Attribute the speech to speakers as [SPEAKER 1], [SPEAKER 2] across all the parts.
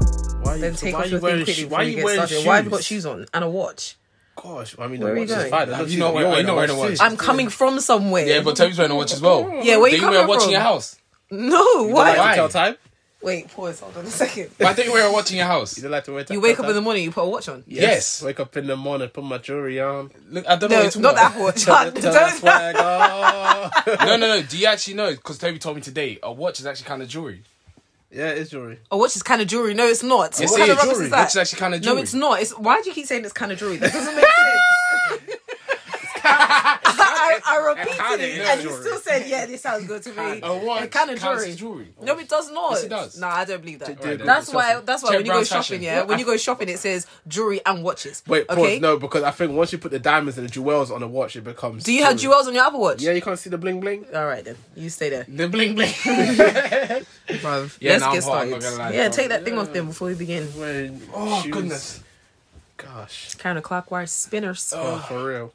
[SPEAKER 1] then
[SPEAKER 2] so
[SPEAKER 1] take
[SPEAKER 2] why
[SPEAKER 1] off
[SPEAKER 2] you
[SPEAKER 1] your
[SPEAKER 2] wearing
[SPEAKER 1] thing quickly
[SPEAKER 2] sho-
[SPEAKER 1] before
[SPEAKER 2] why
[SPEAKER 1] you
[SPEAKER 2] you
[SPEAKER 1] get
[SPEAKER 2] wearing
[SPEAKER 1] started. Why have you got
[SPEAKER 2] shoes?
[SPEAKER 1] shoes on and a watch?
[SPEAKER 2] Gosh, I mean,
[SPEAKER 1] Where are
[SPEAKER 2] the
[SPEAKER 1] we
[SPEAKER 2] watch is
[SPEAKER 1] going?
[SPEAKER 2] fine.
[SPEAKER 3] Have
[SPEAKER 2] That's
[SPEAKER 3] you
[SPEAKER 2] not
[SPEAKER 3] not wearing-
[SPEAKER 2] wearing
[SPEAKER 3] you're not
[SPEAKER 2] a watch.
[SPEAKER 3] wearing a watch.
[SPEAKER 2] too.
[SPEAKER 1] I'm coming from somewhere.
[SPEAKER 3] Yeah, but Toby's wearing a watch as well.
[SPEAKER 1] Yeah, where you
[SPEAKER 3] Then wear
[SPEAKER 1] coming
[SPEAKER 3] a watch in
[SPEAKER 1] from?
[SPEAKER 3] your house.
[SPEAKER 1] no,
[SPEAKER 2] Like
[SPEAKER 1] why?
[SPEAKER 2] to
[SPEAKER 3] Why?
[SPEAKER 2] tell time?
[SPEAKER 1] Wait, pause. Hold on a second.
[SPEAKER 3] Why don't you wear a watch in your house?
[SPEAKER 2] You don't like to wait.
[SPEAKER 1] You wake up in the morning, you put a watch on.
[SPEAKER 3] Yes.
[SPEAKER 2] Wake up in the morning, put my jewelry on.
[SPEAKER 3] Look, I don't know
[SPEAKER 1] No,
[SPEAKER 3] what
[SPEAKER 1] not
[SPEAKER 3] you're
[SPEAKER 1] that
[SPEAKER 3] talking
[SPEAKER 1] watch. Don't
[SPEAKER 2] Tell that
[SPEAKER 1] do that.
[SPEAKER 2] swag off.
[SPEAKER 3] about. No, no, no. Do you actually know? Because Toby told me today, a watch is actually kind of jewelry.
[SPEAKER 2] Yeah, it's jewelry.
[SPEAKER 1] A watch is kind of jewelry. No, it's not.
[SPEAKER 3] Yes,
[SPEAKER 1] what
[SPEAKER 3] it is.
[SPEAKER 1] kind of rubbish
[SPEAKER 3] Jewelry.
[SPEAKER 1] is that?
[SPEAKER 3] Watch is actually kind of
[SPEAKER 1] No,
[SPEAKER 3] jewelry.
[SPEAKER 1] it's not. It's why do you keep saying it's kind of jewelry? That doesn't make sense. I, I
[SPEAKER 3] Kind
[SPEAKER 1] repeated
[SPEAKER 3] of
[SPEAKER 1] it,
[SPEAKER 3] is
[SPEAKER 1] and you
[SPEAKER 3] jewelry.
[SPEAKER 1] still said, "Yeah, this sounds good to me."
[SPEAKER 3] A watch
[SPEAKER 1] kind of
[SPEAKER 3] counts
[SPEAKER 1] jewelry.
[SPEAKER 3] as jewelry.
[SPEAKER 1] No, it does not.
[SPEAKER 3] Yes, it does.
[SPEAKER 1] Nah, I don't believe that.
[SPEAKER 2] Alright, then.
[SPEAKER 1] that's why. That's why
[SPEAKER 3] Check
[SPEAKER 1] when you go
[SPEAKER 3] Brown's
[SPEAKER 1] shopping,
[SPEAKER 3] fashion.
[SPEAKER 1] yeah,
[SPEAKER 3] Well,
[SPEAKER 1] when
[SPEAKER 3] I-
[SPEAKER 1] you go shopping, it says jewelry and watches.
[SPEAKER 2] Wait, pause.
[SPEAKER 1] okay.
[SPEAKER 2] No, because I think once you put the diamonds and the jewels on the watch, it becomes.
[SPEAKER 1] Do you have
[SPEAKER 2] jewelry.
[SPEAKER 1] jewels on your Apple Watch?
[SPEAKER 2] Yeah, you can't see the bling bling.
[SPEAKER 1] All right then, you stay there,
[SPEAKER 3] The bling bling.
[SPEAKER 1] bruv.
[SPEAKER 3] Yeah,
[SPEAKER 1] Let's
[SPEAKER 3] nah, I'm
[SPEAKER 1] get
[SPEAKER 3] hot, I'm
[SPEAKER 1] started.
[SPEAKER 3] not gonna lie,
[SPEAKER 1] yeah,
[SPEAKER 3] bruv.
[SPEAKER 1] take that thing off then before we begin.
[SPEAKER 2] Wearing
[SPEAKER 3] oh
[SPEAKER 2] shoes.
[SPEAKER 3] goodness.
[SPEAKER 2] Gosh.
[SPEAKER 1] Counterclockwise spinners.
[SPEAKER 2] Oh, for real.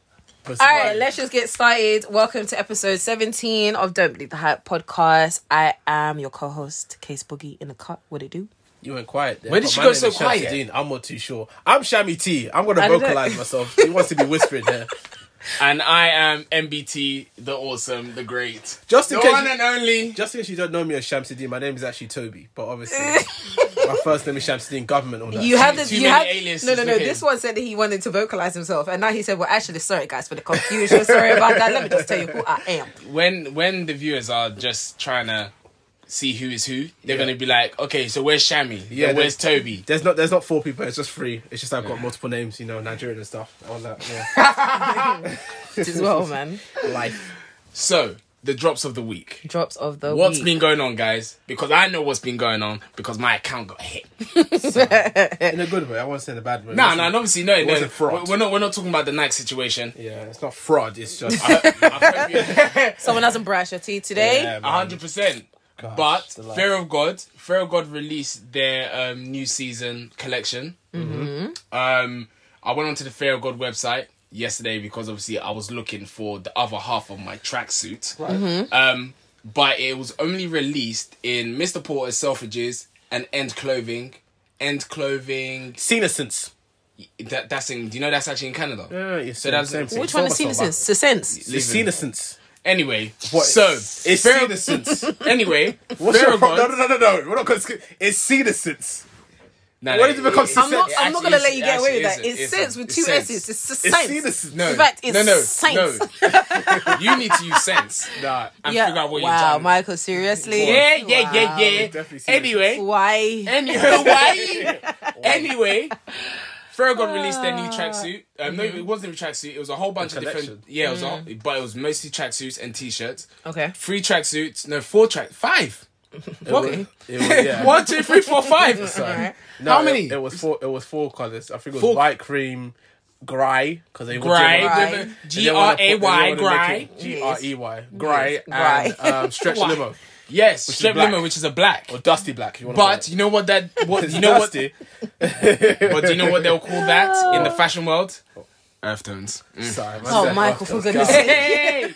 [SPEAKER 1] All right, let's just get started. Welcome to episode 17 of Don't Believe the Hype podcast. I am your co host, Case Boogie in the cut. What it do?
[SPEAKER 2] You went quiet. There,
[SPEAKER 3] Where did
[SPEAKER 2] but
[SPEAKER 3] she
[SPEAKER 2] my
[SPEAKER 3] go
[SPEAKER 2] name
[SPEAKER 3] so
[SPEAKER 2] is
[SPEAKER 3] quiet?
[SPEAKER 2] Shamsuddin. I'm not too sure. I'm Shammy T. I'm gonna
[SPEAKER 1] I didn't-
[SPEAKER 2] vocalize myself. He wants to be whispering here.
[SPEAKER 3] And I am MBT, the awesome, the great,
[SPEAKER 2] Just in
[SPEAKER 3] the
[SPEAKER 2] case
[SPEAKER 3] one
[SPEAKER 2] you-
[SPEAKER 3] and only.
[SPEAKER 2] Just in case you don't know me as Shamsuddin, my name is actually Toby, but obviously my first name is Shamsuddin. Government all that.
[SPEAKER 1] You had this.
[SPEAKER 3] Uh, too
[SPEAKER 1] You
[SPEAKER 3] many
[SPEAKER 1] had
[SPEAKER 3] aliases
[SPEAKER 1] no, no, no.
[SPEAKER 3] for him.
[SPEAKER 1] This one said that he wanted to vocalize himself, and now he said, "Well, actually, sorry guys for the confusion. Sorry about that. Let me just tell you who I am."
[SPEAKER 3] when when the viewers are just trying to see who is who, they're gonna be like, okay, so where's Shammy?
[SPEAKER 2] Yeah,
[SPEAKER 3] Yeah, where's Toby?
[SPEAKER 2] There's not there's not four people. It's just three. It's just I've got multiple names, you know, Nigerian and stuff. All that. Yeah.
[SPEAKER 1] As well, man.
[SPEAKER 2] Life.
[SPEAKER 3] So the drops of the week.
[SPEAKER 1] Drops of the
[SPEAKER 3] What's
[SPEAKER 1] week.
[SPEAKER 3] been going on, guys? Because I know what's been going on because my account got hit.
[SPEAKER 2] In a good way. I won't say in a bad way.
[SPEAKER 3] No,
[SPEAKER 2] Listen,
[SPEAKER 3] no, and obviously no, no.
[SPEAKER 2] wasn't fraud.
[SPEAKER 3] We're not we're not talking about the Nike situation.
[SPEAKER 2] Yeah, it's not fraud. It's just
[SPEAKER 1] Someone hasn't brushed your teeth today.
[SPEAKER 2] Yeah, man.
[SPEAKER 3] hundred percent.
[SPEAKER 2] Gosh,
[SPEAKER 3] But
[SPEAKER 2] the life.
[SPEAKER 3] Fear of God, Fear of God released their um, new season collection. Um, I went onto the Fear of God website yesterday because obviously I was looking for the other half of my tracksuit. Um, but it was only released in Mr. Porter's Selfridges and End Clothing. End Clothing.
[SPEAKER 2] senescence.
[SPEAKER 3] That, that's in. Do you know that's actually in Canada?
[SPEAKER 2] Yeah, yeah,
[SPEAKER 3] So that's-
[SPEAKER 2] same thing.
[SPEAKER 1] Which one
[SPEAKER 2] It's
[SPEAKER 1] is
[SPEAKER 2] all
[SPEAKER 1] seen
[SPEAKER 2] about-
[SPEAKER 1] since? Since
[SPEAKER 2] It's senescence.
[SPEAKER 3] Anyway,
[SPEAKER 2] What?
[SPEAKER 3] so
[SPEAKER 2] it's
[SPEAKER 3] Fear of-
[SPEAKER 2] senescence.
[SPEAKER 3] Anyway,
[SPEAKER 2] What's
[SPEAKER 3] Fear
[SPEAKER 2] your
[SPEAKER 3] of
[SPEAKER 2] problem?
[SPEAKER 3] God.
[SPEAKER 2] No, no, no, no, no. We're not gonna skip. It's senescence.
[SPEAKER 3] No,
[SPEAKER 2] What
[SPEAKER 3] no,
[SPEAKER 2] did it become
[SPEAKER 1] I'm not.
[SPEAKER 2] It
[SPEAKER 1] I'm not gonna
[SPEAKER 3] actually
[SPEAKER 1] let
[SPEAKER 3] is-
[SPEAKER 1] you
[SPEAKER 3] it
[SPEAKER 1] get away
[SPEAKER 3] actually
[SPEAKER 1] with
[SPEAKER 3] is-
[SPEAKER 1] that. It's
[SPEAKER 3] is-
[SPEAKER 1] sense with
[SPEAKER 3] it's
[SPEAKER 1] two
[SPEAKER 3] sense.
[SPEAKER 1] s's. It's
[SPEAKER 2] It's
[SPEAKER 1] sense.
[SPEAKER 2] senescence.
[SPEAKER 3] No,
[SPEAKER 1] In fact, it's
[SPEAKER 3] no, no,
[SPEAKER 1] sense.
[SPEAKER 3] no. you need to use sense
[SPEAKER 2] Nah.
[SPEAKER 3] and
[SPEAKER 1] Yeah.
[SPEAKER 3] figure out what
[SPEAKER 1] wow,
[SPEAKER 3] you're doing.
[SPEAKER 1] Michael, seriously?
[SPEAKER 3] yeah, yeah, yeah,
[SPEAKER 1] Wow.
[SPEAKER 3] yeah.
[SPEAKER 2] Definitely senescence.
[SPEAKER 3] Anyway,
[SPEAKER 1] Why?
[SPEAKER 3] anyway, why? anyway, Ferragon released their new tracksuit. Um, No, it wasn't a tracksuit. It was a whole bunch
[SPEAKER 2] A
[SPEAKER 3] of
[SPEAKER 2] collection.
[SPEAKER 3] different. Yeah, it
[SPEAKER 1] Mm.
[SPEAKER 3] was a whole, but it was mostly tracksuits and t-shirts.
[SPEAKER 1] Okay.
[SPEAKER 3] Three tracksuits. No, four track. Five. What?
[SPEAKER 2] It was, yeah.
[SPEAKER 3] One, two, three, four, five.
[SPEAKER 1] Alright.
[SPEAKER 2] No,
[SPEAKER 3] How
[SPEAKER 2] it-
[SPEAKER 3] many?
[SPEAKER 2] It, was four. It was four colors. I think it was
[SPEAKER 3] Four-
[SPEAKER 2] white cream, gray because they were
[SPEAKER 3] Gray,
[SPEAKER 1] Gray.
[SPEAKER 3] with a
[SPEAKER 2] G
[SPEAKER 3] G
[SPEAKER 2] R
[SPEAKER 3] R
[SPEAKER 2] A
[SPEAKER 3] A Y,
[SPEAKER 2] Y
[SPEAKER 3] gray.
[SPEAKER 2] G R E Y
[SPEAKER 1] Yes.
[SPEAKER 2] gray and
[SPEAKER 1] Gray.
[SPEAKER 2] um, stretch
[SPEAKER 3] Why?
[SPEAKER 2] limo
[SPEAKER 3] Yes,
[SPEAKER 2] is
[SPEAKER 3] strip
[SPEAKER 2] black.
[SPEAKER 3] limo, which is a black.
[SPEAKER 2] or dusty black. You want
[SPEAKER 3] But you know what that what you know what
[SPEAKER 2] dusty.
[SPEAKER 3] But do you know what they'll call that in the fashion world? Earth tones.
[SPEAKER 2] Sorry, man.
[SPEAKER 1] Oh,
[SPEAKER 2] Sorry.
[SPEAKER 1] Michael,
[SPEAKER 2] Oh,
[SPEAKER 1] for goodness
[SPEAKER 2] God.
[SPEAKER 1] sake.
[SPEAKER 3] Hey!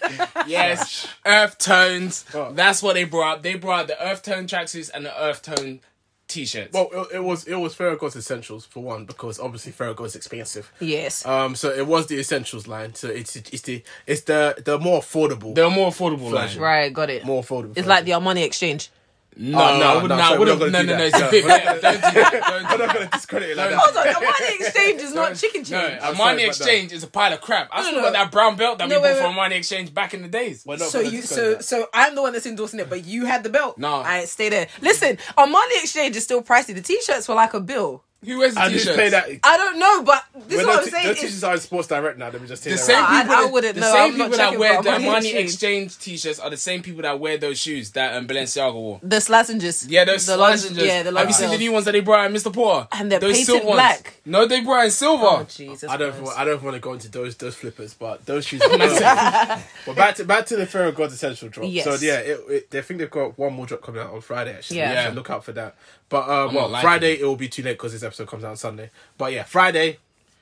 [SPEAKER 3] yes, earth tones.
[SPEAKER 2] Oh.
[SPEAKER 3] That's what they brought up. They brought up the earth tone tracksuits and the earth tone t-shirts.
[SPEAKER 2] Well, it, it was it was Ferragos essentials for one because obviously Ferragos is expensive.
[SPEAKER 1] Yes.
[SPEAKER 3] Uh,
[SPEAKER 2] Um, so it was the essentials line. So it's it's the it's the the more affordable,
[SPEAKER 3] They're more affordable.
[SPEAKER 2] Flash.
[SPEAKER 3] Like.
[SPEAKER 1] right, got it.
[SPEAKER 2] more affordable.
[SPEAKER 1] It's like the Armani exchange.
[SPEAKER 3] No,
[SPEAKER 2] Oh, no,
[SPEAKER 3] no, I would
[SPEAKER 2] no,
[SPEAKER 3] not.
[SPEAKER 2] sorry,
[SPEAKER 3] I would have.
[SPEAKER 2] we're
[SPEAKER 3] No,
[SPEAKER 2] not
[SPEAKER 3] no, no.
[SPEAKER 2] gonna
[SPEAKER 3] It's
[SPEAKER 2] do
[SPEAKER 3] a
[SPEAKER 2] that.
[SPEAKER 3] big. Yeah, don't do that. Don't do
[SPEAKER 2] I'm
[SPEAKER 3] that.
[SPEAKER 2] not gonna discredit it like
[SPEAKER 3] No.
[SPEAKER 2] that.
[SPEAKER 1] Hold on, Armani exchange is not chicken
[SPEAKER 3] No,
[SPEAKER 1] change.
[SPEAKER 3] Armani
[SPEAKER 2] sorry, but no.
[SPEAKER 3] Exchange is a pile of crap. I still
[SPEAKER 1] no.
[SPEAKER 3] got that brown belt that
[SPEAKER 1] No,
[SPEAKER 3] we bought
[SPEAKER 1] wait,
[SPEAKER 3] from Armani Exchange back in the days.
[SPEAKER 2] We're not
[SPEAKER 1] So
[SPEAKER 2] gonna
[SPEAKER 1] you,
[SPEAKER 2] discredit
[SPEAKER 1] so
[SPEAKER 2] that.
[SPEAKER 1] so I'm the one that's endorsing it, but you had the belt.
[SPEAKER 3] No.
[SPEAKER 1] I stay there. Listen, Armani exchange is still pricey. The t-shirts were like a bill.
[SPEAKER 3] Who wears the
[SPEAKER 2] I just pay
[SPEAKER 3] t-shirts?
[SPEAKER 2] that.
[SPEAKER 1] I don't know, but this
[SPEAKER 2] We're
[SPEAKER 1] is what
[SPEAKER 2] not
[SPEAKER 1] I'm
[SPEAKER 2] t-
[SPEAKER 1] saying.
[SPEAKER 2] no
[SPEAKER 1] is-
[SPEAKER 2] teachers are in sports direct now. Let me just tell you
[SPEAKER 3] The
[SPEAKER 2] that.
[SPEAKER 3] same
[SPEAKER 2] right
[SPEAKER 1] I-
[SPEAKER 3] people,
[SPEAKER 1] I
[SPEAKER 3] that-
[SPEAKER 1] wouldn't
[SPEAKER 3] the
[SPEAKER 1] know.
[SPEAKER 3] same
[SPEAKER 1] I'm not
[SPEAKER 3] people that
[SPEAKER 1] checking
[SPEAKER 3] wear
[SPEAKER 1] for
[SPEAKER 3] the
[SPEAKER 1] Armani
[SPEAKER 3] Armani
[SPEAKER 1] Exchange.
[SPEAKER 3] Exchange t-shirts are the same people that wear those shoes that um, Balenciaga wore.
[SPEAKER 1] the Slazenges.
[SPEAKER 3] Yeah, those lozenges.
[SPEAKER 1] the Lozenges. Yeah, the
[SPEAKER 3] Have you
[SPEAKER 1] Lozenges.
[SPEAKER 3] seen the new ones that they brought out, Mr. Porter?
[SPEAKER 1] And they're
[SPEAKER 3] those
[SPEAKER 1] painted
[SPEAKER 3] silk ones.
[SPEAKER 1] black.
[SPEAKER 3] No, they brought in silver.
[SPEAKER 1] Oh, Jesus
[SPEAKER 2] I don't.
[SPEAKER 1] Christ.
[SPEAKER 2] I don't want to go into those those flippers, but those shoes. but back to back to the Pharaoh God's essential drop.
[SPEAKER 1] Yes.
[SPEAKER 2] So yeah, it, it, they think they've got one more drop coming out on Friday. Actually,
[SPEAKER 1] Yeah.
[SPEAKER 2] So look out for that. But
[SPEAKER 3] not
[SPEAKER 2] um, well,
[SPEAKER 3] liking
[SPEAKER 1] Oh,
[SPEAKER 2] Friday it will be too late because this episode comes out on Sunday. But yeah, Friday,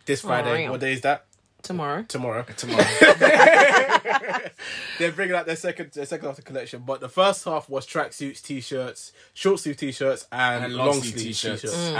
[SPEAKER 2] this Friday.
[SPEAKER 1] yeah.
[SPEAKER 2] What day is that?
[SPEAKER 1] tomorrow.
[SPEAKER 2] tomorrow.
[SPEAKER 3] tomorrow.
[SPEAKER 2] They're bringing out their second their second half of the collection, but the first half was tracksuits, t-shirts, short sleeve t-shirts, and,
[SPEAKER 3] and
[SPEAKER 2] long
[SPEAKER 3] long sleeve t-shirts
[SPEAKER 1] Mm.
[SPEAKER 2] t-shirts.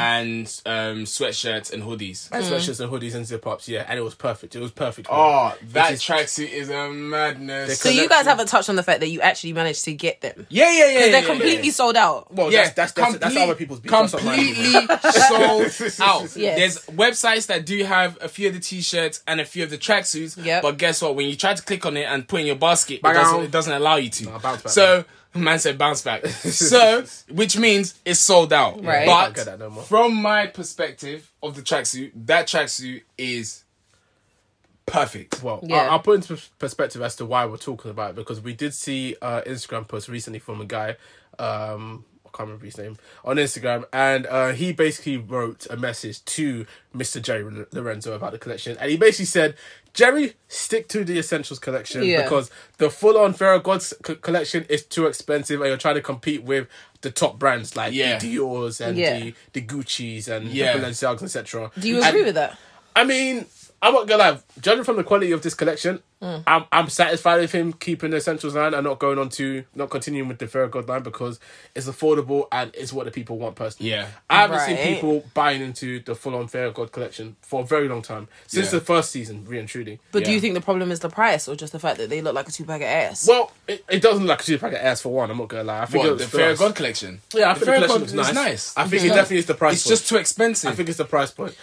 [SPEAKER 3] and um, sweatshirts and hoodies.
[SPEAKER 2] And sweatshirts and hoodies and zip ups, yeah, and it was perfect. It was perfect.
[SPEAKER 3] Oh, that
[SPEAKER 2] It is-
[SPEAKER 3] tracksuit is a madness.
[SPEAKER 1] So
[SPEAKER 2] Collection.
[SPEAKER 1] you guys haven't touched on the fact that you actually managed to get them.
[SPEAKER 2] yeah, yeah, yeah. yeah,
[SPEAKER 1] They're
[SPEAKER 2] yeah,
[SPEAKER 1] completely
[SPEAKER 2] yeah.
[SPEAKER 1] sold out.
[SPEAKER 2] Well,
[SPEAKER 3] yeah,
[SPEAKER 2] Oh, that's that's that's, that's
[SPEAKER 3] complete-
[SPEAKER 2] other people's beef. That's not mine.
[SPEAKER 3] completely sold out.
[SPEAKER 1] Yes.
[SPEAKER 3] There's websites that do have a few of the t-shirts and a few of the tracksuits.
[SPEAKER 1] Yep.
[SPEAKER 3] But guess what? When you try to click on it and put in your basket, it
[SPEAKER 2] Bang
[SPEAKER 3] doesn't,
[SPEAKER 2] out.
[SPEAKER 3] it doesn't allow you to.
[SPEAKER 2] bounce back,
[SPEAKER 3] so man said bounce back. so which means it's sold out.
[SPEAKER 1] Right.
[SPEAKER 2] Can't get
[SPEAKER 3] But
[SPEAKER 2] that no more.
[SPEAKER 3] from my perspective of the tracksuit, that tracksuit is perfect.
[SPEAKER 2] Well,
[SPEAKER 1] Yeah.
[SPEAKER 2] I, I'll put into pers- perspective as to why we're talking about it because we did see uh, Instagram post recently from a guy, um, I can't remember his name, on Instagram, and uh, he basically wrote a message to Mr. Jerry Lo- Lorenzo about the collection, and he basically said, Jerry, stick to the essentials collection
[SPEAKER 1] Yeah.
[SPEAKER 2] because the full-on Pharaoh Gods co- collection is too expensive, and you're trying to compete with the top brands like
[SPEAKER 3] Yeah.
[SPEAKER 2] the Dior's and
[SPEAKER 1] Yeah.
[SPEAKER 2] the the Gucci's and
[SPEAKER 3] Yeah.
[SPEAKER 2] the Balenciagas, etc.
[SPEAKER 1] Do you agree with that?
[SPEAKER 2] I mean, I'm not gonna lie. Judging from the quality of this collection,
[SPEAKER 1] Mm.
[SPEAKER 2] I'm I'm satisfied with him keeping the essentials line and not going on to not continuing with the Ferragod line because it's affordable and it's what the people want personally.
[SPEAKER 3] Yeah.
[SPEAKER 2] I haven't seen
[SPEAKER 1] Right.
[SPEAKER 2] people buying into the full on Ferragod collection for a very long time since
[SPEAKER 3] Yeah.
[SPEAKER 2] the first season, re and Truly.
[SPEAKER 1] But do
[SPEAKER 3] Yeah.
[SPEAKER 1] you think the problem is the price or just the fact that they look like a two bag of ass?
[SPEAKER 2] Well, it, it doesn't look like a super packet ass for one. I'm not gonna lie. I think
[SPEAKER 3] What,
[SPEAKER 2] it
[SPEAKER 3] the
[SPEAKER 2] was
[SPEAKER 3] Fair
[SPEAKER 2] nice.
[SPEAKER 3] God collection.
[SPEAKER 2] Yeah, I think the
[SPEAKER 3] Fair
[SPEAKER 2] collection
[SPEAKER 3] God
[SPEAKER 2] was
[SPEAKER 3] is
[SPEAKER 2] nice.
[SPEAKER 3] nice.
[SPEAKER 2] I think
[SPEAKER 3] Yeah.
[SPEAKER 2] it definitely is the price.
[SPEAKER 3] It's
[SPEAKER 2] point.
[SPEAKER 3] just too expensive.
[SPEAKER 2] I think it's the price point.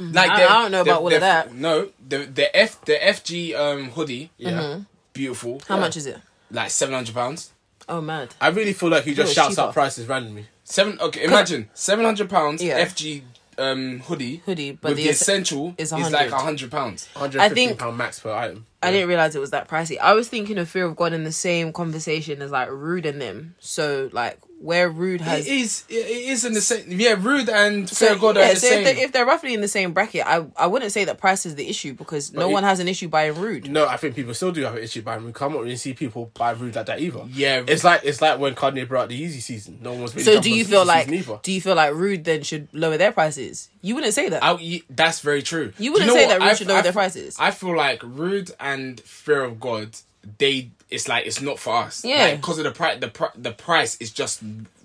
[SPEAKER 3] Like
[SPEAKER 1] I-
[SPEAKER 3] the-
[SPEAKER 1] I don't know
[SPEAKER 3] the-
[SPEAKER 1] about all
[SPEAKER 3] the-
[SPEAKER 1] of that.
[SPEAKER 3] No, the the F the FG um hoodie,
[SPEAKER 2] Yeah.
[SPEAKER 3] beautiful.
[SPEAKER 1] How much is it?
[SPEAKER 3] Like seven hundred pounds.
[SPEAKER 1] Oh, mad.
[SPEAKER 2] I really feel like he just
[SPEAKER 1] it's
[SPEAKER 2] shouts
[SPEAKER 1] cheaper.
[SPEAKER 2] out prices randomly.
[SPEAKER 3] Seven. Okay, imagine seven hundred pounds
[SPEAKER 1] Yeah.
[SPEAKER 3] FG um hoodie.
[SPEAKER 1] Hoodie, but
[SPEAKER 3] with
[SPEAKER 1] the
[SPEAKER 3] the,
[SPEAKER 1] es-
[SPEAKER 3] essential is,
[SPEAKER 1] is
[SPEAKER 3] like
[SPEAKER 1] 100.
[SPEAKER 3] hundred pounds.
[SPEAKER 2] 115
[SPEAKER 1] think-
[SPEAKER 2] pound max per item.
[SPEAKER 1] I didn't realize it was that pricey. I was thinking of Fear of God in the same conversation as like Rude and them. So, like, where Rude
[SPEAKER 3] It
[SPEAKER 1] has.
[SPEAKER 3] is. It it is in the same. Yeah, rude and
[SPEAKER 1] So,
[SPEAKER 3] fair god
[SPEAKER 1] yeah,
[SPEAKER 3] are the
[SPEAKER 1] so
[SPEAKER 3] same.
[SPEAKER 1] if, they're, if they're roughly in the same bracket, I, I wouldn't say that price is the issue because no
[SPEAKER 2] it-
[SPEAKER 1] one has an issue buying Rude.
[SPEAKER 2] No, I think people still do have an issue buying Rude. I don't really see people buy Rude like that either.
[SPEAKER 3] Yeah.
[SPEAKER 2] it's like it's like when Kanye brought out the Easy season. No one's really.
[SPEAKER 1] So, do
[SPEAKER 2] jumping on
[SPEAKER 1] you
[SPEAKER 2] the
[SPEAKER 1] feel
[SPEAKER 2] Yeezy
[SPEAKER 1] like
[SPEAKER 2] season either.
[SPEAKER 1] do you feel like Rude then should lower their prices? You wouldn't say that.
[SPEAKER 3] I, y- that's very true. Do
[SPEAKER 1] wouldn't
[SPEAKER 3] know
[SPEAKER 1] say
[SPEAKER 3] what?
[SPEAKER 1] that Rude
[SPEAKER 3] I-
[SPEAKER 1] should lower
[SPEAKER 3] I-
[SPEAKER 1] their prices.
[SPEAKER 3] I feel like rude and fear of God. They. It's like it's not for us.
[SPEAKER 1] Yeah.
[SPEAKER 3] Because of the price. The pri- the price is just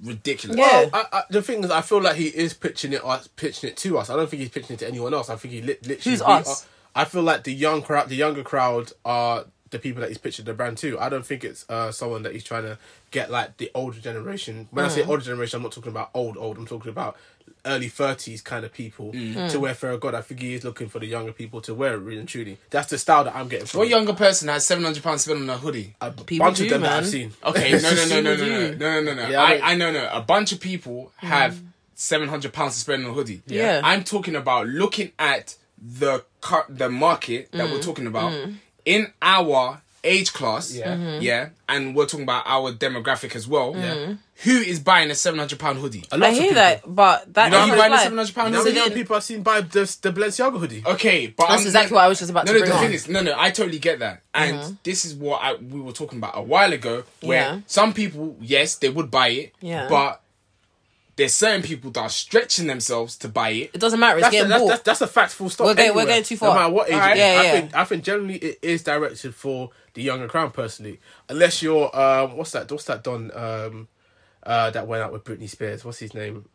[SPEAKER 3] ridiculous.
[SPEAKER 1] Yeah.
[SPEAKER 2] Well, Oh, I, I, the thing is, I feel like he is pitching it us, pitching it to us. I don't think he's pitching it to anyone else. I think he li- literally.
[SPEAKER 1] Who's
[SPEAKER 2] we
[SPEAKER 1] us?
[SPEAKER 2] are- I feel like the young crowd, the younger crowd, are the people that he's pitching the brand to. I don't think it's uh, someone that he's trying to get like the older generation. When
[SPEAKER 1] Mm.
[SPEAKER 2] I say older generation, I'm not talking about old old. I'm talking about early thirties kind of people
[SPEAKER 3] Mm.
[SPEAKER 1] Mm.
[SPEAKER 2] to wear Fair God. I think he is looking for the younger people to wear it, really and truly. That's the style that I'm getting. From
[SPEAKER 3] What
[SPEAKER 2] it.
[SPEAKER 3] younger person has seven hundred pounds spent on a hoodie?
[SPEAKER 2] a
[SPEAKER 1] People
[SPEAKER 2] bunch
[SPEAKER 1] do,
[SPEAKER 2] of them that
[SPEAKER 1] man.
[SPEAKER 2] I've seen.
[SPEAKER 3] Okay, no, no, no, no, no, no,
[SPEAKER 1] do.
[SPEAKER 3] no, no, no, no.
[SPEAKER 2] Yeah, I don't-
[SPEAKER 3] I, I know, no. A bunch of people have seven hundred pounds to spend on a hoodie.
[SPEAKER 1] Yeah. Yeah.
[SPEAKER 3] I'm talking about looking at the car- the market that we're talking about in our age class.
[SPEAKER 2] Yeah. Mhm.
[SPEAKER 3] yeah, and we're talking about our demographic as well. Yeah, who is buying a seven hundred pound hoodie?
[SPEAKER 2] A lot
[SPEAKER 1] I
[SPEAKER 2] of
[SPEAKER 1] hear
[SPEAKER 2] people.
[SPEAKER 1] that, but that
[SPEAKER 3] You know how
[SPEAKER 1] doesn't
[SPEAKER 3] you buy the
[SPEAKER 1] apply.
[SPEAKER 3] £700
[SPEAKER 2] Now
[SPEAKER 1] So
[SPEAKER 2] the young
[SPEAKER 1] then-
[SPEAKER 2] people I've seen buy the the Balenciaga hoodie.
[SPEAKER 3] Okay, but
[SPEAKER 1] That's exactly what I was just about
[SPEAKER 3] no,
[SPEAKER 1] to
[SPEAKER 3] No,
[SPEAKER 1] bring
[SPEAKER 3] the
[SPEAKER 1] on.
[SPEAKER 3] thing is, no, no, I totally get that, and this is what I, we were talking about a while ago, where
[SPEAKER 1] Mm-hmm. Yeah.
[SPEAKER 3] some people, yes, they would buy it,
[SPEAKER 1] Yeah.
[SPEAKER 3] but there's certain people that are stretching themselves to buy it.
[SPEAKER 1] It doesn't matter. It's
[SPEAKER 2] That's, a,
[SPEAKER 1] getting
[SPEAKER 2] that's,
[SPEAKER 1] bought.
[SPEAKER 2] that's, that's a fact. Full stop.
[SPEAKER 1] We're going- we're
[SPEAKER 2] anywhere,
[SPEAKER 1] going too
[SPEAKER 2] No
[SPEAKER 1] far.
[SPEAKER 2] matter what age.
[SPEAKER 1] Alright.
[SPEAKER 2] it is.
[SPEAKER 1] Yeah,
[SPEAKER 2] I
[SPEAKER 1] yeah.
[SPEAKER 2] think I think generally it is directed for the younger crowd personally, unless you're um what's that what's that Don um uh that went out with Britney Spears. What's his name?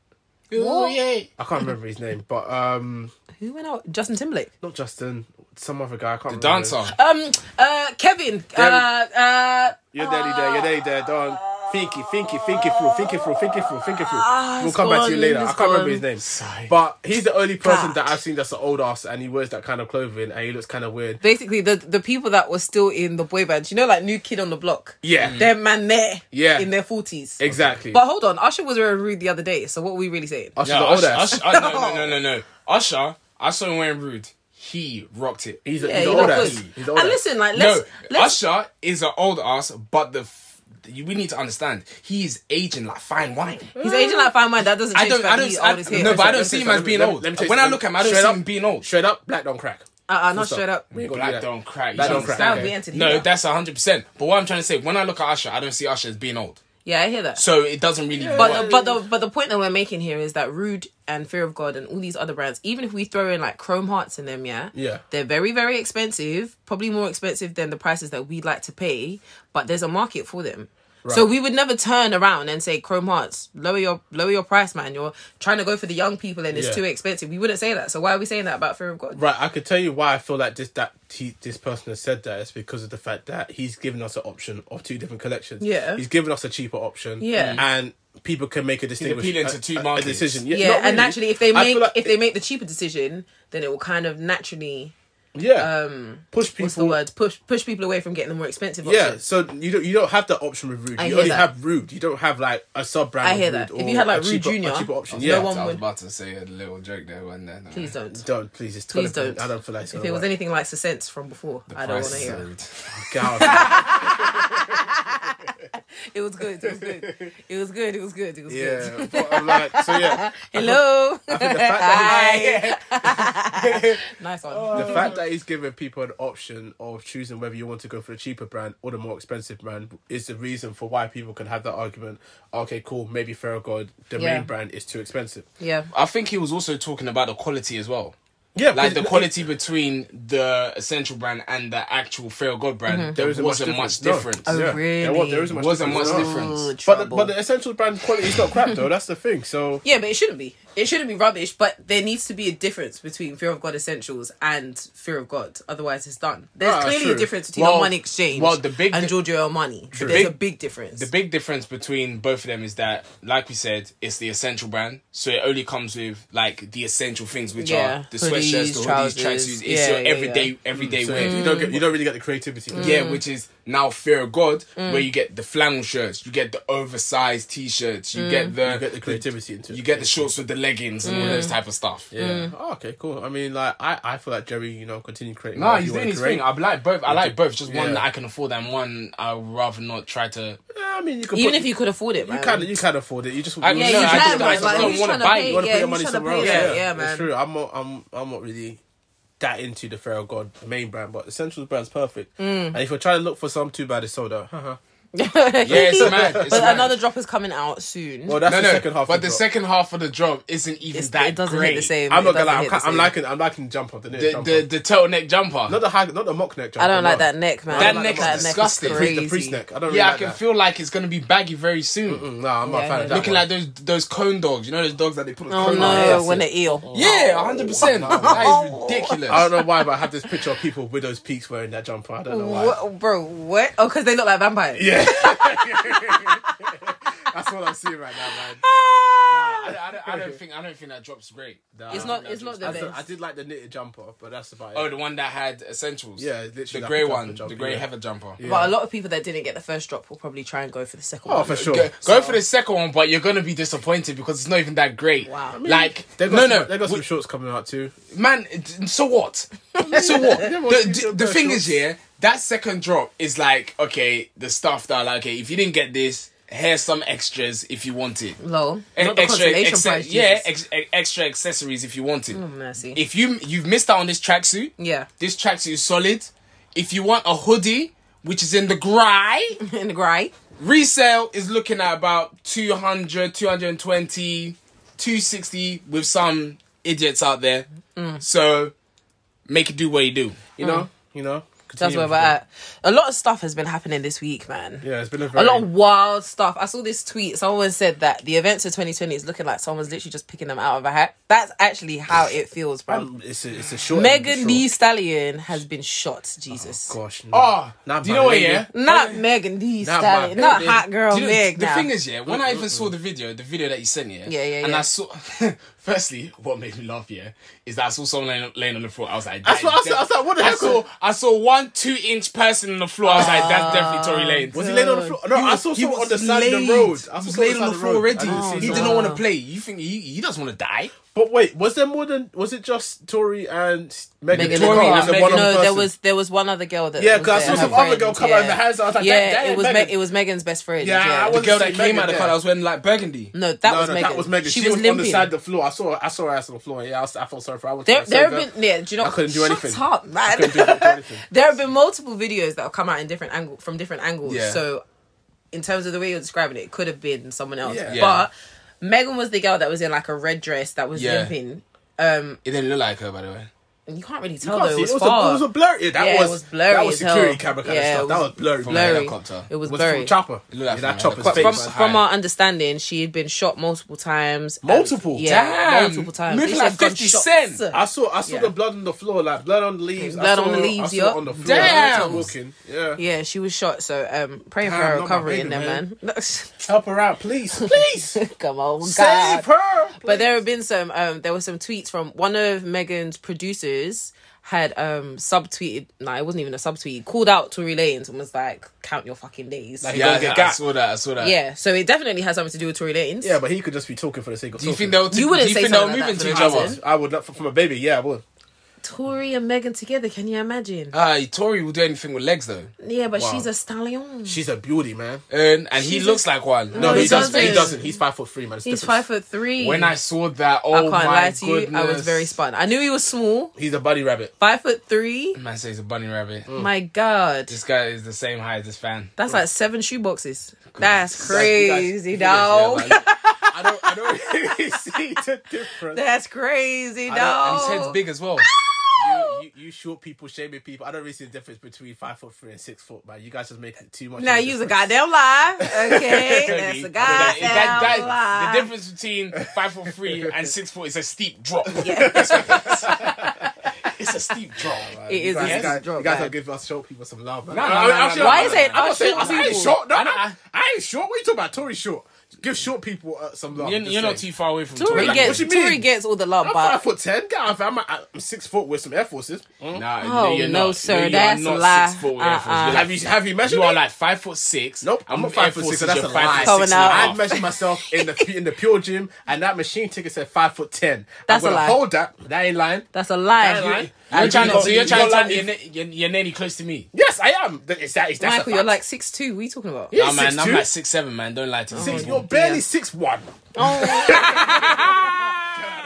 [SPEAKER 1] What?
[SPEAKER 3] Ooh, yay.
[SPEAKER 2] I can't remember his name, but um
[SPEAKER 1] Who went out? Justin Timberlake.
[SPEAKER 2] not Justin, some other guy. I can't. remember.
[SPEAKER 3] Dancer.
[SPEAKER 1] Um. Uh. Kevin. Uh. Uh.
[SPEAKER 2] You're nearly there. You're nearly there, Don. Think it, think it, think it through, think it through, think it through, think it through. we'll
[SPEAKER 1] Ah, it's
[SPEAKER 2] come back to you
[SPEAKER 1] gone,
[SPEAKER 2] later. I
[SPEAKER 1] it's
[SPEAKER 2] can't remember his
[SPEAKER 1] gone.
[SPEAKER 2] name.
[SPEAKER 3] Sigh.
[SPEAKER 2] But he's the only person
[SPEAKER 1] God.
[SPEAKER 2] that I've seen that's an old ass and he wears that kind of clothing and he looks kind of weird.
[SPEAKER 1] Basically, the the people that were still in the boy bands, you know, like new kid on the block.
[SPEAKER 2] Yeah.
[SPEAKER 1] Their man there.
[SPEAKER 2] Yeah.
[SPEAKER 1] In their forties.
[SPEAKER 2] Exactly.
[SPEAKER 1] But hold on, Usher was wearing rude the other day. So what were we really saying?
[SPEAKER 2] Usher's
[SPEAKER 3] No,
[SPEAKER 2] an old
[SPEAKER 3] Usher,
[SPEAKER 2] ass.
[SPEAKER 3] Usher, uh, no, no, no, no, no. Usher, I saw him wearing rude. He rocked it.
[SPEAKER 2] He's, a,
[SPEAKER 1] yeah,
[SPEAKER 2] he's
[SPEAKER 1] you
[SPEAKER 2] an
[SPEAKER 1] know,
[SPEAKER 2] old ass.
[SPEAKER 1] because-
[SPEAKER 2] He's an old
[SPEAKER 1] and
[SPEAKER 2] ass.
[SPEAKER 1] listen, like let's
[SPEAKER 3] no,
[SPEAKER 1] let's
[SPEAKER 3] Usher is an old ass, but the f- we need to understand he is aging like fine wine.
[SPEAKER 1] he's aging like fine wine. That doesn't
[SPEAKER 3] I
[SPEAKER 1] change
[SPEAKER 3] don't,
[SPEAKER 1] the fact
[SPEAKER 3] I
[SPEAKER 1] that he's
[SPEAKER 3] don't,
[SPEAKER 1] old
[SPEAKER 3] I,
[SPEAKER 1] as hell.
[SPEAKER 3] no, but I don't
[SPEAKER 2] Let me
[SPEAKER 3] see
[SPEAKER 2] tell
[SPEAKER 3] him
[SPEAKER 2] you
[SPEAKER 3] as
[SPEAKER 2] something.
[SPEAKER 3] being
[SPEAKER 2] Let me-
[SPEAKER 3] old.
[SPEAKER 2] let me tell you
[SPEAKER 3] When I
[SPEAKER 2] something.
[SPEAKER 3] look at him, I don't
[SPEAKER 2] Straight
[SPEAKER 3] see
[SPEAKER 2] up.
[SPEAKER 3] him being old.
[SPEAKER 2] Straight up, black don't crack.
[SPEAKER 1] Uh-uh, not
[SPEAKER 2] Full stop.
[SPEAKER 1] straight up.
[SPEAKER 2] We ain't gonna do
[SPEAKER 3] Black
[SPEAKER 2] that.
[SPEAKER 3] don't crack.
[SPEAKER 2] Black
[SPEAKER 3] you
[SPEAKER 2] don't
[SPEAKER 3] don't
[SPEAKER 2] crack.
[SPEAKER 1] That would
[SPEAKER 2] okay.
[SPEAKER 1] be entered
[SPEAKER 3] No,
[SPEAKER 1] here.
[SPEAKER 3] that's hundred percent. But what I'm trying to say, when I look at Usher, I don't see Usher as being old.
[SPEAKER 1] Yeah, I hear that.
[SPEAKER 3] So it doesn't really.
[SPEAKER 1] But
[SPEAKER 3] work.
[SPEAKER 1] the, but the but the point that we're making here is that Rude and Fear of God and all these other brands, even if we throw in like Chrome Hearts in them, yeah,
[SPEAKER 2] Yeah.
[SPEAKER 1] they're very very expensive, probably more expensive than the prices that we'd like to pay. But there's a market for them. So
[SPEAKER 2] Right.
[SPEAKER 1] we would never turn around and say Chrome Hearts lower your lower your price, man. You're trying to go for the young people and it's
[SPEAKER 2] Yeah.
[SPEAKER 1] too expensive. We wouldn't say that. So why are we saying that about Fear of God?
[SPEAKER 2] Right, I could tell you why I feel like this that he, this person has said that. It's because of the fact that he's given us an option of two different collections.
[SPEAKER 1] Yeah.
[SPEAKER 2] he's given us a cheaper option. Mm.
[SPEAKER 1] Yeah.
[SPEAKER 2] and people can make a distinction.
[SPEAKER 3] appealing to two markets.
[SPEAKER 2] decision.
[SPEAKER 1] Yeah,
[SPEAKER 2] not
[SPEAKER 1] and
[SPEAKER 2] really.
[SPEAKER 1] naturally, if they
[SPEAKER 2] I
[SPEAKER 1] make
[SPEAKER 2] feel like
[SPEAKER 1] if they make the cheaper decision, then it will kind of naturally
[SPEAKER 2] yeah push people.
[SPEAKER 1] um, what's the word push push people away from getting the more expensive.
[SPEAKER 2] Yeah,
[SPEAKER 1] options.
[SPEAKER 2] so you don't you don't have that option with Rude.
[SPEAKER 1] I
[SPEAKER 2] you
[SPEAKER 1] hear
[SPEAKER 2] only
[SPEAKER 1] that.
[SPEAKER 2] have Rude. You don't have like a sub brand.
[SPEAKER 1] I hear
[SPEAKER 2] of Rude
[SPEAKER 1] that. If
[SPEAKER 2] or
[SPEAKER 1] you had, like,
[SPEAKER 2] a
[SPEAKER 1] Rude
[SPEAKER 2] cheaper, a
[SPEAKER 1] Jr.,
[SPEAKER 2] cheaper option,
[SPEAKER 1] no
[SPEAKER 2] yeah.
[SPEAKER 1] one
[SPEAKER 3] I was
[SPEAKER 1] would-
[SPEAKER 3] about to say a little joke there, uh, wasn't there? No.
[SPEAKER 1] please don't.
[SPEAKER 2] Don't please. It's
[SPEAKER 1] Please
[SPEAKER 2] gonna be-
[SPEAKER 1] don't.
[SPEAKER 2] I don't feel like it's
[SPEAKER 1] If
[SPEAKER 2] gonna
[SPEAKER 1] it was
[SPEAKER 2] work.
[SPEAKER 1] anything like Suspense from before, I don't want to hear it.
[SPEAKER 2] God.
[SPEAKER 1] It was good. It was good. It was good. It was good. It was good.
[SPEAKER 2] yeah, but I'm like, so yeah,
[SPEAKER 1] Hello.
[SPEAKER 2] the fact that he's-
[SPEAKER 1] nice one.
[SPEAKER 3] Oh.
[SPEAKER 2] The fact that he's giving people an option of choosing whether you want to go for the cheaper brand or the more expensive brand is the reason for why people can have that argument. Okay, cool, maybe Ferragod, the
[SPEAKER 1] Yeah.
[SPEAKER 2] main brand, is too expensive.
[SPEAKER 1] yeah.
[SPEAKER 3] I think he was also talking about the quality as well.
[SPEAKER 2] Yeah,
[SPEAKER 3] Like the quality between the essential brand and the actual Fair God brand, there
[SPEAKER 2] isn't
[SPEAKER 3] wasn't much difference.
[SPEAKER 1] Mm-hmm. Oh,
[SPEAKER 2] Yeah, There, wa- there isn't much
[SPEAKER 3] Wasn't
[SPEAKER 2] difference.
[SPEAKER 3] much
[SPEAKER 2] No.
[SPEAKER 3] difference.
[SPEAKER 1] Ooh,
[SPEAKER 2] But the, but
[SPEAKER 1] trouble.
[SPEAKER 2] the essential brand quality is not crap though. That's the thing. So
[SPEAKER 1] yeah, but it shouldn't be. It shouldn't be rubbish. But there needs to be a difference between fear of God essentials and fear of God. Otherwise, it's done. There's
[SPEAKER 2] Ah,
[SPEAKER 1] clearly
[SPEAKER 2] true.
[SPEAKER 1] a difference between
[SPEAKER 3] Well-
[SPEAKER 1] Armani Exchange
[SPEAKER 3] well, the big
[SPEAKER 1] and
[SPEAKER 3] di-
[SPEAKER 1] Giorgio Armani. There's
[SPEAKER 3] big-
[SPEAKER 1] a big difference.
[SPEAKER 3] The big difference between both of them is that, like we said, it's the essential brand, so it only comes with like the essential things, which
[SPEAKER 1] Yeah.
[SPEAKER 3] are the
[SPEAKER 1] Hoodies,
[SPEAKER 3] sweatshirts, the hoodies,
[SPEAKER 1] trousers.
[SPEAKER 3] tracksuits. It's
[SPEAKER 1] Yeah,
[SPEAKER 3] your
[SPEAKER 1] yeah,
[SPEAKER 3] everyday,
[SPEAKER 1] yeah. Mm.
[SPEAKER 3] everyday
[SPEAKER 2] so
[SPEAKER 3] wear.
[SPEAKER 2] you don't get you don't really get the creativity.
[SPEAKER 3] Yeah, which is now Fear of God,
[SPEAKER 1] Mm.
[SPEAKER 3] where you get the flannel shirts, you get the oversized T-shirts, you
[SPEAKER 1] Mm.
[SPEAKER 3] get the
[SPEAKER 2] You get the creativity into it.
[SPEAKER 3] you get the shorts with the leggings and all those
[SPEAKER 1] Mm.
[SPEAKER 3] type of stuff.
[SPEAKER 2] Yeah. Oh, okay, cool. I mean, like I, I feel like Jerry, you know, continue creating.
[SPEAKER 3] No,
[SPEAKER 2] whatever
[SPEAKER 3] he's
[SPEAKER 2] you wanna
[SPEAKER 3] doing his
[SPEAKER 2] create.
[SPEAKER 3] thing. I like both. I like both. Just
[SPEAKER 2] Yeah.
[SPEAKER 3] one that I can afford and one I would rather not try to.
[SPEAKER 2] Yeah, I mean, you can
[SPEAKER 1] Even
[SPEAKER 2] put-
[SPEAKER 1] if you could afford it,
[SPEAKER 2] you
[SPEAKER 1] man.
[SPEAKER 2] can you can afford it. You just
[SPEAKER 3] I-
[SPEAKER 2] you
[SPEAKER 3] No,
[SPEAKER 1] yeah, you
[SPEAKER 3] I
[SPEAKER 1] can,
[SPEAKER 3] just- I
[SPEAKER 1] but
[SPEAKER 3] just
[SPEAKER 1] like,
[SPEAKER 3] don't
[SPEAKER 1] who's
[SPEAKER 3] wanna
[SPEAKER 1] trying
[SPEAKER 3] buy it.
[SPEAKER 1] pay?
[SPEAKER 3] You
[SPEAKER 2] You want to
[SPEAKER 1] yeah,
[SPEAKER 2] put your
[SPEAKER 1] who's
[SPEAKER 2] money
[SPEAKER 1] tryna
[SPEAKER 2] somewhere
[SPEAKER 1] pay?
[SPEAKER 2] else.
[SPEAKER 1] Yeah,
[SPEAKER 2] Yeah,
[SPEAKER 1] yeah,
[SPEAKER 2] It's
[SPEAKER 1] man.
[SPEAKER 2] true. I'm not. I'm. I'm not really that into the Feral God main brand, but Essentials brand's perfect.
[SPEAKER 3] Mm.
[SPEAKER 2] And if you're trying to look for some, too bad it's sold out. Haha.
[SPEAKER 3] Yeah, it's mad. It's
[SPEAKER 1] But
[SPEAKER 3] mad.
[SPEAKER 1] another drop is coming out soon.
[SPEAKER 2] well, that's
[SPEAKER 3] no,
[SPEAKER 2] the
[SPEAKER 3] no.
[SPEAKER 2] second half.
[SPEAKER 3] but
[SPEAKER 2] of
[SPEAKER 3] the
[SPEAKER 2] drop.
[SPEAKER 3] second half of the job isn't even
[SPEAKER 1] It's-
[SPEAKER 3] that
[SPEAKER 1] it doesn't
[SPEAKER 3] great.
[SPEAKER 1] hit the same.
[SPEAKER 2] I'm not
[SPEAKER 1] It
[SPEAKER 2] gonna
[SPEAKER 1] doesn't
[SPEAKER 2] lie. I'm,
[SPEAKER 1] hit
[SPEAKER 2] ca-
[SPEAKER 1] the
[SPEAKER 2] I'm
[SPEAKER 1] same.
[SPEAKER 2] liking. I'm liking the jump off the neck.
[SPEAKER 3] The,
[SPEAKER 2] jump
[SPEAKER 3] the
[SPEAKER 2] off.
[SPEAKER 3] the turtleneck jumper.
[SPEAKER 2] not the high, not the mock neck jump.
[SPEAKER 1] I don't
[SPEAKER 2] no.
[SPEAKER 1] like that neck, man.
[SPEAKER 3] That
[SPEAKER 1] I don't
[SPEAKER 3] neck's
[SPEAKER 1] like
[SPEAKER 3] disgusting.
[SPEAKER 1] That
[SPEAKER 3] The
[SPEAKER 1] neck is
[SPEAKER 3] pre-
[SPEAKER 2] The priest
[SPEAKER 1] crazy.
[SPEAKER 2] neck. I don't. Really
[SPEAKER 3] yeah,
[SPEAKER 2] like
[SPEAKER 3] I can
[SPEAKER 2] that.
[SPEAKER 3] feel like it's gonna be baggy very soon.
[SPEAKER 2] No, I'm not
[SPEAKER 1] Yeah,
[SPEAKER 2] a fan of
[SPEAKER 1] no.
[SPEAKER 2] that.
[SPEAKER 3] Looking
[SPEAKER 2] one.
[SPEAKER 3] like those those cone dogs. You know those dogs that they put. a
[SPEAKER 1] Oh
[SPEAKER 3] cone on? Yeah,
[SPEAKER 1] no,
[SPEAKER 3] that's
[SPEAKER 1] when
[SPEAKER 3] it.
[SPEAKER 1] the
[SPEAKER 2] Oh,
[SPEAKER 1] eel.
[SPEAKER 3] Yeah, hundred percent. That is ridiculous.
[SPEAKER 2] I don't know why, but I have this picture of people with widow's peaks wearing that jumper. I don't know why.
[SPEAKER 1] What, bro, what? Oh, because they look like vampires.
[SPEAKER 2] Yeah. That's what I'm seeing right now, man.
[SPEAKER 3] I, I don't, I don't think I don't think that drop's great.
[SPEAKER 2] Nah.
[SPEAKER 1] It's not. It's not the
[SPEAKER 2] I, don't- I
[SPEAKER 1] best.
[SPEAKER 2] did like the knitted jumper, but that's about it.
[SPEAKER 3] Oh, the one that had essentials.
[SPEAKER 2] Yeah, literally
[SPEAKER 3] the
[SPEAKER 2] that
[SPEAKER 3] grey
[SPEAKER 2] pickup
[SPEAKER 3] one,
[SPEAKER 2] and jump,
[SPEAKER 3] the grey
[SPEAKER 2] yeah.
[SPEAKER 3] heather jumper.
[SPEAKER 1] But a lot of people that didn't get the first drop will probably try and go for the second one.
[SPEAKER 2] oh, for sure.
[SPEAKER 3] Go, go for the second one, but you're gonna be disappointed because it's not even that great.
[SPEAKER 1] Wow. I mean,
[SPEAKER 3] like
[SPEAKER 2] They got
[SPEAKER 3] no,
[SPEAKER 2] some,
[SPEAKER 3] no,
[SPEAKER 2] They got some
[SPEAKER 3] we-
[SPEAKER 2] shorts coming out too.
[SPEAKER 3] man. d- So what? so what?
[SPEAKER 2] well, you
[SPEAKER 3] The,
[SPEAKER 2] still
[SPEAKER 3] the
[SPEAKER 2] got
[SPEAKER 3] thing
[SPEAKER 2] shorts.
[SPEAKER 3] is, yeah, that second drop is like okay, the stuff that I like. Okay, if you didn't get this, here's some extras if you want it.
[SPEAKER 1] Low.
[SPEAKER 3] E-
[SPEAKER 1] Not the consolation
[SPEAKER 3] exce-
[SPEAKER 1] prize,
[SPEAKER 3] yeah,
[SPEAKER 1] Jesus.
[SPEAKER 3] ex-
[SPEAKER 1] Oh,
[SPEAKER 3] e- extra accessories if you want it.
[SPEAKER 1] mercy.
[SPEAKER 3] If you you've missed out on this tracksuit,
[SPEAKER 1] yeah.
[SPEAKER 3] this tracksuit is solid. If you want a hoodie, which is in the grey,
[SPEAKER 1] In the grey.
[SPEAKER 3] resale is looking at about 200, 220, 260 with some idiots out there. So make it do what you do.
[SPEAKER 2] You know, you know.
[SPEAKER 1] That's
[SPEAKER 2] Continue
[SPEAKER 1] where
[SPEAKER 2] with
[SPEAKER 1] we're
[SPEAKER 2] it.
[SPEAKER 1] at. A lot of stuff has been happening this week, man.
[SPEAKER 2] Yeah, it's been a very.
[SPEAKER 1] A lot of wild stuff. I saw this tweet. Someone said that the events of 2020 is looking like someone's literally just picking them out of a hat. That's actually how it feels, bro.
[SPEAKER 2] um, it's a it's a short.
[SPEAKER 1] Megan
[SPEAKER 2] short-
[SPEAKER 1] Thee Stallion has been shot. Jesus.
[SPEAKER 2] Gosh. No.
[SPEAKER 3] Oh,
[SPEAKER 2] Nah,
[SPEAKER 3] do you
[SPEAKER 2] man,
[SPEAKER 3] know what,
[SPEAKER 2] maybe.
[SPEAKER 3] yeah?
[SPEAKER 1] not Megan Thee
[SPEAKER 2] Not
[SPEAKER 1] Stallion.
[SPEAKER 2] my
[SPEAKER 1] Not
[SPEAKER 2] baby.
[SPEAKER 1] hot girl
[SPEAKER 3] Do you know-
[SPEAKER 1] Meg.
[SPEAKER 3] the
[SPEAKER 1] now.
[SPEAKER 3] thing is, yeah, when I even saw the video, the video that you sent, yeah,
[SPEAKER 1] Yeah, yeah,
[SPEAKER 3] and
[SPEAKER 1] yeah.
[SPEAKER 3] I saw. firstly, what made me laugh, yeah, is that I saw someone laying, laying on the floor. I was like,
[SPEAKER 2] That's
[SPEAKER 3] that
[SPEAKER 2] what
[SPEAKER 3] is
[SPEAKER 2] I said, I was like, what the
[SPEAKER 3] I
[SPEAKER 2] heck?
[SPEAKER 3] saw, I saw one two-inch person on the floor. I was like, that's definitely Tory Lanez.
[SPEAKER 2] Was he laying on the floor? No, I saw
[SPEAKER 3] He
[SPEAKER 2] someone
[SPEAKER 3] was
[SPEAKER 2] on the side of
[SPEAKER 3] laid.
[SPEAKER 2] the road. I
[SPEAKER 3] He
[SPEAKER 2] saw
[SPEAKER 3] was
[SPEAKER 2] someone
[SPEAKER 3] laid on the floor
[SPEAKER 2] road. I
[SPEAKER 3] already.
[SPEAKER 2] didn't see
[SPEAKER 3] he
[SPEAKER 2] someone.
[SPEAKER 3] didn't want to play. You think he, he doesn't want to die?
[SPEAKER 2] But wait, was there more than was it just Tory and Megan?
[SPEAKER 1] Megan
[SPEAKER 2] Thee
[SPEAKER 1] Thee
[SPEAKER 2] Stallion?
[SPEAKER 3] Stallion.
[SPEAKER 2] Was it
[SPEAKER 3] Megan-
[SPEAKER 2] one other
[SPEAKER 1] No, there
[SPEAKER 2] person?
[SPEAKER 1] was there was one other girl that.
[SPEAKER 2] Yeah,
[SPEAKER 1] was
[SPEAKER 2] 'cause I
[SPEAKER 1] there,
[SPEAKER 2] saw
[SPEAKER 1] her
[SPEAKER 2] some other
[SPEAKER 1] friend,
[SPEAKER 2] girl come out of the house, I was like,
[SPEAKER 1] yeah,
[SPEAKER 2] "Damn,
[SPEAKER 1] it was
[SPEAKER 2] Megan."
[SPEAKER 1] Meg- it was Megan's best friend.
[SPEAKER 2] Yeah,
[SPEAKER 1] Yeah,
[SPEAKER 2] I
[SPEAKER 3] The
[SPEAKER 2] wasn't-
[SPEAKER 3] girl that
[SPEAKER 2] Megan,
[SPEAKER 3] came out of the
[SPEAKER 2] yeah.
[SPEAKER 3] car that was wearing like burgundy.
[SPEAKER 1] no, that
[SPEAKER 2] no,
[SPEAKER 1] was
[SPEAKER 2] no,
[SPEAKER 1] Megan.
[SPEAKER 2] that was Megan.
[SPEAKER 1] She, was,
[SPEAKER 2] on
[SPEAKER 1] limping.
[SPEAKER 2] the side of the floor. I saw her. I saw her ass on the floor. Yeah, I, s- I felt sorry for. her. I was
[SPEAKER 1] there,
[SPEAKER 2] so
[SPEAKER 1] there
[SPEAKER 2] good.
[SPEAKER 1] have been yeah, do you know?
[SPEAKER 2] I couldn't do
[SPEAKER 1] shut
[SPEAKER 2] anything.
[SPEAKER 1] up, man.
[SPEAKER 2] couldn't do- couldn't do anything.
[SPEAKER 1] there have been multiple videos that have come out in different angle from different angles.
[SPEAKER 3] Yeah.
[SPEAKER 1] So in terms of the way you're describing it, it could have been someone else.
[SPEAKER 2] Yeah.
[SPEAKER 3] Yeah.
[SPEAKER 1] But Megan was the girl that was in like a red dress that was
[SPEAKER 3] Yeah.
[SPEAKER 1] limping. Um,
[SPEAKER 3] It didn't look like her, by the way.
[SPEAKER 1] and you can't really
[SPEAKER 2] You
[SPEAKER 1] tell
[SPEAKER 2] can't
[SPEAKER 1] though.
[SPEAKER 2] see-
[SPEAKER 1] It was,
[SPEAKER 2] it, was a,
[SPEAKER 1] far.
[SPEAKER 2] it was a blurry. That
[SPEAKER 1] Yeah, it
[SPEAKER 2] was,
[SPEAKER 1] was blurry
[SPEAKER 2] That was
[SPEAKER 1] as hell.
[SPEAKER 2] security camera kind
[SPEAKER 1] Yeah,
[SPEAKER 2] of
[SPEAKER 1] it
[SPEAKER 2] stuff. That
[SPEAKER 1] was
[SPEAKER 2] was blurry.
[SPEAKER 3] From
[SPEAKER 1] Blurry.
[SPEAKER 3] a helicopter.
[SPEAKER 1] It was
[SPEAKER 2] Oh, was
[SPEAKER 1] blurry.
[SPEAKER 2] from Chopper.
[SPEAKER 3] It looked like
[SPEAKER 2] yeah, that
[SPEAKER 3] from
[SPEAKER 2] Chopper's
[SPEAKER 3] a-
[SPEAKER 2] face.
[SPEAKER 1] from
[SPEAKER 2] was
[SPEAKER 3] High.
[SPEAKER 1] from our understanding, she had been shot multiple times. and-
[SPEAKER 2] Multiple?
[SPEAKER 1] yeah,
[SPEAKER 3] Damn.
[SPEAKER 1] multiple times.
[SPEAKER 3] Moving
[SPEAKER 1] She
[SPEAKER 3] like
[SPEAKER 1] had got
[SPEAKER 3] 50
[SPEAKER 1] shots.
[SPEAKER 3] Cent.
[SPEAKER 2] I saw I saw
[SPEAKER 1] Yeah.
[SPEAKER 2] the blood on the floor, like blood on the leaves. I
[SPEAKER 1] Blood
[SPEAKER 2] saw-
[SPEAKER 1] on the leaves,
[SPEAKER 2] I saw
[SPEAKER 1] yup.
[SPEAKER 2] it on the floor.
[SPEAKER 3] Damn.
[SPEAKER 2] I was walking. Yeah.
[SPEAKER 1] Yeah, she was shot. So um, praying for
[SPEAKER 2] Damn,
[SPEAKER 1] her
[SPEAKER 2] not my
[SPEAKER 1] recovery
[SPEAKER 2] baby,
[SPEAKER 1] in there, man.
[SPEAKER 2] man. Help her out, please. Please.
[SPEAKER 1] Come on, God.
[SPEAKER 2] Save her.
[SPEAKER 1] But there have been some. Um, there were some tweets from one of Megan's producers had um subtweeted. Nah, it wasn't even a subtweet. He called out Tory Lanez and was like, "Count your fucking days."
[SPEAKER 2] Like,
[SPEAKER 1] yeah.
[SPEAKER 3] Yeah,
[SPEAKER 2] yeah. don't
[SPEAKER 3] I,
[SPEAKER 2] get
[SPEAKER 3] I
[SPEAKER 2] got.
[SPEAKER 3] saw that. I saw that.
[SPEAKER 1] so it definitely has something to do with Tory Lanez.
[SPEAKER 2] Yeah, but he could just be talking for the sake of
[SPEAKER 3] Do you
[SPEAKER 2] talking.
[SPEAKER 3] think they'll? T-
[SPEAKER 1] You wouldn't
[SPEAKER 3] do you
[SPEAKER 1] say
[SPEAKER 3] think they'll
[SPEAKER 1] something
[SPEAKER 3] move
[SPEAKER 1] like that
[SPEAKER 3] into each
[SPEAKER 1] for no
[SPEAKER 3] other?
[SPEAKER 1] reason.
[SPEAKER 2] I would not from a baby. Yeah, I would.
[SPEAKER 1] Tory and Megan together. Can you imagine?
[SPEAKER 3] Ah, Tori will do anything with legs though.
[SPEAKER 1] yeah, but
[SPEAKER 2] wow.
[SPEAKER 1] she's a stallion.
[SPEAKER 2] She's a beauty, man.
[SPEAKER 3] And and he
[SPEAKER 1] She's
[SPEAKER 3] looks
[SPEAKER 1] a-
[SPEAKER 3] like one.
[SPEAKER 2] No,
[SPEAKER 1] No,
[SPEAKER 2] he,
[SPEAKER 1] Oh, he
[SPEAKER 2] doesn't.
[SPEAKER 1] doesn't.
[SPEAKER 2] He doesn't. He's five foot three, man. It's
[SPEAKER 1] He's
[SPEAKER 2] different.
[SPEAKER 1] five foot three.
[SPEAKER 3] When I saw that, oh
[SPEAKER 1] I can't
[SPEAKER 3] my
[SPEAKER 1] lie to
[SPEAKER 3] goodness.
[SPEAKER 1] you, I was very stunned. I knew he was small.
[SPEAKER 2] He's a bunny rabbit.
[SPEAKER 1] Five foot three.
[SPEAKER 3] Man says he's a bunny rabbit.
[SPEAKER 2] Mm.
[SPEAKER 1] My God.
[SPEAKER 3] This guy is the same height as his fan.
[SPEAKER 1] That's like seven shoe boxes. That's
[SPEAKER 2] Like,
[SPEAKER 1] crazy,
[SPEAKER 2] you guys-
[SPEAKER 1] dog.
[SPEAKER 2] Yeah, like, I don't. I don't really see the difference.
[SPEAKER 1] That's crazy,
[SPEAKER 2] don't- and
[SPEAKER 1] dog.
[SPEAKER 2] his
[SPEAKER 3] And his head's big as well.
[SPEAKER 2] You, you, you short people, shaming people. I don't really see the difference between five foot three and six foot, man. You guys just make it too much.
[SPEAKER 1] Now
[SPEAKER 2] of
[SPEAKER 1] you's a
[SPEAKER 2] difference.
[SPEAKER 1] goddamn lie. Okay, that's a goddamn
[SPEAKER 3] That- that- that-
[SPEAKER 1] lie.
[SPEAKER 3] the difference between five foot three and six foot is a steep drop. it's a steep drop.
[SPEAKER 2] Man,
[SPEAKER 1] It
[SPEAKER 2] you
[SPEAKER 1] is a
[SPEAKER 2] Guys, you
[SPEAKER 1] steep
[SPEAKER 2] guys,
[SPEAKER 1] drop,
[SPEAKER 2] you guys
[SPEAKER 1] man.
[SPEAKER 2] are giving us short people some love, man.
[SPEAKER 3] No, no,
[SPEAKER 2] I- I-
[SPEAKER 3] no,
[SPEAKER 2] I'm
[SPEAKER 3] no,
[SPEAKER 2] sure-
[SPEAKER 3] no,
[SPEAKER 1] Why is it
[SPEAKER 2] I'm not
[SPEAKER 1] us
[SPEAKER 2] saying-
[SPEAKER 1] short
[SPEAKER 2] I ain't
[SPEAKER 1] people?
[SPEAKER 2] short. No,
[SPEAKER 3] I
[SPEAKER 2] I,
[SPEAKER 3] know-
[SPEAKER 2] I, ain't short. What are you talking about? Tory short. Give short people uh, some love.
[SPEAKER 3] You're,
[SPEAKER 2] just
[SPEAKER 3] you're not
[SPEAKER 2] saying.
[SPEAKER 3] too far away from
[SPEAKER 1] Tory
[SPEAKER 2] Like,
[SPEAKER 1] gets
[SPEAKER 2] what you
[SPEAKER 1] Tory
[SPEAKER 2] mean?
[SPEAKER 1] gets all the love,
[SPEAKER 2] I'm five
[SPEAKER 1] but
[SPEAKER 2] foot ten. God, if I'm, I'm six foot with some Air Forces. Mm.
[SPEAKER 3] Nah,
[SPEAKER 1] Oh,
[SPEAKER 3] no, you're
[SPEAKER 1] no,
[SPEAKER 3] not.
[SPEAKER 1] sir,
[SPEAKER 3] No, you are
[SPEAKER 1] that's a
[SPEAKER 3] not
[SPEAKER 1] lie.
[SPEAKER 3] Six foot with Air Force.
[SPEAKER 1] Uh-uh.
[SPEAKER 3] You're
[SPEAKER 2] Have
[SPEAKER 3] like-
[SPEAKER 2] you have you measured?
[SPEAKER 3] you are
[SPEAKER 2] it?
[SPEAKER 3] like five foot six.
[SPEAKER 2] Nope, I'm not
[SPEAKER 3] with
[SPEAKER 2] five
[SPEAKER 3] Air
[SPEAKER 2] foot
[SPEAKER 3] Forces,
[SPEAKER 2] six, so that's
[SPEAKER 3] you're
[SPEAKER 2] a
[SPEAKER 3] five
[SPEAKER 2] lie.
[SPEAKER 3] foot
[SPEAKER 1] Coming
[SPEAKER 3] six and a
[SPEAKER 1] out.
[SPEAKER 2] I
[SPEAKER 3] half.
[SPEAKER 2] measured myself in the in the pure gym, and that machine ticket said five foot ten.
[SPEAKER 1] That's
[SPEAKER 2] I'm
[SPEAKER 1] a
[SPEAKER 2] gonna
[SPEAKER 1] lie.
[SPEAKER 2] Hold that. That ain't lying.
[SPEAKER 1] that's a lie.
[SPEAKER 2] That's a lie.
[SPEAKER 3] You're
[SPEAKER 2] And
[SPEAKER 3] trying
[SPEAKER 2] you
[SPEAKER 3] to,
[SPEAKER 2] got-
[SPEAKER 3] so you're
[SPEAKER 2] you
[SPEAKER 3] trying to
[SPEAKER 2] got
[SPEAKER 3] tell
[SPEAKER 2] like-
[SPEAKER 3] your, na- your, your nanny close to me.
[SPEAKER 2] Yes, I am. That is that is that's a
[SPEAKER 1] Michael, you're
[SPEAKER 2] fact.
[SPEAKER 1] like six two. What are you talking about?
[SPEAKER 2] Yeah,
[SPEAKER 3] Nah, man,
[SPEAKER 2] six
[SPEAKER 3] I'm
[SPEAKER 2] two.
[SPEAKER 3] like six seven, man. Don't lie to me.
[SPEAKER 2] Six,
[SPEAKER 1] Oh,
[SPEAKER 2] you're
[SPEAKER 1] dear.
[SPEAKER 2] barely six one.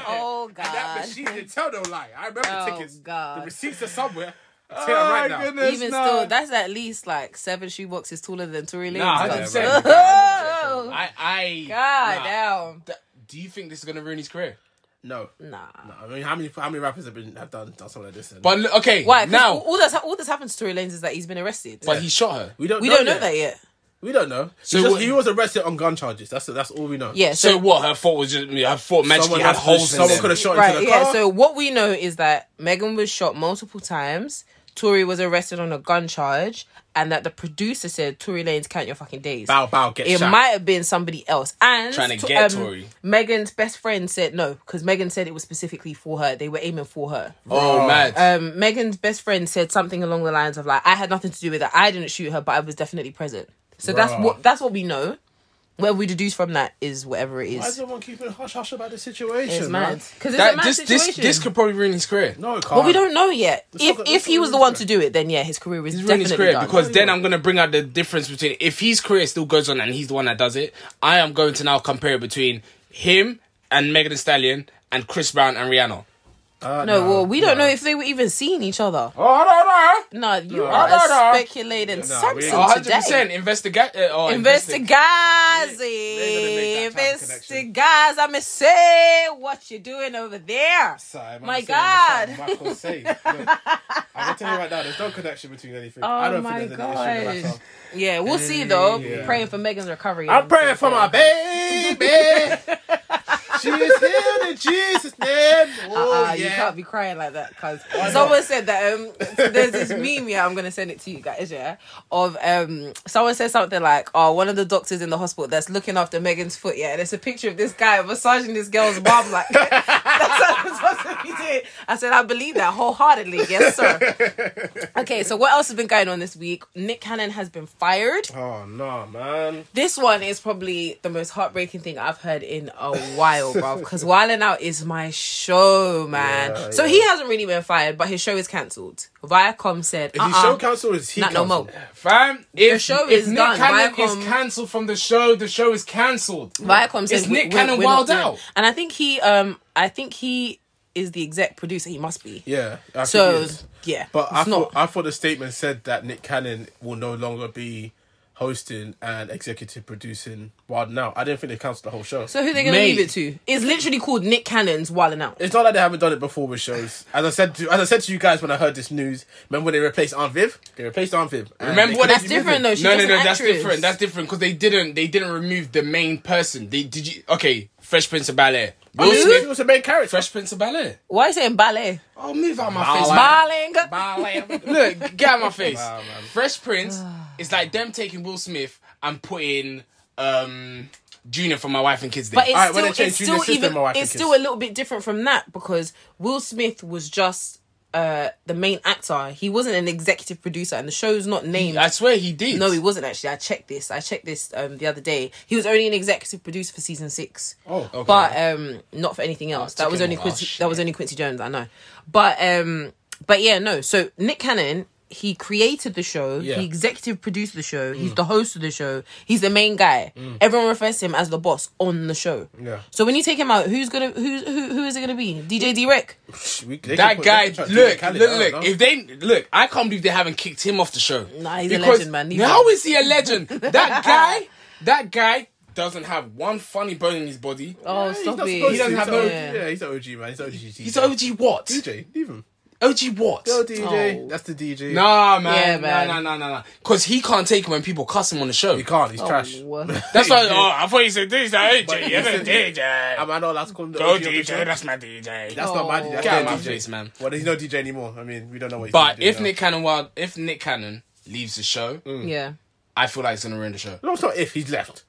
[SPEAKER 1] Oh
[SPEAKER 2] That
[SPEAKER 1] God.
[SPEAKER 2] machine didn't tell no lie. I remember
[SPEAKER 1] Oh,
[SPEAKER 2] tickets.
[SPEAKER 1] God.
[SPEAKER 2] The receipts are somewhere. I'll Tell them
[SPEAKER 3] Oh,
[SPEAKER 2] right now.
[SPEAKER 1] Even still, that's at least like seven shoe boxes taller than Tory Lanez.
[SPEAKER 3] Nah,
[SPEAKER 1] dog.
[SPEAKER 3] 100%.
[SPEAKER 1] Oh
[SPEAKER 3] I, I
[SPEAKER 1] God,
[SPEAKER 3] nah.
[SPEAKER 1] damn.
[SPEAKER 3] Th- Do you think this is gonna ruin his career?
[SPEAKER 2] No.
[SPEAKER 1] Nah.
[SPEAKER 2] No, I mean, how many how many rappers have been have done done something like this? And
[SPEAKER 3] But look, okay,
[SPEAKER 1] Why? 'Cause
[SPEAKER 3] now,
[SPEAKER 1] all, all that's all that's happened to Tory Lanez is that he's been arrested.
[SPEAKER 3] but he shot her.
[SPEAKER 2] we don't
[SPEAKER 1] we
[SPEAKER 2] know
[SPEAKER 1] don't know
[SPEAKER 2] yet.
[SPEAKER 1] that yet.
[SPEAKER 2] We don't know.
[SPEAKER 3] So
[SPEAKER 2] He just-
[SPEAKER 3] what-
[SPEAKER 2] he was arrested on gun charges. That's that's all we know.
[SPEAKER 1] Yeah.
[SPEAKER 3] So what? Her fault was just her fault. Magically had
[SPEAKER 2] else could've-
[SPEAKER 3] holes. in
[SPEAKER 2] Someone
[SPEAKER 3] them.
[SPEAKER 2] could have shot
[SPEAKER 1] right,
[SPEAKER 2] into the
[SPEAKER 1] yeah.
[SPEAKER 2] car.
[SPEAKER 1] So what we know is that Megan was shot multiple times. Tory was arrested on a gun charge, and that the producer said Tory Lanez count your fucking days.
[SPEAKER 2] bow bow get
[SPEAKER 1] it
[SPEAKER 2] shot.
[SPEAKER 1] might have been somebody else. And
[SPEAKER 3] Trying to
[SPEAKER 1] to- um,
[SPEAKER 3] get Tory.
[SPEAKER 1] Megan's best friend said no because Megan said it was specifically for her. They were aiming for her.
[SPEAKER 3] Oh man.
[SPEAKER 1] Um, Megan's best friend said something along the lines of like, "I had nothing to do with it. I didn't shoot her, but I was definitely present." So that's
[SPEAKER 2] Bruh.
[SPEAKER 1] what that's what we know. What we deduce from that is whatever it
[SPEAKER 2] Why is
[SPEAKER 1] is.
[SPEAKER 2] everyone keeping hush hush about the situation?
[SPEAKER 1] It's
[SPEAKER 2] man?
[SPEAKER 1] mad because it's a
[SPEAKER 3] that,
[SPEAKER 1] mad
[SPEAKER 3] this
[SPEAKER 1] situation.
[SPEAKER 3] this this could probably ruin his career.
[SPEAKER 2] No, it can't.
[SPEAKER 1] Well, we don't know yet.
[SPEAKER 2] not
[SPEAKER 1] If
[SPEAKER 2] gonna-
[SPEAKER 1] if
[SPEAKER 2] that's
[SPEAKER 1] he
[SPEAKER 2] not
[SPEAKER 1] was the
[SPEAKER 2] gonna
[SPEAKER 1] one
[SPEAKER 2] do
[SPEAKER 1] to do it, then yeah, his career is
[SPEAKER 3] It's ruin his
[SPEAKER 1] definitely
[SPEAKER 3] career
[SPEAKER 1] done.
[SPEAKER 3] because then I'm gonna bring out the difference between if his career still goes on and he's the one that does it. I am going to now compare between him and Megan Thee Stallion and Chris Brown and Rihanna.
[SPEAKER 2] Uh,
[SPEAKER 1] no, well, we don't
[SPEAKER 2] no.
[SPEAKER 1] know if they were even seeing each other.
[SPEAKER 3] Oh, I don't know.
[SPEAKER 1] No, you
[SPEAKER 3] I
[SPEAKER 1] are
[SPEAKER 3] don't know.
[SPEAKER 1] speculating
[SPEAKER 2] Nah, we
[SPEAKER 1] something
[SPEAKER 2] ain't-
[SPEAKER 3] One hundred
[SPEAKER 1] today.
[SPEAKER 3] percent investigate. Uh, oh, investig-
[SPEAKER 1] Investigazi,
[SPEAKER 2] ain't gonna make that type of
[SPEAKER 1] investigazi. I'ma say what you're doing over there.
[SPEAKER 2] Sorry, man,
[SPEAKER 1] My
[SPEAKER 2] I'm saying
[SPEAKER 1] God.
[SPEAKER 2] that's what Michael say. Look, I'm telling you right now, there's no connection between anything. I
[SPEAKER 1] Oh
[SPEAKER 2] don't
[SPEAKER 1] my
[SPEAKER 2] think there's any issue with
[SPEAKER 1] gosh.
[SPEAKER 2] myself.
[SPEAKER 1] Yeah, we'll see though.
[SPEAKER 2] Yeah.
[SPEAKER 1] Praying for Megan's recovery.
[SPEAKER 2] I'm praying for my baby. she is healed in Jesus' name. Oh
[SPEAKER 1] Uh, uh,
[SPEAKER 2] yeah.
[SPEAKER 1] You can't be crying like that because someone said that um, there's this meme, yeah, I'm going to send it to you guys, yeah, of um, someone said something like, oh, one of the doctors in the hospital that's looking after Megan's foot, yeah, and it's a picture of this guy massaging this girl's bum, like, that's what I'm supposed to be doing. I said, I believe that wholeheartedly, yes, sir. Okay, so what else has been going on this week? Nick Cannon has been fired.
[SPEAKER 2] Oh no, man.
[SPEAKER 1] This one is probably the most heartbreaking thing I've heard in a while, bro. Because Wildin' Out is my show, man.
[SPEAKER 2] Yeah,
[SPEAKER 1] so
[SPEAKER 2] yeah.
[SPEAKER 1] he hasn't really been fired, but his show is cancelled. Viacom said,
[SPEAKER 2] Is
[SPEAKER 1] uh
[SPEAKER 2] he show counsel? Or is he
[SPEAKER 1] not no
[SPEAKER 2] counsel?
[SPEAKER 1] more.
[SPEAKER 3] Fam, if,
[SPEAKER 1] show
[SPEAKER 3] if
[SPEAKER 1] is
[SPEAKER 3] Nick
[SPEAKER 1] done.
[SPEAKER 3] Cannon
[SPEAKER 1] Viacom-
[SPEAKER 3] is cancelled from the show, the show is cancelled.
[SPEAKER 1] Viacom said,
[SPEAKER 3] It's Nick Cannon
[SPEAKER 1] not
[SPEAKER 3] Wild
[SPEAKER 1] doing-"
[SPEAKER 3] Out.
[SPEAKER 1] and I think he, um, I think he is the exec producer. He must be.
[SPEAKER 2] Yeah. I think
[SPEAKER 1] so
[SPEAKER 2] he is.
[SPEAKER 1] yeah,
[SPEAKER 2] But
[SPEAKER 1] it's
[SPEAKER 2] I
[SPEAKER 1] not.
[SPEAKER 2] thought, I thought the statement said that Nick Cannon will no longer be hosting and executive producing Wild Now. I didn't think they cancelled the whole show.
[SPEAKER 1] So who they gonna
[SPEAKER 3] Mate.
[SPEAKER 1] leave it to? It's literally called Nick Cannon's Wild and Out.
[SPEAKER 2] it's not like they haven't done it before with shows. As I said to as I said to you guys when I heard this news, remember when they replaced Aunt Viv? They replaced Aunt Viv. And
[SPEAKER 3] Remember
[SPEAKER 2] they
[SPEAKER 3] what
[SPEAKER 2] kept
[SPEAKER 1] That's
[SPEAKER 2] it moving.
[SPEAKER 1] different though. She's
[SPEAKER 3] no, no,
[SPEAKER 1] just
[SPEAKER 3] no.
[SPEAKER 1] an
[SPEAKER 3] That's
[SPEAKER 1] actress.
[SPEAKER 3] different. That's different because they didn't. They didn't remove the main person. They did you? Okay, Fresh Prince of Bel Air. Will
[SPEAKER 2] Will Smith
[SPEAKER 3] Smith.
[SPEAKER 2] was the main character.
[SPEAKER 3] Fresh Prince of Bel Air.
[SPEAKER 1] Why are you saying ballet?
[SPEAKER 3] Oh, move out my
[SPEAKER 2] Bow
[SPEAKER 3] face.
[SPEAKER 2] wow.
[SPEAKER 3] man.
[SPEAKER 1] Balling.
[SPEAKER 3] Look, get out my face.
[SPEAKER 2] Wow, man.
[SPEAKER 3] Fresh Prince is like them taking Will Smith and putting um Junior from My Wife and Kids Day.
[SPEAKER 1] But it's
[SPEAKER 2] Alright, when
[SPEAKER 1] still,
[SPEAKER 2] they change
[SPEAKER 1] it's
[SPEAKER 2] Junior's
[SPEAKER 1] still
[SPEAKER 2] system,
[SPEAKER 1] even,
[SPEAKER 2] my wife
[SPEAKER 1] it's
[SPEAKER 2] and
[SPEAKER 1] still a
[SPEAKER 2] kids.
[SPEAKER 1] little bit different from that because Will Smith was just uh, the main actor. He wasn't an executive producer, and the show's not named.
[SPEAKER 3] I swear he did.
[SPEAKER 1] no, he wasn't actually. I checked this. I checked this um, the other day. He was only an executive producer for season six.
[SPEAKER 2] Oh, okay.
[SPEAKER 1] but um, not for anything else. that
[SPEAKER 3] took
[SPEAKER 1] was
[SPEAKER 3] him
[SPEAKER 1] only
[SPEAKER 3] a while.
[SPEAKER 1] Quincy.
[SPEAKER 3] Shit.
[SPEAKER 1] That was only Quincy Jones. I know, but um, but yeah, no. So Nick Cannon. He created the show.
[SPEAKER 2] Yeah. Mm.
[SPEAKER 1] He executive produced the show. He's the host of the show. He's the main guy. Everyone refers to him as the boss on the show.
[SPEAKER 2] Yeah.
[SPEAKER 1] So when you take him out, who's gonna who's who who is it gonna be? DJ D Rick.
[SPEAKER 2] Psh, we- they
[SPEAKER 3] That
[SPEAKER 2] could put-
[SPEAKER 3] guy,
[SPEAKER 2] they could try
[SPEAKER 3] look,
[SPEAKER 2] to do
[SPEAKER 3] look,
[SPEAKER 2] Cali, I
[SPEAKER 3] look.
[SPEAKER 2] don't know.
[SPEAKER 3] If they look, I can't believe they haven't kicked him off the show.
[SPEAKER 1] Nah, he's a legend, man. Leave
[SPEAKER 3] How
[SPEAKER 1] him.
[SPEAKER 3] is he a legend? That guy, that guy doesn't have one funny bone in his body.
[SPEAKER 1] Oh,
[SPEAKER 2] Yeah, he's
[SPEAKER 1] stop
[SPEAKER 2] not
[SPEAKER 1] it.
[SPEAKER 2] supposed
[SPEAKER 3] He
[SPEAKER 2] to.
[SPEAKER 3] doesn't
[SPEAKER 2] He's
[SPEAKER 3] have
[SPEAKER 2] OG.
[SPEAKER 1] no-
[SPEAKER 2] Yeah, he's an OG man. He's an OG.
[SPEAKER 3] He's OG what?
[SPEAKER 2] DJ. Leave him.
[SPEAKER 3] OG what?
[SPEAKER 2] Go DJ.
[SPEAKER 1] Oh.
[SPEAKER 2] That's the DJ.
[SPEAKER 3] Nah,
[SPEAKER 1] Yeah,
[SPEAKER 3] man.
[SPEAKER 1] man.
[SPEAKER 3] Nah, nah, nah, nah, nah. Because he can't take it when people cuss him on the show.
[SPEAKER 2] he can't. He's trash.
[SPEAKER 1] Oh, wha-
[SPEAKER 3] That's why. Oh, I thought you said this. That
[SPEAKER 2] But
[SPEAKER 3] OG. Yeah,
[SPEAKER 2] listen,
[SPEAKER 3] DJ.
[SPEAKER 2] Am I not allowed to call him the
[SPEAKER 3] Go
[SPEAKER 2] OG of the show?
[SPEAKER 3] DJ. Oh, That's my DJ.
[SPEAKER 2] That's not my
[SPEAKER 1] Oh.
[SPEAKER 2] DJ. That's
[SPEAKER 3] Get out
[SPEAKER 2] their
[SPEAKER 3] my
[SPEAKER 2] DJ.
[SPEAKER 3] face, man.
[SPEAKER 2] Well, he's no DJ anymore. I mean, we don't know what he's
[SPEAKER 3] But
[SPEAKER 2] doing
[SPEAKER 3] if
[SPEAKER 2] now.
[SPEAKER 3] Nick Cannon, wild, if Nick Cannon leaves the show,
[SPEAKER 2] Mm.
[SPEAKER 1] yeah.
[SPEAKER 3] I feel like it's gonna ruin the show.
[SPEAKER 2] No, it's not if. He's left.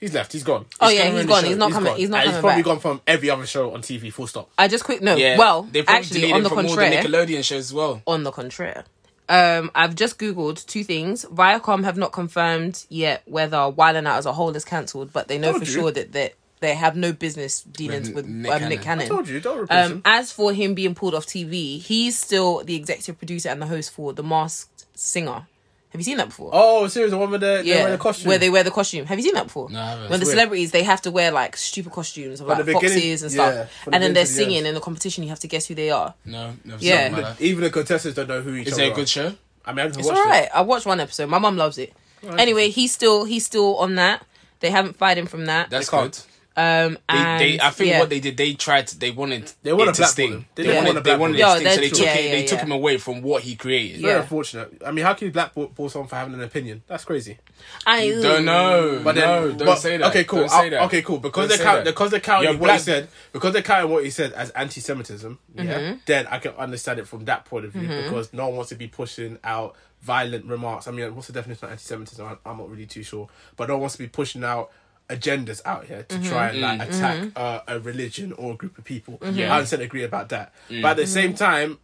[SPEAKER 2] He's left. He's gone.
[SPEAKER 1] Oh
[SPEAKER 3] gonna
[SPEAKER 1] yeah,
[SPEAKER 3] ruin
[SPEAKER 1] he's
[SPEAKER 3] the
[SPEAKER 1] gone.
[SPEAKER 3] show.
[SPEAKER 1] He's not
[SPEAKER 2] He's
[SPEAKER 1] coming.
[SPEAKER 2] gone.
[SPEAKER 1] He's not
[SPEAKER 2] And
[SPEAKER 1] coming
[SPEAKER 2] probably
[SPEAKER 1] back.
[SPEAKER 2] gone from every other show on TV, full stop.
[SPEAKER 1] I just quick no.
[SPEAKER 3] Yeah.
[SPEAKER 1] well,
[SPEAKER 3] they probably
[SPEAKER 1] actually,
[SPEAKER 3] deleted
[SPEAKER 1] on
[SPEAKER 3] him
[SPEAKER 1] the
[SPEAKER 3] from
[SPEAKER 1] contrary,
[SPEAKER 3] all the Nickelodeon shows as well.
[SPEAKER 1] on the contrary. Um, I've just googled two things. Viacom have not confirmed yet whether Wild 'N Out as a whole is cancelled, but they know
[SPEAKER 2] Told
[SPEAKER 1] for
[SPEAKER 2] you.
[SPEAKER 1] sure that they, they have no business dealings
[SPEAKER 3] With
[SPEAKER 1] with,
[SPEAKER 3] Nick
[SPEAKER 1] um, Nick
[SPEAKER 3] Cannon.
[SPEAKER 1] Cannon.
[SPEAKER 2] told you, don't replace
[SPEAKER 1] Um,
[SPEAKER 2] him.
[SPEAKER 1] as for him being pulled off TV, he's still the executive producer and the host for The Masked Singer. Have you seen that before?
[SPEAKER 2] Oh, serious. The one with the, yeah.
[SPEAKER 1] yeah,
[SPEAKER 2] they wear the costume.
[SPEAKER 1] where they wear the costume. Have you seen that before?
[SPEAKER 3] No, I haven't.
[SPEAKER 1] When the
[SPEAKER 3] It's weird.
[SPEAKER 1] celebrities they have to wear like stupid costumes of
[SPEAKER 2] the
[SPEAKER 1] like
[SPEAKER 2] beginning-
[SPEAKER 1] foxes and
[SPEAKER 2] yeah,
[SPEAKER 1] stuff,
[SPEAKER 2] from the
[SPEAKER 1] and then
[SPEAKER 2] beginning to
[SPEAKER 1] they're
[SPEAKER 2] the end.
[SPEAKER 1] singing in the competition. You have to guess who they are.
[SPEAKER 3] No, no, it's
[SPEAKER 1] Yeah.
[SPEAKER 3] not my life.
[SPEAKER 2] Even the contestants don't know who each
[SPEAKER 3] Is
[SPEAKER 2] other
[SPEAKER 3] it a
[SPEAKER 2] are.
[SPEAKER 3] good show?
[SPEAKER 2] I mean, I haven't
[SPEAKER 1] It's
[SPEAKER 2] watched
[SPEAKER 1] all
[SPEAKER 2] it.
[SPEAKER 1] right. I watched one episode. My mum loves it.
[SPEAKER 3] Oh,
[SPEAKER 1] Anyway, he's still he's still on that. They haven't fired him from that.
[SPEAKER 3] That's
[SPEAKER 2] They
[SPEAKER 3] good.
[SPEAKER 2] can't.
[SPEAKER 1] um,
[SPEAKER 3] They,
[SPEAKER 1] and,
[SPEAKER 3] they, I think
[SPEAKER 1] yeah.
[SPEAKER 3] what they did, they tried to, they wanted,
[SPEAKER 2] They wanna
[SPEAKER 3] it to
[SPEAKER 2] blackball
[SPEAKER 3] sting.
[SPEAKER 2] him. They
[SPEAKER 3] They,
[SPEAKER 2] didn't wanna
[SPEAKER 3] wanted, they
[SPEAKER 2] blackball
[SPEAKER 3] wanted
[SPEAKER 2] him.
[SPEAKER 3] it
[SPEAKER 1] Yeah,
[SPEAKER 3] to sting, so they
[SPEAKER 1] that's
[SPEAKER 3] took, it,
[SPEAKER 1] true.
[SPEAKER 3] they
[SPEAKER 1] Yeah,
[SPEAKER 3] took
[SPEAKER 1] yeah,
[SPEAKER 3] him away from what he created.
[SPEAKER 2] Very
[SPEAKER 1] Yeah.
[SPEAKER 2] unfortunate. I mean, how can you blackball someone for having an opinion? That's crazy.
[SPEAKER 1] I
[SPEAKER 3] Don't know.
[SPEAKER 2] But then,
[SPEAKER 3] no, don't
[SPEAKER 2] but-
[SPEAKER 3] say that.
[SPEAKER 2] Okay, cool.
[SPEAKER 3] Don't say
[SPEAKER 2] I-
[SPEAKER 3] that.
[SPEAKER 2] Okay, cool. Because
[SPEAKER 3] Don't
[SPEAKER 2] they're
[SPEAKER 3] say
[SPEAKER 2] count,
[SPEAKER 3] that.
[SPEAKER 2] because they're counting
[SPEAKER 3] You're
[SPEAKER 2] what
[SPEAKER 3] black-
[SPEAKER 2] he said, because they're counting what he said as anti-Semitism. Yeah, then I can understand it from that point of view because no one wants to be pushing out violent remarks. I mean, what's the definition of anti-Semitism? I'm, I'm not really too sure, but no one wants to be pushing out agendas out here to try and like attack uh, a religion or a group of people.
[SPEAKER 3] Yeah.
[SPEAKER 2] I understand agree about that, but at the same time,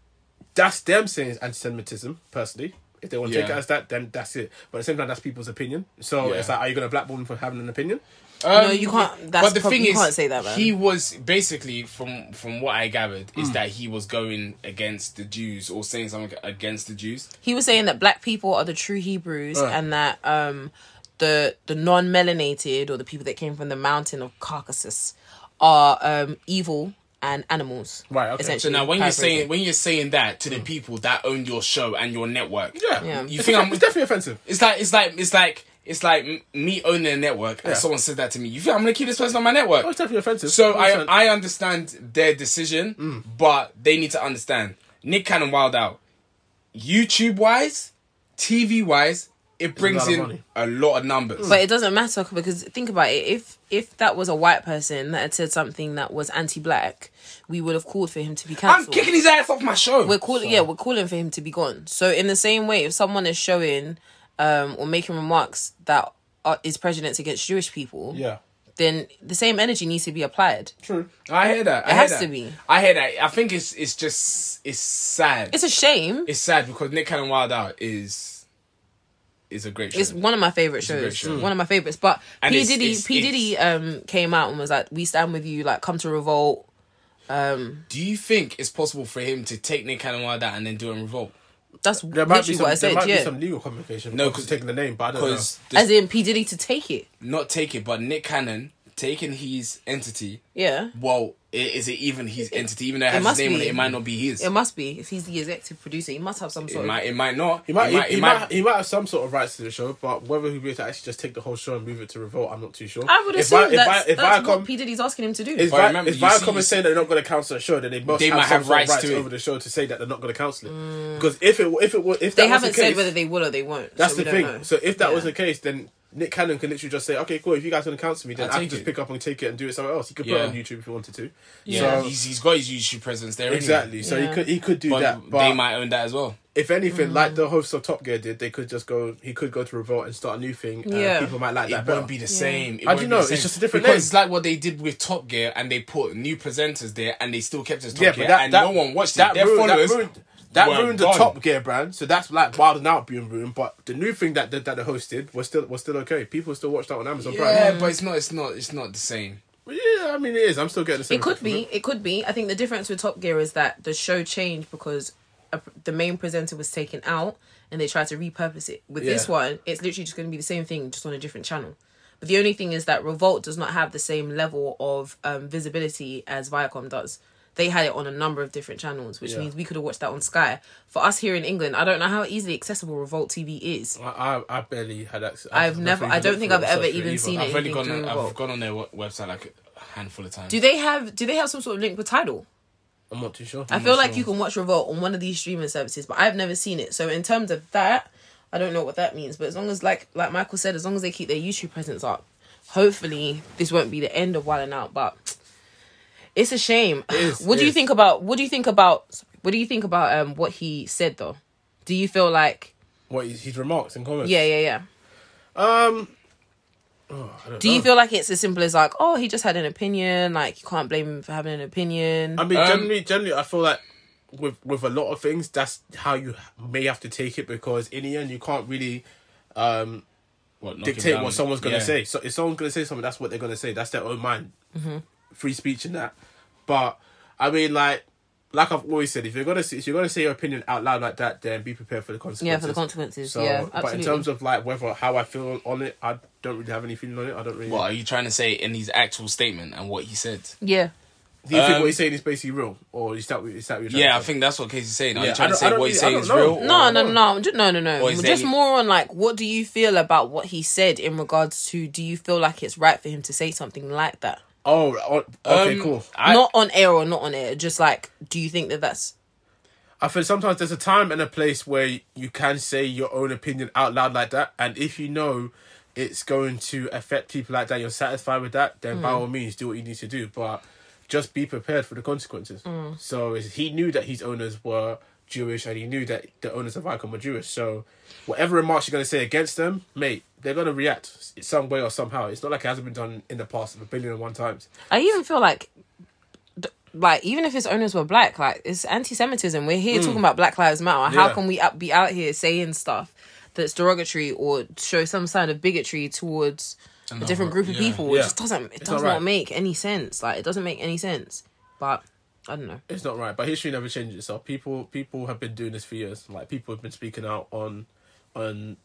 [SPEAKER 2] that's them saying it's anti-Semitism. Personally, if they want to take
[SPEAKER 3] Yeah.
[SPEAKER 2] it as that, then that's it. But at the same time, that's people's opinion. So
[SPEAKER 3] Yeah.
[SPEAKER 2] it's like, are you going to blackball them for having an opinion?
[SPEAKER 3] Um,
[SPEAKER 1] No, you can't- that's
[SPEAKER 3] but the
[SPEAKER 1] prob-
[SPEAKER 3] thing
[SPEAKER 1] you
[SPEAKER 3] is,
[SPEAKER 1] can't say that, man.
[SPEAKER 3] he was basically from from what I gathered is that he was going against the Jews or saying something against the Jews.
[SPEAKER 1] he was saying that black people are the true Hebrews and that um the the non melanated or the people that came from the mountain of Caucasus are um evil and animals.
[SPEAKER 2] Right, okay.
[SPEAKER 3] So
[SPEAKER 2] So
[SPEAKER 1] Essentially,
[SPEAKER 3] now, when you're
[SPEAKER 1] paraphrasing.
[SPEAKER 3] saying when you're saying that to the people that own your show and your network,
[SPEAKER 2] Yeah.
[SPEAKER 1] Yeah.
[SPEAKER 2] You
[SPEAKER 3] You
[SPEAKER 2] it's
[SPEAKER 3] think
[SPEAKER 2] offen-
[SPEAKER 3] I'm-
[SPEAKER 2] it's definitely offensive.
[SPEAKER 3] it's like it's like it's like it's like m- me owning a network
[SPEAKER 2] Yeah.
[SPEAKER 3] and someone says that to me. You think I'm gonna keep this person on my network?
[SPEAKER 2] Oh, it's definitely offensive.
[SPEAKER 3] So I
[SPEAKER 2] 100%.
[SPEAKER 3] I understand their decision,
[SPEAKER 2] Mm.
[SPEAKER 3] but they need to understand Nick Cannon Wild Out, YouTube wise, TV wise, it brings
[SPEAKER 2] lot of
[SPEAKER 3] in
[SPEAKER 2] money.
[SPEAKER 3] a lot of numbers.
[SPEAKER 1] But it doesn't matter because think about it. If if that was a white person that had said something that was anti-black, we would have called for him to be
[SPEAKER 3] I'm
[SPEAKER 1] cancelled.
[SPEAKER 3] kicking his ass off my show.
[SPEAKER 1] we're calling yeah we're calling for him to be gone so in the same way if someone is showing um or making remarks that are, is prejudice against jewish people
[SPEAKER 2] yeah.
[SPEAKER 1] then the same energy needs to be applied
[SPEAKER 2] True.
[SPEAKER 3] I hear that. I
[SPEAKER 1] It
[SPEAKER 3] hear
[SPEAKER 1] has
[SPEAKER 3] that.
[SPEAKER 1] to be.
[SPEAKER 3] I hear that. I think it's it's just it's sad.
[SPEAKER 1] it's a shame
[SPEAKER 3] It's sad because Nick Cannon Wild Out is is a great show.
[SPEAKER 1] it's one of my favorite
[SPEAKER 3] great
[SPEAKER 1] shows
[SPEAKER 3] show.
[SPEAKER 1] one of my favorites but
[SPEAKER 3] And
[SPEAKER 1] p
[SPEAKER 3] it's-
[SPEAKER 1] diddy
[SPEAKER 3] it's-
[SPEAKER 1] p diddy um came out and was like we stand with you like come to revolt
[SPEAKER 3] Do you think it's possible for him to take Nick Cannon Wild Out and then do a revolt?
[SPEAKER 1] that's
[SPEAKER 2] There might
[SPEAKER 1] literally
[SPEAKER 2] be some,
[SPEAKER 1] what i
[SPEAKER 2] there
[SPEAKER 1] said
[SPEAKER 2] might be
[SPEAKER 1] yeah
[SPEAKER 2] some legal complication.
[SPEAKER 3] No,
[SPEAKER 2] No, because
[SPEAKER 3] 'cause-
[SPEAKER 2] taking the name, but I don't know.
[SPEAKER 3] Because
[SPEAKER 1] as in p diddy to take it
[SPEAKER 3] not take it, but Nick Cannon taken his entity.
[SPEAKER 1] Yeah.
[SPEAKER 3] Well, i- is it even his entity? Even though it
[SPEAKER 1] It
[SPEAKER 3] has
[SPEAKER 1] must
[SPEAKER 3] his name on
[SPEAKER 1] be.
[SPEAKER 3] it, it might not be his.
[SPEAKER 1] It must be. If he's the executive producer, he must have some
[SPEAKER 3] It
[SPEAKER 1] sort
[SPEAKER 3] might. It might not.
[SPEAKER 2] He might,
[SPEAKER 3] It
[SPEAKER 2] he,
[SPEAKER 3] might.
[SPEAKER 2] he,
[SPEAKER 3] It
[SPEAKER 2] might,
[SPEAKER 3] might.
[SPEAKER 2] he might have some sort of rights to the show, but whether he'll be able to actually just take the whole show and move it to Revolt, I'm not too sure.
[SPEAKER 1] I would
[SPEAKER 2] If
[SPEAKER 1] assume
[SPEAKER 2] Vi- if
[SPEAKER 1] that's,
[SPEAKER 2] Vi- if
[SPEAKER 1] that's
[SPEAKER 2] Viacom-
[SPEAKER 1] what P. Diddy's asking him to do.
[SPEAKER 2] If,
[SPEAKER 3] But
[SPEAKER 2] Vi-
[SPEAKER 3] remember,
[SPEAKER 2] if
[SPEAKER 3] you see-
[SPEAKER 2] Viacom is saying that they're not going to cancel the show, then they must
[SPEAKER 3] They
[SPEAKER 2] have,
[SPEAKER 3] might
[SPEAKER 2] some
[SPEAKER 3] have
[SPEAKER 2] sort of
[SPEAKER 3] rights
[SPEAKER 2] rights
[SPEAKER 3] to it.
[SPEAKER 2] over the show to say that they're not going to cancel it. Because if it if it was if that
[SPEAKER 1] Mm. they
[SPEAKER 2] was
[SPEAKER 1] haven't
[SPEAKER 2] the
[SPEAKER 1] said
[SPEAKER 2] case-
[SPEAKER 1] whether they will or they won't.
[SPEAKER 2] That's
[SPEAKER 1] so
[SPEAKER 2] the
[SPEAKER 1] we
[SPEAKER 2] thing.
[SPEAKER 1] Don't know.
[SPEAKER 2] So if that was
[SPEAKER 1] Yeah.
[SPEAKER 2] the case, then Nick Cannon can literally just say, "Okay, cool. If you guys want to cancel me,
[SPEAKER 3] I'll
[SPEAKER 2] then I can
[SPEAKER 3] take
[SPEAKER 2] just
[SPEAKER 3] it.
[SPEAKER 2] pick up and take it and do it somewhere else." He could
[SPEAKER 3] Yeah.
[SPEAKER 2] put it on YouTube if he wanted to.
[SPEAKER 3] Yeah.
[SPEAKER 2] So-
[SPEAKER 3] he's, he's got his YouTube presence there. anyway.
[SPEAKER 2] exactly. So
[SPEAKER 1] Yeah.
[SPEAKER 2] he could he could do
[SPEAKER 3] But
[SPEAKER 2] that.
[SPEAKER 3] they
[SPEAKER 2] But
[SPEAKER 3] might own that as well.
[SPEAKER 2] if anything,
[SPEAKER 1] Mm.
[SPEAKER 2] like the host of Top Gear did, they could just go. He could go to Revolt and start a new thing. And
[SPEAKER 1] Yeah.
[SPEAKER 2] people might like
[SPEAKER 3] It
[SPEAKER 2] that. better.
[SPEAKER 3] won't be the same. It
[SPEAKER 2] How do
[SPEAKER 3] won't
[SPEAKER 2] you
[SPEAKER 3] be
[SPEAKER 2] know?
[SPEAKER 3] the same.
[SPEAKER 2] It's just a different
[SPEAKER 3] because
[SPEAKER 2] name.
[SPEAKER 3] it's like what they did with Top Gear, and they put new presenters there, and they still kept it as Top
[SPEAKER 2] yeah,
[SPEAKER 3] Gear,
[SPEAKER 2] but that,
[SPEAKER 3] and
[SPEAKER 2] that
[SPEAKER 3] no one watched
[SPEAKER 2] that
[SPEAKER 3] it. Their
[SPEAKER 2] ruined,
[SPEAKER 3] followers
[SPEAKER 2] That ruined, that
[SPEAKER 3] were
[SPEAKER 2] ruined the
[SPEAKER 3] gone.
[SPEAKER 2] Top Gear brand, so that's like wild and out being ruined. But the new thing that that, that the host did was still was still okay. People still watched that on Amazon
[SPEAKER 3] Yeah,
[SPEAKER 2] Prime.
[SPEAKER 3] but it's not. It's not. It's not the same.
[SPEAKER 2] But yeah, I mean it is. I'm still getting the same.
[SPEAKER 1] It could
[SPEAKER 2] effect from
[SPEAKER 1] be. It could be. I think the difference with Top Gear is that the show changed because a, the main presenter was taken out and they tried to repurpose it. With this
[SPEAKER 2] Yeah.
[SPEAKER 1] one, it's literally just going to be the same thing, just on a different channel. But the only thing is that Revolt does not have the same level of um, visibility as Viacom does. They had it on a number of different channels, which
[SPEAKER 2] Yeah.
[SPEAKER 1] means we could have watched that on Sky. For us here in England, I don't know how easily accessible Revolt TV is.
[SPEAKER 2] I, I I barely had access.
[SPEAKER 1] I've never- I don't think I've ever even seen
[SPEAKER 3] I've
[SPEAKER 1] it.
[SPEAKER 3] only
[SPEAKER 1] Anything
[SPEAKER 3] gone.
[SPEAKER 1] to
[SPEAKER 3] On, I've
[SPEAKER 1] revolt.
[SPEAKER 3] gone on their we- website like a handful of times.
[SPEAKER 1] Do they have? Do they have some sort of link with Tidal?
[SPEAKER 2] I'm not too sure.
[SPEAKER 1] I feel like you can watch Revolt on one of these streaming services, but I've never seen it. So in terms of that, I don't know what that means. But as long as like like Michael said, as long as they keep their YouTube presence up, hopefully this won't be the end of Wild 'N Out. But it's a shame.
[SPEAKER 2] is,
[SPEAKER 1] what
[SPEAKER 2] it
[SPEAKER 1] do you
[SPEAKER 2] is.
[SPEAKER 1] think about what do you think about sorry, what do you think about um what he said though? Do you feel like
[SPEAKER 2] what his, his remarks and comments.
[SPEAKER 1] yeah yeah yeah?
[SPEAKER 2] Um, oh, I don't
[SPEAKER 1] Do you
[SPEAKER 2] know.
[SPEAKER 1] feel like it's as simple as like oh he just had an opinion like you can't blame him for having an opinion?
[SPEAKER 2] I mean,
[SPEAKER 3] Um,
[SPEAKER 2] generally, generally, I feel like with with a lot of things, that's how you may have to take it because in the end, you can't really
[SPEAKER 3] What, knock him
[SPEAKER 2] dictate
[SPEAKER 3] down?
[SPEAKER 2] what someone's gonna
[SPEAKER 3] Yeah.
[SPEAKER 2] say. So if someone's gonna say something, that's what they're gonna say. That's their own mind,
[SPEAKER 1] Mm-hmm.
[SPEAKER 2] free speech and that. But I mean, like. Like I've always said, if you're gonna say, if you're gonna say your opinion out loud like that, then be prepared for the consequences.
[SPEAKER 1] yeah, for the consequences.
[SPEAKER 2] So,
[SPEAKER 1] yeah, absolutely.
[SPEAKER 2] but in terms of like whether how I feel on it, I don't really have any feeling on it. I don't really.
[SPEAKER 3] What are you trying to say in his actual statement and what he said?
[SPEAKER 1] yeah.
[SPEAKER 2] Do you think
[SPEAKER 3] Um,
[SPEAKER 2] what he's saying is basically real, or is that what- is that what you're trying
[SPEAKER 3] Yeah,
[SPEAKER 2] to
[SPEAKER 3] I
[SPEAKER 2] say?
[SPEAKER 3] think that's what Casey's saying. Are
[SPEAKER 2] Yeah,
[SPEAKER 3] you
[SPEAKER 2] I
[SPEAKER 3] trying to
[SPEAKER 2] don't-
[SPEAKER 3] say
[SPEAKER 2] I don't
[SPEAKER 3] what he's
[SPEAKER 2] really- I
[SPEAKER 3] saying
[SPEAKER 2] don't
[SPEAKER 3] is
[SPEAKER 2] know.
[SPEAKER 3] real? or-
[SPEAKER 1] No, no, no, no, ju- no, no, no.
[SPEAKER 3] Or is
[SPEAKER 1] Just
[SPEAKER 3] there any-
[SPEAKER 1] more on like, what do you feel about what he said in regards to? Do you feel like it's right for him to say something like that?
[SPEAKER 2] Oh, oh, okay,
[SPEAKER 3] Um,
[SPEAKER 2] cool.
[SPEAKER 3] I-
[SPEAKER 1] not on air or not on air. Just like, do you think that that's
[SPEAKER 2] I feel sometimes there's a time and a place where you can say your own opinion out loud like that, and if you know it's going to affect people like that, you're satisfied with that, then by all means do what you need to do, but just be prepared for the consequences. So is- he knew that his owners were Jewish, and he knew that the owners of Icon were Jewish. So whatever remarks you're going to say against them, mate, they're going to react s- some way or somehow. It's not like it hasn't been done in the past a billion and one times.
[SPEAKER 1] I even feel like, d- like even if his owners were black, like it's anti-Semitism. We're
[SPEAKER 3] Hmm.
[SPEAKER 1] here talking about Black Lives Matter. How
[SPEAKER 2] Yeah.
[SPEAKER 1] can we up, be out here saying stuff that's derogatory or show some sign of bigotry towards a different group of
[SPEAKER 3] yeah,
[SPEAKER 1] people? It
[SPEAKER 2] yeah.
[SPEAKER 1] just doesn't. It
[SPEAKER 2] not
[SPEAKER 1] does
[SPEAKER 2] right.
[SPEAKER 1] not make any sense. Like it doesn't make any sense. But I don't know.
[SPEAKER 2] it's not right. But history never changes itself. People people have been doing this for years. Like people have been speaking out on on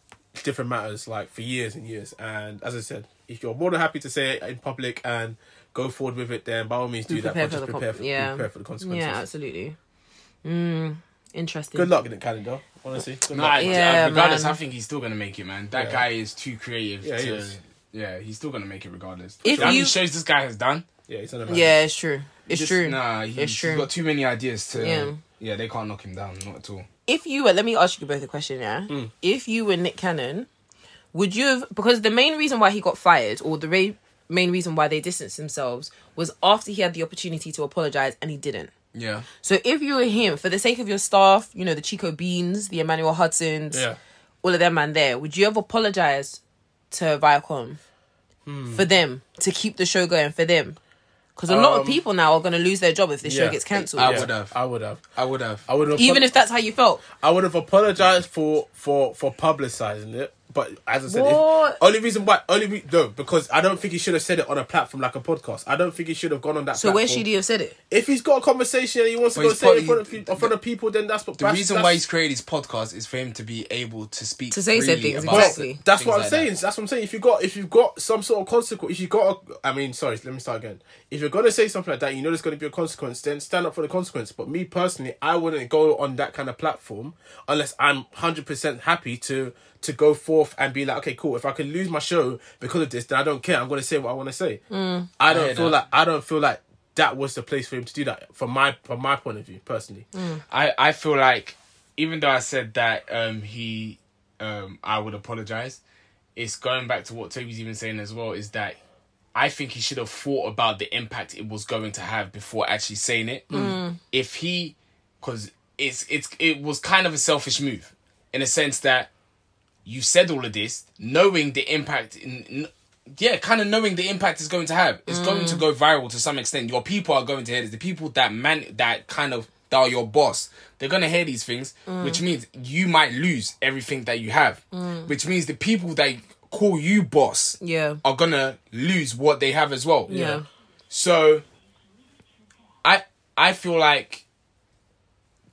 [SPEAKER 2] different matters like for years and years. And as I said, if you're more than happy to say it in public and go forward with it, then by all means do that. But
[SPEAKER 1] prepared
[SPEAKER 2] just
[SPEAKER 1] for the
[SPEAKER 2] prepare
[SPEAKER 1] con-
[SPEAKER 2] for,
[SPEAKER 1] yeah.
[SPEAKER 2] prepare for the consequences.
[SPEAKER 1] Yeah, absolutely. Mm, interesting.
[SPEAKER 2] Good luck in the calendar, honestly. Good
[SPEAKER 3] Nah,
[SPEAKER 2] luck.
[SPEAKER 1] Yeah,
[SPEAKER 3] yeah, regardless,
[SPEAKER 1] man.
[SPEAKER 3] I think he's still gonna make it, man. That
[SPEAKER 2] Yeah.
[SPEAKER 3] guy is too creative.
[SPEAKER 2] Yeah, he
[SPEAKER 3] to,
[SPEAKER 2] is.
[SPEAKER 3] yeah, he's still gonna make it regardless.
[SPEAKER 1] If
[SPEAKER 3] If you,
[SPEAKER 1] you-
[SPEAKER 3] shows this guy has done,
[SPEAKER 2] Yeah, it's on a man.
[SPEAKER 1] Yeah, it's true. It's
[SPEAKER 3] just-
[SPEAKER 1] true.
[SPEAKER 3] Nah, he's,
[SPEAKER 1] It's true.
[SPEAKER 3] he's got too many ideas to.
[SPEAKER 1] Yeah.
[SPEAKER 3] Yeah. they can't knock him down, not at all.
[SPEAKER 1] If you were, let me ask you both a question, yeah?
[SPEAKER 2] Hmm.
[SPEAKER 1] If you were Nick Cannon, would you have, because the main reason why he got fired or the ra- main reason why they distanced themselves was after he had the opportunity to apologize and he didn't.
[SPEAKER 3] Yeah,
[SPEAKER 1] So if you were him, for the sake of your staff, you know, the Chico Beans, the Emmanuel Hudsons,
[SPEAKER 2] Yeah.
[SPEAKER 1] all of them and there, would you have apologized to Viacom for them to keep the show going for them? Because a lot of
[SPEAKER 2] Um,
[SPEAKER 1] people now are going to lose their job if this show
[SPEAKER 2] yeah.
[SPEAKER 1] gets cancelled.
[SPEAKER 3] I
[SPEAKER 2] Yeah,
[SPEAKER 3] would have.
[SPEAKER 2] I would have.
[SPEAKER 3] I would have.
[SPEAKER 2] I would have
[SPEAKER 1] Even if that's how you felt.
[SPEAKER 2] I would have apologized for for for publicizing it, But as I said,
[SPEAKER 1] What?
[SPEAKER 2] if, only reason why, only re- no, because I don't think he should have said it on a platform like a podcast. I don't think he should have gone on that.
[SPEAKER 1] So where
[SPEAKER 2] platform.
[SPEAKER 1] should he have said it?
[SPEAKER 2] If he's got a conversation and he wants to
[SPEAKER 3] Well,
[SPEAKER 2] go
[SPEAKER 3] he's
[SPEAKER 2] say it in front
[SPEAKER 3] probably-
[SPEAKER 2] of, pe- in front of people, then that's what.
[SPEAKER 3] The reason why he's created his podcast is for him to be able to speak
[SPEAKER 1] To say said
[SPEAKER 3] freely
[SPEAKER 1] things,
[SPEAKER 3] about
[SPEAKER 1] exactly.
[SPEAKER 3] s-
[SPEAKER 2] That's
[SPEAKER 3] things
[SPEAKER 2] what I'm
[SPEAKER 3] like that.
[SPEAKER 2] saying. That's what I'm saying. If you got if you've got some sort of consequence, if you got, a, I mean, sorry, let me start again. If you're gonna say something like that, you know there's gonna be a consequence. Then stand up for the consequence. But me personally, I wouldn't go on that kind of platform unless I'm hundred percent happy to to go forth and be like, okay, cool. If I can lose my show because of this, then I don't care. I'm gonna say what I want to say. I don't
[SPEAKER 3] Mm. hear
[SPEAKER 2] feel
[SPEAKER 3] that.
[SPEAKER 2] like I don't feel like that was the place for him to do that. From my from my point of view, personally.
[SPEAKER 3] I, I feel like even though I said that um he um I would apologize, it's going back to what Toby's even saying as well, is that I think he should have thought about the impact it was going to have before actually saying it. If he because it's it's it was kind of a selfish move in a sense that you said all of this knowing the impact in n- yeah, kind of knowing the impact it's going to have. It's going to go viral to some extent. Your people are going to hear this. The people that man that kind of that are your boss, they're gonna hear these things, which means you might lose everything that you have. Which means the people that call you boss
[SPEAKER 1] Yeah.
[SPEAKER 3] are gonna lose what they have as well.
[SPEAKER 1] Yeah.
[SPEAKER 3] So I I feel like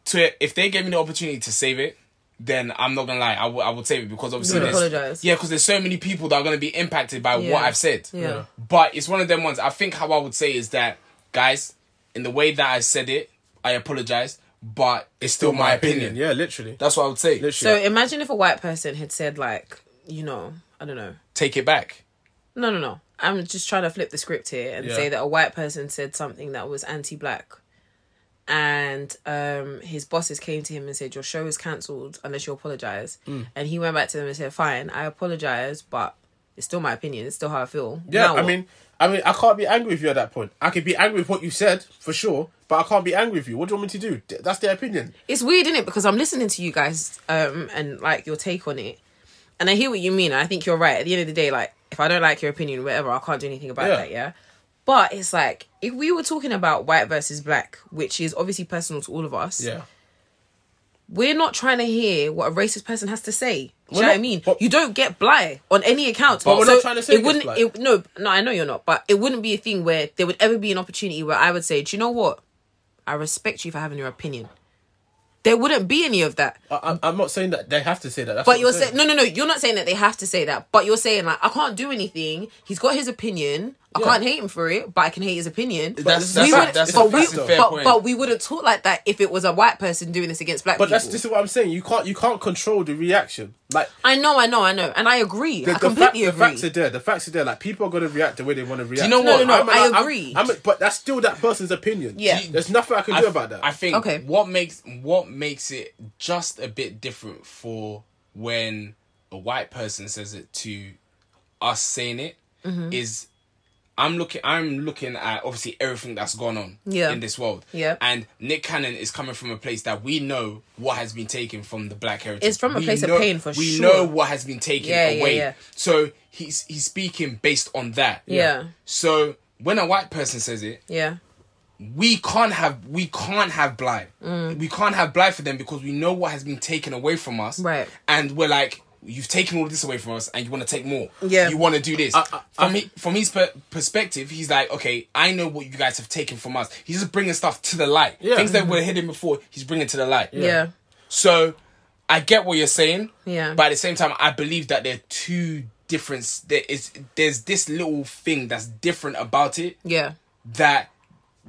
[SPEAKER 3] to if they gave me the opportunity to save it, then I'm not gonna lie, I would I would save it because obviously
[SPEAKER 1] would
[SPEAKER 3] there's
[SPEAKER 1] apologise.
[SPEAKER 3] yeah, because there's so many people that are gonna be impacted by
[SPEAKER 1] Yeah.
[SPEAKER 3] what I've said.
[SPEAKER 1] Yeah.
[SPEAKER 3] But it's one of them ones. I think how I would say is that guys, in the way that I said it, I apologize, but it's still my opinion.
[SPEAKER 2] Yeah, literally.
[SPEAKER 3] That's what I would say.
[SPEAKER 1] So
[SPEAKER 2] Literally.
[SPEAKER 1] imagine if a white person had said like, you know, I don't know.
[SPEAKER 3] Take it back.
[SPEAKER 1] No, no, no. I'm just trying to flip the script here and
[SPEAKER 2] Yeah.
[SPEAKER 1] say that a white person said something that was anti-black, and um, his bosses came to him and said, "Your show is cancelled unless you apologize."
[SPEAKER 2] Mm.
[SPEAKER 1] And he went back to them and said, "Fine, I apologize, but it's still my opinion. It's still how I feel."
[SPEAKER 2] Yeah,
[SPEAKER 1] Now
[SPEAKER 2] I
[SPEAKER 1] what?
[SPEAKER 2] mean, I mean, I can't be angry with you at that point. I could be angry with what you said for sure, but I can't be angry with you. What do you want me to do? Th- That's their opinion.
[SPEAKER 1] it's weird, isn't it? Because I'm listening to you guys um, and like your take on it, and I hear what you mean. and I think you're right. At the end of the day, like if I don't like your opinion, whatever, I can't do anything about
[SPEAKER 2] Yeah.
[SPEAKER 1] that. Yeah. But it's like if we were talking about white versus black, which is obviously personal to all of us. We're not trying to hear what a racist person has to say. Do you know
[SPEAKER 2] We're
[SPEAKER 1] what I
[SPEAKER 2] not-
[SPEAKER 1] mean?
[SPEAKER 2] but-
[SPEAKER 1] you don't get blight on any account. But
[SPEAKER 2] we're not trying to say
[SPEAKER 1] it
[SPEAKER 2] it
[SPEAKER 1] wouldn't.
[SPEAKER 2] gets
[SPEAKER 1] It, no, no, I know you're not. But it wouldn't be a thing where there would ever be an opportunity where I would say, "Do you know what? I respect you for having your opinion." There wouldn't be any of that.
[SPEAKER 2] I, I'm- I'm not saying that they have to say that. That's what
[SPEAKER 1] But
[SPEAKER 2] I'm
[SPEAKER 1] you're saying no, no, no. You're not saying that they have to say that. But you're saying like I can't do anything. He's got his opinion. I
[SPEAKER 2] Yeah.
[SPEAKER 1] can't hate him for it, but I can hate his opinion.
[SPEAKER 3] That's-
[SPEAKER 2] that's a-
[SPEAKER 1] wouldn't-
[SPEAKER 2] that's a-
[SPEAKER 1] but
[SPEAKER 2] that's
[SPEAKER 1] we,
[SPEAKER 2] a fair
[SPEAKER 1] but,
[SPEAKER 3] point.
[SPEAKER 1] but we wouldn't talk like that if it was a white person doing this against black
[SPEAKER 2] But
[SPEAKER 1] people.
[SPEAKER 2] that's this is what I'm saying. You can't you can't control the reaction. Like
[SPEAKER 1] I know, I know, I know, and I agree.
[SPEAKER 2] the,
[SPEAKER 1] I
[SPEAKER 2] the fact-
[SPEAKER 1] completely
[SPEAKER 2] the
[SPEAKER 1] agree.
[SPEAKER 2] facts are there. The facts are there. Like people are gonna react the way they want to react.
[SPEAKER 3] know No, what? no,
[SPEAKER 1] no,
[SPEAKER 2] I'm-
[SPEAKER 1] I
[SPEAKER 2] I'm- I'm-
[SPEAKER 1] agree.
[SPEAKER 2] I'm- but that's still that person's opinion.
[SPEAKER 1] Yeah.
[SPEAKER 2] There's nothing I can do about that.
[SPEAKER 3] I think
[SPEAKER 1] Okay.
[SPEAKER 3] what makes what makes it just a bit different for when a white person says it to us saying it
[SPEAKER 1] Mm-hmm.
[SPEAKER 3] is I'm looking I'm looking at obviously everything that's gone on
[SPEAKER 1] Yeah.
[SPEAKER 3] in this world.
[SPEAKER 1] Yeah.
[SPEAKER 3] And Nick Cannon is coming from a place that we know what has been taken from the black heritage.
[SPEAKER 1] It's from a
[SPEAKER 3] We
[SPEAKER 1] place of
[SPEAKER 3] know-
[SPEAKER 1] pain, for
[SPEAKER 3] We
[SPEAKER 1] sure.
[SPEAKER 3] know what has been taken
[SPEAKER 1] Yeah, yeah,
[SPEAKER 3] away.
[SPEAKER 1] yeah.
[SPEAKER 3] So he's he's speaking based on that.
[SPEAKER 1] Yeah.
[SPEAKER 3] So when a white person says it,
[SPEAKER 1] yeah,
[SPEAKER 3] we can't have we can't have blind.
[SPEAKER 1] Mm.
[SPEAKER 3] We can't have blind for them because we know what has been taken away from us.
[SPEAKER 1] Right.
[SPEAKER 3] And we're like, you've taken all this away from us, and you want to take more.
[SPEAKER 1] Yeah.
[SPEAKER 3] You want to do this.
[SPEAKER 2] I- I-
[SPEAKER 3] from he, from his per- perspective, he's like, okay, I know what you guys have taken from us. He's just bringing stuff to the light.
[SPEAKER 2] Yeah.
[SPEAKER 3] Things that were hidden before, he's bringing to the light.
[SPEAKER 1] Mm-hmm. yeah,
[SPEAKER 3] So, I get what you're saying.
[SPEAKER 1] Yeah.
[SPEAKER 3] But at the same time, I believe that they're two different. There is there's this little thing that's different about it
[SPEAKER 1] yeah.
[SPEAKER 3] that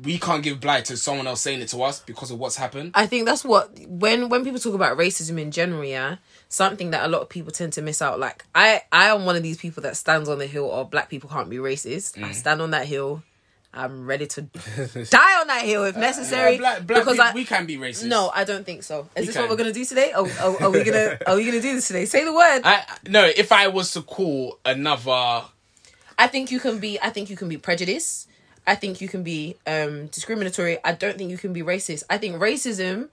[SPEAKER 3] we can't give blight to someone else saying it to us because of what's happened.
[SPEAKER 1] I think that's what when when people talk about racism in general, yeah, something that a lot of people tend to miss out. Like I, I am one of these people that stands on the hill of black people can't be racist. I stand on that hill. I'm ready to die on that hill if necessary.
[SPEAKER 3] black, black
[SPEAKER 1] because
[SPEAKER 3] people,
[SPEAKER 1] I,
[SPEAKER 3] we can be racist.
[SPEAKER 1] no, I don't think so. Is this what
[SPEAKER 3] can.
[SPEAKER 1] we're gonna do today? Are, are, are we gonna are we gonna do this today? Say the word. I,
[SPEAKER 3] I, no. If I was to call another,
[SPEAKER 1] think you can be. I think you can be prejudiced. I think you can be um, discriminatory. I don't think you can be racist. I think racism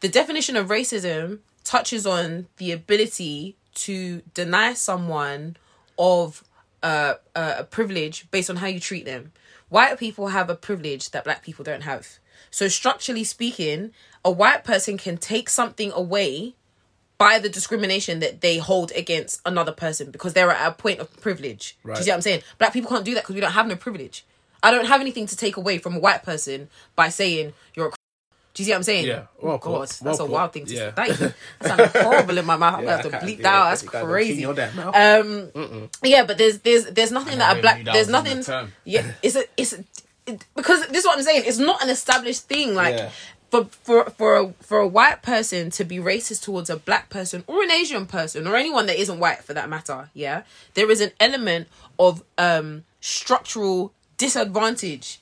[SPEAKER 1] the definition of racism touches on the ability to deny someone of uh, uh, a privilege based on how you treat them. White people have a privilege that black people don't have. So, structurally speaking, a white person can take something away by the discrimination that they hold against another person because they're at a point of privilege. Do
[SPEAKER 2] Right.
[SPEAKER 1] you see what I'm saying? Black people can't do that because we don't have no privilege. I don't have anything to take away from a white person by saying you're a. c-." Do you see what I'm saying?
[SPEAKER 2] Yeah. Well
[SPEAKER 1] God,
[SPEAKER 2] put.
[SPEAKER 1] that's
[SPEAKER 2] Well
[SPEAKER 1] a
[SPEAKER 2] put.
[SPEAKER 1] wild thing to
[SPEAKER 2] Yeah.
[SPEAKER 1] say. That, that sounded horrible in my mouth. I'm
[SPEAKER 2] Yeah,
[SPEAKER 1] gonna have
[SPEAKER 2] I
[SPEAKER 1] to
[SPEAKER 2] can't
[SPEAKER 1] bleep
[SPEAKER 2] do
[SPEAKER 1] that. out.
[SPEAKER 2] that.
[SPEAKER 1] That's
[SPEAKER 2] You can't even
[SPEAKER 1] crazy.
[SPEAKER 2] clean your damn mouth.
[SPEAKER 1] Um, yeah, but there's there's there's nothing that a
[SPEAKER 3] really
[SPEAKER 1] black
[SPEAKER 3] knew that
[SPEAKER 1] there's
[SPEAKER 3] was in
[SPEAKER 1] nothing.
[SPEAKER 3] the term.
[SPEAKER 1] Yeah, it's a it's a, it- because this is what I'm saying. It's not an established thing. Like
[SPEAKER 2] Yeah.
[SPEAKER 1] for for for a, for a white person to be racist towards a black person or an Asian person or anyone that isn't white for that matter. Yeah, there is an element of um structural disadvantage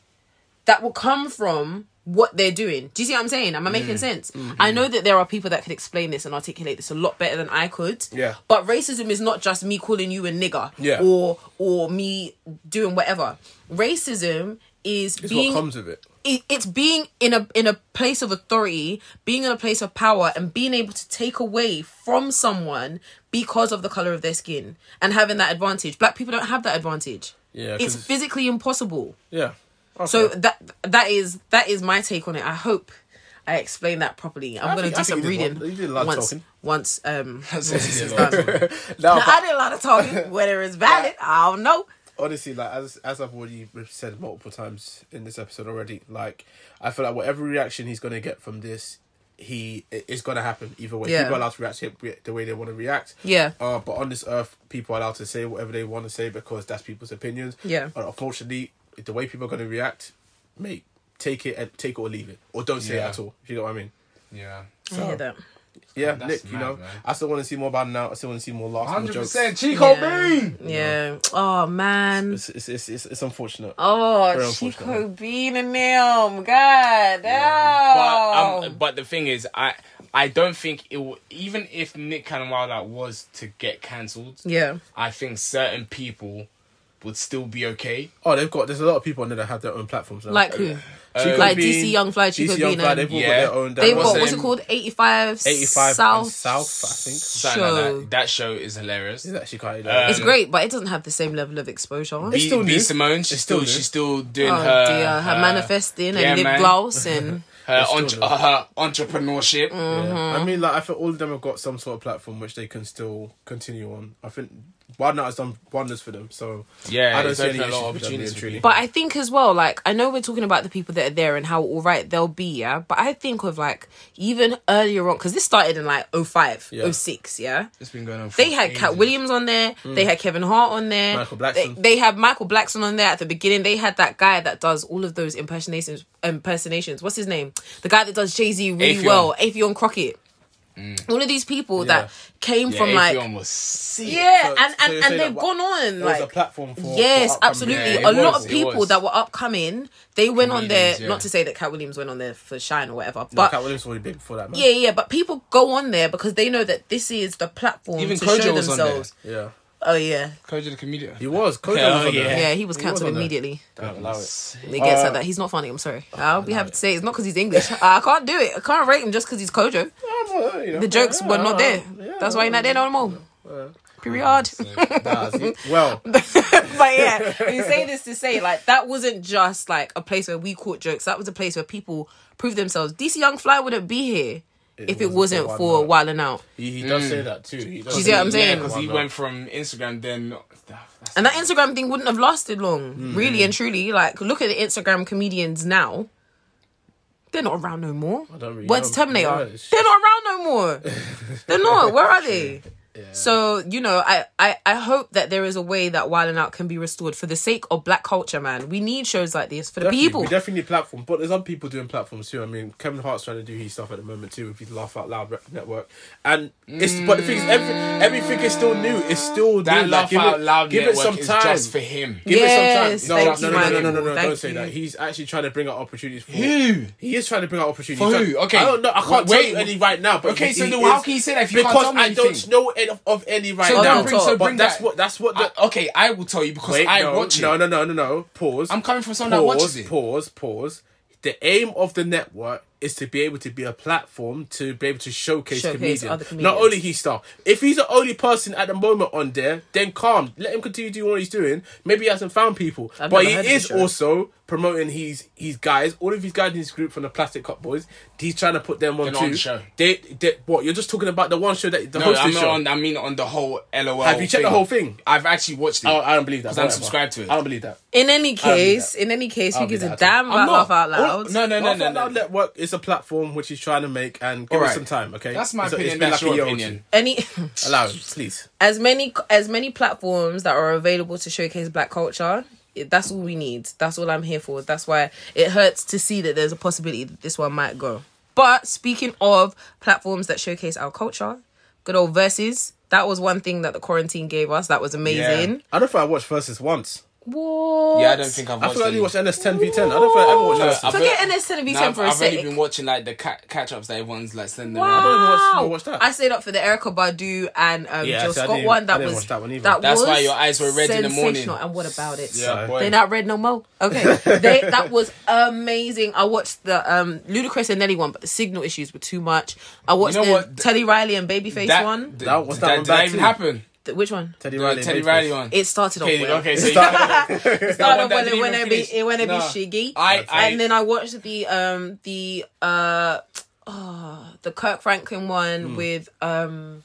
[SPEAKER 1] that will come from what they're doing. Do you see what I'm saying? Am I
[SPEAKER 2] Mm.
[SPEAKER 1] making sense?
[SPEAKER 2] Mm-hmm.
[SPEAKER 1] I know that there are people that could explain this and articulate this a lot better than I could.
[SPEAKER 2] Yeah.
[SPEAKER 1] But racism is not just me calling you a nigger
[SPEAKER 2] Yeah.
[SPEAKER 1] or or me doing whatever. Racism is
[SPEAKER 2] It's
[SPEAKER 1] being
[SPEAKER 2] what comes with it.
[SPEAKER 1] it, it's being in a in a place of authority, being in a place of power, and being able to take away from someone because of the color of their skin and having that advantage. Black people don't have that advantage.
[SPEAKER 2] Yeah, 'cause
[SPEAKER 1] it's
[SPEAKER 2] it's-
[SPEAKER 1] physically impossible.
[SPEAKER 2] Yeah. Okay.
[SPEAKER 1] So that that is that is my take on it. I hope I explained that properly. I'm
[SPEAKER 2] I
[SPEAKER 1] gonna
[SPEAKER 2] think-
[SPEAKER 1] do
[SPEAKER 2] I
[SPEAKER 1] some
[SPEAKER 2] think you did
[SPEAKER 1] reading
[SPEAKER 2] well. You did a lot of
[SPEAKER 1] once
[SPEAKER 2] talking.
[SPEAKER 1] once um
[SPEAKER 3] That's
[SPEAKER 1] this is
[SPEAKER 3] a lot.
[SPEAKER 1] done.
[SPEAKER 2] now,
[SPEAKER 1] I did a lot of talking. Whether it's valid, I don't know.
[SPEAKER 2] honestly, like as as I've already said multiple times in this episode already, like I feel like whatever reaction he's gonna get from this, he it- it's gonna happen either way.
[SPEAKER 1] Yeah.
[SPEAKER 2] People are allowed to react to it re- the way they want to react.
[SPEAKER 1] Yeah.
[SPEAKER 2] Uh, but on this earth, people are allowed to say whatever they want to say because that's people's opinions.
[SPEAKER 1] Yeah.
[SPEAKER 2] But unfortunately, the way people are gonna react, mate, take it and take it or leave it, or don't say
[SPEAKER 3] Yeah.
[SPEAKER 2] it at all. If you know what I mean.
[SPEAKER 3] Yeah.
[SPEAKER 1] I hear that.
[SPEAKER 2] Yeah,
[SPEAKER 3] That's
[SPEAKER 2] Nick, you
[SPEAKER 3] mad,
[SPEAKER 2] know,
[SPEAKER 3] man.
[SPEAKER 2] I still want to see more about now. I still want to see more last minute
[SPEAKER 3] Hundred
[SPEAKER 2] jokes.
[SPEAKER 3] percent, Chico
[SPEAKER 1] yeah.
[SPEAKER 3] Bean.
[SPEAKER 1] Yeah. Oh man.
[SPEAKER 2] It's, it's, it's, it's, it's unfortunate. Very
[SPEAKER 1] Oh,
[SPEAKER 2] unfortunate.
[SPEAKER 1] Chico Bean and them. God damn.
[SPEAKER 3] But um, but the thing is, I I don't think it will, even if Nick Cannonwala was to get cancelled,
[SPEAKER 1] yeah.
[SPEAKER 3] I think certain people would still be okay.
[SPEAKER 2] Oh, they've got. There's a lot of people on there that have their own platforms now.
[SPEAKER 1] Like who?
[SPEAKER 2] Chico
[SPEAKER 1] like
[SPEAKER 2] Bean,
[SPEAKER 1] DC Young Fly, Chico
[SPEAKER 2] DC Young
[SPEAKER 1] Bean,
[SPEAKER 2] Fly,
[SPEAKER 1] and-
[SPEAKER 2] they've all
[SPEAKER 3] Yeah.
[SPEAKER 2] got their own.
[SPEAKER 1] They've
[SPEAKER 3] what's
[SPEAKER 1] got
[SPEAKER 3] the
[SPEAKER 1] what's it
[SPEAKER 3] name?
[SPEAKER 1] called? 85
[SPEAKER 2] 85 and
[SPEAKER 1] South.
[SPEAKER 2] South, I think.
[SPEAKER 3] Something like
[SPEAKER 1] Show.
[SPEAKER 3] that. That show is hilarious.
[SPEAKER 2] It's actually quite.
[SPEAKER 1] It's
[SPEAKER 3] Um,
[SPEAKER 1] great, but it doesn't have the same level of exposure.
[SPEAKER 3] B,
[SPEAKER 2] still
[SPEAKER 3] B
[SPEAKER 2] new.
[SPEAKER 3] Simone, she's
[SPEAKER 2] It's
[SPEAKER 3] still,
[SPEAKER 2] still new.
[SPEAKER 3] she's still doing
[SPEAKER 1] Oh
[SPEAKER 3] her,
[SPEAKER 1] dear, her, manifesting
[SPEAKER 3] yeah,
[SPEAKER 1] and lip
[SPEAKER 3] man.
[SPEAKER 1] gloss and
[SPEAKER 3] her,
[SPEAKER 2] It's still
[SPEAKER 3] entre-
[SPEAKER 2] new.
[SPEAKER 3] her Uh, entrepreneurship.
[SPEAKER 2] Mm. Yeah. I mean, like I feel all of them have got some sort of platform which they can still continue on. I think Wild Night has done wonders for them. So
[SPEAKER 3] Yeah,
[SPEAKER 2] I don't
[SPEAKER 3] it's
[SPEAKER 2] see any
[SPEAKER 3] opened a lot of
[SPEAKER 2] issues with them being
[SPEAKER 3] opportunities for
[SPEAKER 2] truly-
[SPEAKER 3] people.
[SPEAKER 1] But I think as well, like I know we're talking about the people that are there and how all right they'll be, yeah. But I think of like even earlier on because this started in like 05,
[SPEAKER 2] Yeah.
[SPEAKER 1] 06, yeah.
[SPEAKER 3] It's been going on. For
[SPEAKER 1] They had Cat
[SPEAKER 3] ages.
[SPEAKER 1] Williams on there. They had Kevin Hart on there.
[SPEAKER 2] Mm. Michael
[SPEAKER 1] They,
[SPEAKER 2] Blackson.
[SPEAKER 1] they had Michael Blackson on there at the beginning. They had that guy that does all of those impersonations. Impersonations. What's his name? The guy that does Jay Z really
[SPEAKER 3] Afion.
[SPEAKER 1] well. Afion Crockett.
[SPEAKER 2] Mm.
[SPEAKER 1] All of these people that came
[SPEAKER 3] Yeah,
[SPEAKER 1] from
[SPEAKER 3] Afion
[SPEAKER 1] like
[SPEAKER 3] was sick.
[SPEAKER 1] yeah,
[SPEAKER 2] So-
[SPEAKER 1] and
[SPEAKER 2] so
[SPEAKER 1] and,
[SPEAKER 2] you're
[SPEAKER 1] and
[SPEAKER 2] saying
[SPEAKER 1] they've
[SPEAKER 2] that
[SPEAKER 1] gone on
[SPEAKER 2] It
[SPEAKER 1] like
[SPEAKER 2] was a platform for.
[SPEAKER 1] Yes,
[SPEAKER 2] for upcoming-
[SPEAKER 1] absolutely.
[SPEAKER 3] Yeah,
[SPEAKER 1] a
[SPEAKER 3] it
[SPEAKER 1] lot
[SPEAKER 3] was,
[SPEAKER 1] of
[SPEAKER 3] it
[SPEAKER 1] people
[SPEAKER 3] was.
[SPEAKER 1] that were upcoming, they went on there.
[SPEAKER 3] Comedians, yeah.
[SPEAKER 1] Not to say that Cat Williams went on there for Shine or whatever,
[SPEAKER 2] No,
[SPEAKER 1] but
[SPEAKER 2] Cat Williams was already big before that. Man.
[SPEAKER 1] yeah, yeah. But people go on there because they know that this is the platform
[SPEAKER 3] Even
[SPEAKER 1] to
[SPEAKER 3] Kojo
[SPEAKER 1] show
[SPEAKER 3] was on there.
[SPEAKER 1] themselves.
[SPEAKER 2] Yeah.
[SPEAKER 1] Oh yeah,
[SPEAKER 3] Koji the comedian.
[SPEAKER 2] He was. Kojo
[SPEAKER 3] Yeah,
[SPEAKER 2] was on
[SPEAKER 3] yeah.
[SPEAKER 2] there.
[SPEAKER 1] yeah. he was
[SPEAKER 2] He was
[SPEAKER 1] cancelled
[SPEAKER 2] on there.
[SPEAKER 1] immediately.
[SPEAKER 2] Don't allow it.
[SPEAKER 1] He gets
[SPEAKER 2] Uh,
[SPEAKER 1] at that. He's not funny. I'm sorry. I'll be happy to say it's not because he's English. I can't do it. I can't rate him just because he's Kojo. The jokes were
[SPEAKER 2] uh,
[SPEAKER 1] not there. That's why he's not there no more. Period.
[SPEAKER 2] Nah, see, well,
[SPEAKER 1] but yeah, we say this to say like that wasn't just like a place where we caught jokes. That was a place where people proved themselves. DC Young Fly wouldn't be here if it wasn't for
[SPEAKER 2] Wild Night.
[SPEAKER 1] wilding out.
[SPEAKER 2] he, he does say that too. He does
[SPEAKER 1] Mm. you see
[SPEAKER 2] say
[SPEAKER 1] what I'm
[SPEAKER 2] that.
[SPEAKER 1] saying?
[SPEAKER 3] because he
[SPEAKER 2] Why not?
[SPEAKER 3] went from Instagram then. That's
[SPEAKER 1] And that Instagram thing wouldn't have lasted long,
[SPEAKER 2] Mm.
[SPEAKER 1] really and truly. Like, look at the Instagram comedians now. They're not around no more.
[SPEAKER 2] don't really
[SPEAKER 1] Words
[SPEAKER 2] know.
[SPEAKER 1] Terminator.
[SPEAKER 2] Yeah, it's-
[SPEAKER 1] They're not around no more. They're not. Where are they? So you know, I, I I hope that there is a way that Wild and Out can be restored for the sake of Black culture, man. We need shows like this for the
[SPEAKER 2] Definitely,
[SPEAKER 1] people.
[SPEAKER 2] We definitely need platform, but there's other people doing platforms too. I mean, Kevin Hart's trying to do his stuff at the moment too with his Laugh Out Loud rep- network, and it's but the thing is, every, everything is still new. It's still
[SPEAKER 3] That
[SPEAKER 2] new.
[SPEAKER 3] laugh
[SPEAKER 2] give
[SPEAKER 3] out
[SPEAKER 2] it,
[SPEAKER 3] loud
[SPEAKER 2] give
[SPEAKER 3] network
[SPEAKER 2] it some
[SPEAKER 3] is
[SPEAKER 2] time.
[SPEAKER 3] just for him.
[SPEAKER 2] Give
[SPEAKER 1] Yes,
[SPEAKER 2] it some
[SPEAKER 1] thank
[SPEAKER 2] time.
[SPEAKER 1] you,
[SPEAKER 2] No, no, no, no, no,
[SPEAKER 1] Michael.
[SPEAKER 2] no, no, no,
[SPEAKER 1] Thank
[SPEAKER 2] Don't say
[SPEAKER 1] you.
[SPEAKER 2] that. He's actually trying to bring out opportunities for
[SPEAKER 3] Who?
[SPEAKER 2] He is trying to bring out opportunities
[SPEAKER 3] For
[SPEAKER 2] He's trying-
[SPEAKER 3] who? Okay.
[SPEAKER 2] I don't know. I can't
[SPEAKER 3] Wait,
[SPEAKER 2] tell you any right now. But
[SPEAKER 3] okay,
[SPEAKER 2] he-
[SPEAKER 3] so
[SPEAKER 2] he
[SPEAKER 3] then how
[SPEAKER 2] is-
[SPEAKER 3] can you say that if you can't
[SPEAKER 2] because
[SPEAKER 3] tell me
[SPEAKER 2] I don't
[SPEAKER 3] anything?
[SPEAKER 2] know any of, of any right
[SPEAKER 3] So
[SPEAKER 2] now.
[SPEAKER 1] don't bring- so
[SPEAKER 2] but
[SPEAKER 3] bring
[SPEAKER 2] that's
[SPEAKER 3] that.
[SPEAKER 2] what that's what. The,
[SPEAKER 3] I- okay, I will tell you because
[SPEAKER 2] Wait,
[SPEAKER 3] I
[SPEAKER 2] no,
[SPEAKER 3] watch it.
[SPEAKER 2] No, no, no, no, no. Pause.
[SPEAKER 3] I'm coming from someone
[SPEAKER 2] pause,
[SPEAKER 3] that watches it.
[SPEAKER 2] Pause, pause. The aim of the network is to be able to be a platform to be able to showcase,
[SPEAKER 1] Showcase
[SPEAKER 2] comedians.
[SPEAKER 1] other comedians.
[SPEAKER 2] Not only his stuff. If he's the only person at the moment on there, then calm. Let him continue doing what he's doing. Maybe he hasn't found people.
[SPEAKER 1] I've
[SPEAKER 2] but
[SPEAKER 1] never
[SPEAKER 2] he
[SPEAKER 1] heard of the
[SPEAKER 2] is
[SPEAKER 1] show.
[SPEAKER 2] also promoting his his guys, all of his guys in his group from the Plastic Cup Boys. He's trying to put them on
[SPEAKER 3] not on
[SPEAKER 2] too.
[SPEAKER 3] the show.
[SPEAKER 2] They, they what? You're just talking about the one show that the
[SPEAKER 3] No,
[SPEAKER 2] hosted
[SPEAKER 3] I'm not
[SPEAKER 2] show.
[SPEAKER 3] on. I mean, on the whole LOL.
[SPEAKER 2] Have you checked the whole thing? Oh,
[SPEAKER 3] I've actually watched it.
[SPEAKER 2] I, I don't believe that.
[SPEAKER 3] 'Cause I'm
[SPEAKER 2] whatever.
[SPEAKER 3] subscribed to it.
[SPEAKER 2] I don't believe that.
[SPEAKER 1] In any
[SPEAKER 2] do
[SPEAKER 1] case,
[SPEAKER 2] that.
[SPEAKER 1] in any case, who
[SPEAKER 2] I'll do
[SPEAKER 1] gives a
[SPEAKER 2] that.
[SPEAKER 1] damn
[SPEAKER 2] I'm
[SPEAKER 1] about
[SPEAKER 2] not.
[SPEAKER 1] Laugh Out Loud?
[SPEAKER 2] Oh,
[SPEAKER 3] no, no, no,
[SPEAKER 2] Laugh
[SPEAKER 3] no,
[SPEAKER 2] Out
[SPEAKER 3] no.
[SPEAKER 2] Loud Network is a platform which he's trying to make and give us
[SPEAKER 3] Alright.
[SPEAKER 2] some time, okay?
[SPEAKER 3] That's my
[SPEAKER 2] So it's
[SPEAKER 3] opinion.
[SPEAKER 2] been
[SPEAKER 3] That's
[SPEAKER 2] like a
[SPEAKER 3] your
[SPEAKER 2] year or
[SPEAKER 3] opinion.
[SPEAKER 1] Any
[SPEAKER 2] two. Allow him, please.
[SPEAKER 1] as many as many platforms that are available to showcase black culture it- that's all we need that's all i'm here for that's why it hurts to see that there's a possibility that this one might go but speaking of platforms that showcase our culture good old verses that was one thing that the quarantine gave us that was amazing
[SPEAKER 2] I don't think I watched Versus once.
[SPEAKER 1] what
[SPEAKER 3] Yeah, I don't think I've
[SPEAKER 2] I
[SPEAKER 3] watched.
[SPEAKER 2] think I only
[SPEAKER 3] any.
[SPEAKER 2] watched NS10 v10. I don't think I ever watched
[SPEAKER 3] No,
[SPEAKER 2] Versus.
[SPEAKER 3] I've-
[SPEAKER 1] forget ns10
[SPEAKER 3] No,
[SPEAKER 1] v10
[SPEAKER 3] I've,
[SPEAKER 1] for a
[SPEAKER 3] I've only
[SPEAKER 1] sec
[SPEAKER 3] been watching like the ca- catch ups that everyone's like sending.
[SPEAKER 1] Wow.
[SPEAKER 3] around.
[SPEAKER 2] even watch- I watched that.
[SPEAKER 1] I stayed up for the Erica Badu and um,
[SPEAKER 2] Yeah,
[SPEAKER 1] Jill
[SPEAKER 2] see, I
[SPEAKER 1] Scott
[SPEAKER 2] didn't-
[SPEAKER 1] one. That
[SPEAKER 2] I didn't
[SPEAKER 1] was
[SPEAKER 2] watch that one either.
[SPEAKER 1] that
[SPEAKER 3] That's
[SPEAKER 1] was
[SPEAKER 3] why your eyes were red in the morning.
[SPEAKER 1] sensational. And what about it?
[SPEAKER 3] Yeah, boy.
[SPEAKER 1] They're not red no more. Okay, they, that was amazing. I watched the um, Ludacris and Nelly one, but the signal issues were too much. I watched
[SPEAKER 3] know
[SPEAKER 1] the
[SPEAKER 3] what?
[SPEAKER 1] Teddy Riley and Babyface
[SPEAKER 3] That-
[SPEAKER 1] one.
[SPEAKER 3] th-
[SPEAKER 2] That was- that
[SPEAKER 3] that,
[SPEAKER 2] one
[SPEAKER 3] did
[SPEAKER 2] bad
[SPEAKER 3] even
[SPEAKER 2] too.
[SPEAKER 3] happen.
[SPEAKER 1] The- which one?
[SPEAKER 2] Teddy
[SPEAKER 3] The
[SPEAKER 2] Riley.
[SPEAKER 3] Teddy
[SPEAKER 2] Babyface.
[SPEAKER 3] Riley one.
[SPEAKER 1] It started off
[SPEAKER 3] Okay,
[SPEAKER 1] well.
[SPEAKER 3] okay, so
[SPEAKER 2] It
[SPEAKER 3] you-
[SPEAKER 2] started-
[SPEAKER 1] it started
[SPEAKER 3] that
[SPEAKER 1] off well.
[SPEAKER 3] didn't
[SPEAKER 1] It went
[SPEAKER 3] even
[SPEAKER 1] a bit.
[SPEAKER 3] finish.
[SPEAKER 1] It went a bit
[SPEAKER 3] Nah.
[SPEAKER 1] shiggy.
[SPEAKER 3] I- I-
[SPEAKER 1] and then I watched the um the uh oh, the Kirk Franklin one with um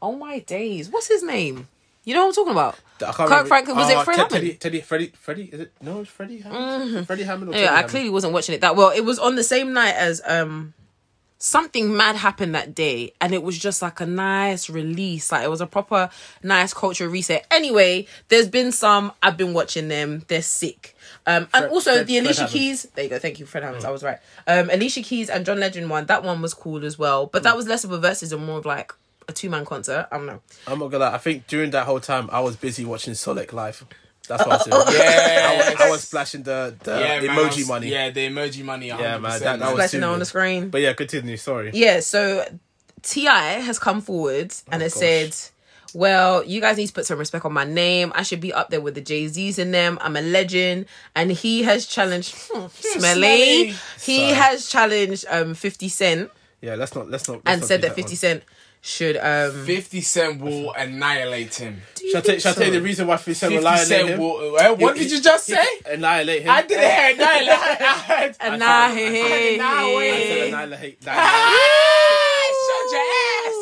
[SPEAKER 1] oh my days what's his name you know what I'm talking about
[SPEAKER 2] I can't
[SPEAKER 1] Kirk
[SPEAKER 2] remember.
[SPEAKER 1] Franklin was
[SPEAKER 2] Uh,
[SPEAKER 1] it Fred
[SPEAKER 2] Ted-
[SPEAKER 1] Hammond
[SPEAKER 2] Teddy, Teddy, Freddie, Freddie, is it? No, it's Freddie Hammond.
[SPEAKER 3] Mm-hmm.
[SPEAKER 2] Freddie Hammond or Teddy
[SPEAKER 1] yeah I
[SPEAKER 2] Hammond?
[SPEAKER 1] clearly wasn't watching it that well it was on the same night as um something mad happened that day and it was just like a nice release like it was a proper nice culture reset anyway there's been some I've been watching them they're sick um and
[SPEAKER 2] Fred-
[SPEAKER 1] also
[SPEAKER 2] Fred-
[SPEAKER 1] the
[SPEAKER 2] Fred
[SPEAKER 1] Alicia
[SPEAKER 2] Hammond. Mm.
[SPEAKER 1] Keys Keys- There you go. Thank you, Fred Hammond. I was right. Um, Alicia Keys and John Legend one. That one was cool as well, but
[SPEAKER 2] Mm.
[SPEAKER 1] that was less of a versus and more of like a two man concert. I don't know.
[SPEAKER 2] I'm not gonna lie. I think during that whole time, I was busy watching Solek live. That's what I was doing. I,
[SPEAKER 3] Yes.
[SPEAKER 2] was, I was splashing the, the
[SPEAKER 3] Yeah, man, I
[SPEAKER 2] emoji
[SPEAKER 3] was-
[SPEAKER 2] money.
[SPEAKER 3] Yeah, the emoji money. 100%,
[SPEAKER 2] Yeah, man, that- that was-
[SPEAKER 1] Flashing
[SPEAKER 2] too
[SPEAKER 1] that on
[SPEAKER 2] good.
[SPEAKER 1] the screen.
[SPEAKER 2] But yeah, continue. Sorry.
[SPEAKER 1] Yeah. So Ti has come forward and has
[SPEAKER 2] Oh gosh.
[SPEAKER 1] said. Well, you guys need to put some respect on my name. I should be up there with the Jay Z's in them. I'm a legend, and he has challenged hmm, Smelly.
[SPEAKER 3] Smelly.
[SPEAKER 1] He
[SPEAKER 2] Sorry.
[SPEAKER 1] has challenged um Fifty Cent
[SPEAKER 2] Yeah, let's not let's not. Let's
[SPEAKER 1] and
[SPEAKER 2] not
[SPEAKER 1] said
[SPEAKER 2] do
[SPEAKER 1] that
[SPEAKER 2] one.
[SPEAKER 1] Fifty Cent should um.
[SPEAKER 3] Fifty Cent will annihilate him.
[SPEAKER 2] Shall I tell, shall I tell you the reason why 50 Cent will
[SPEAKER 3] Fifty
[SPEAKER 2] annihilate
[SPEAKER 3] Cent
[SPEAKER 2] him?
[SPEAKER 3] will. eh, What
[SPEAKER 2] He-
[SPEAKER 3] did you just
[SPEAKER 2] he-
[SPEAKER 3] say?
[SPEAKER 2] Annihilate him.
[SPEAKER 3] I didn't hear annihilate. I heard.
[SPEAKER 1] And
[SPEAKER 2] I
[SPEAKER 1] now
[SPEAKER 2] can't- I
[SPEAKER 1] he.
[SPEAKER 2] I said
[SPEAKER 3] annihilate.
[SPEAKER 2] annihilate. annihilate.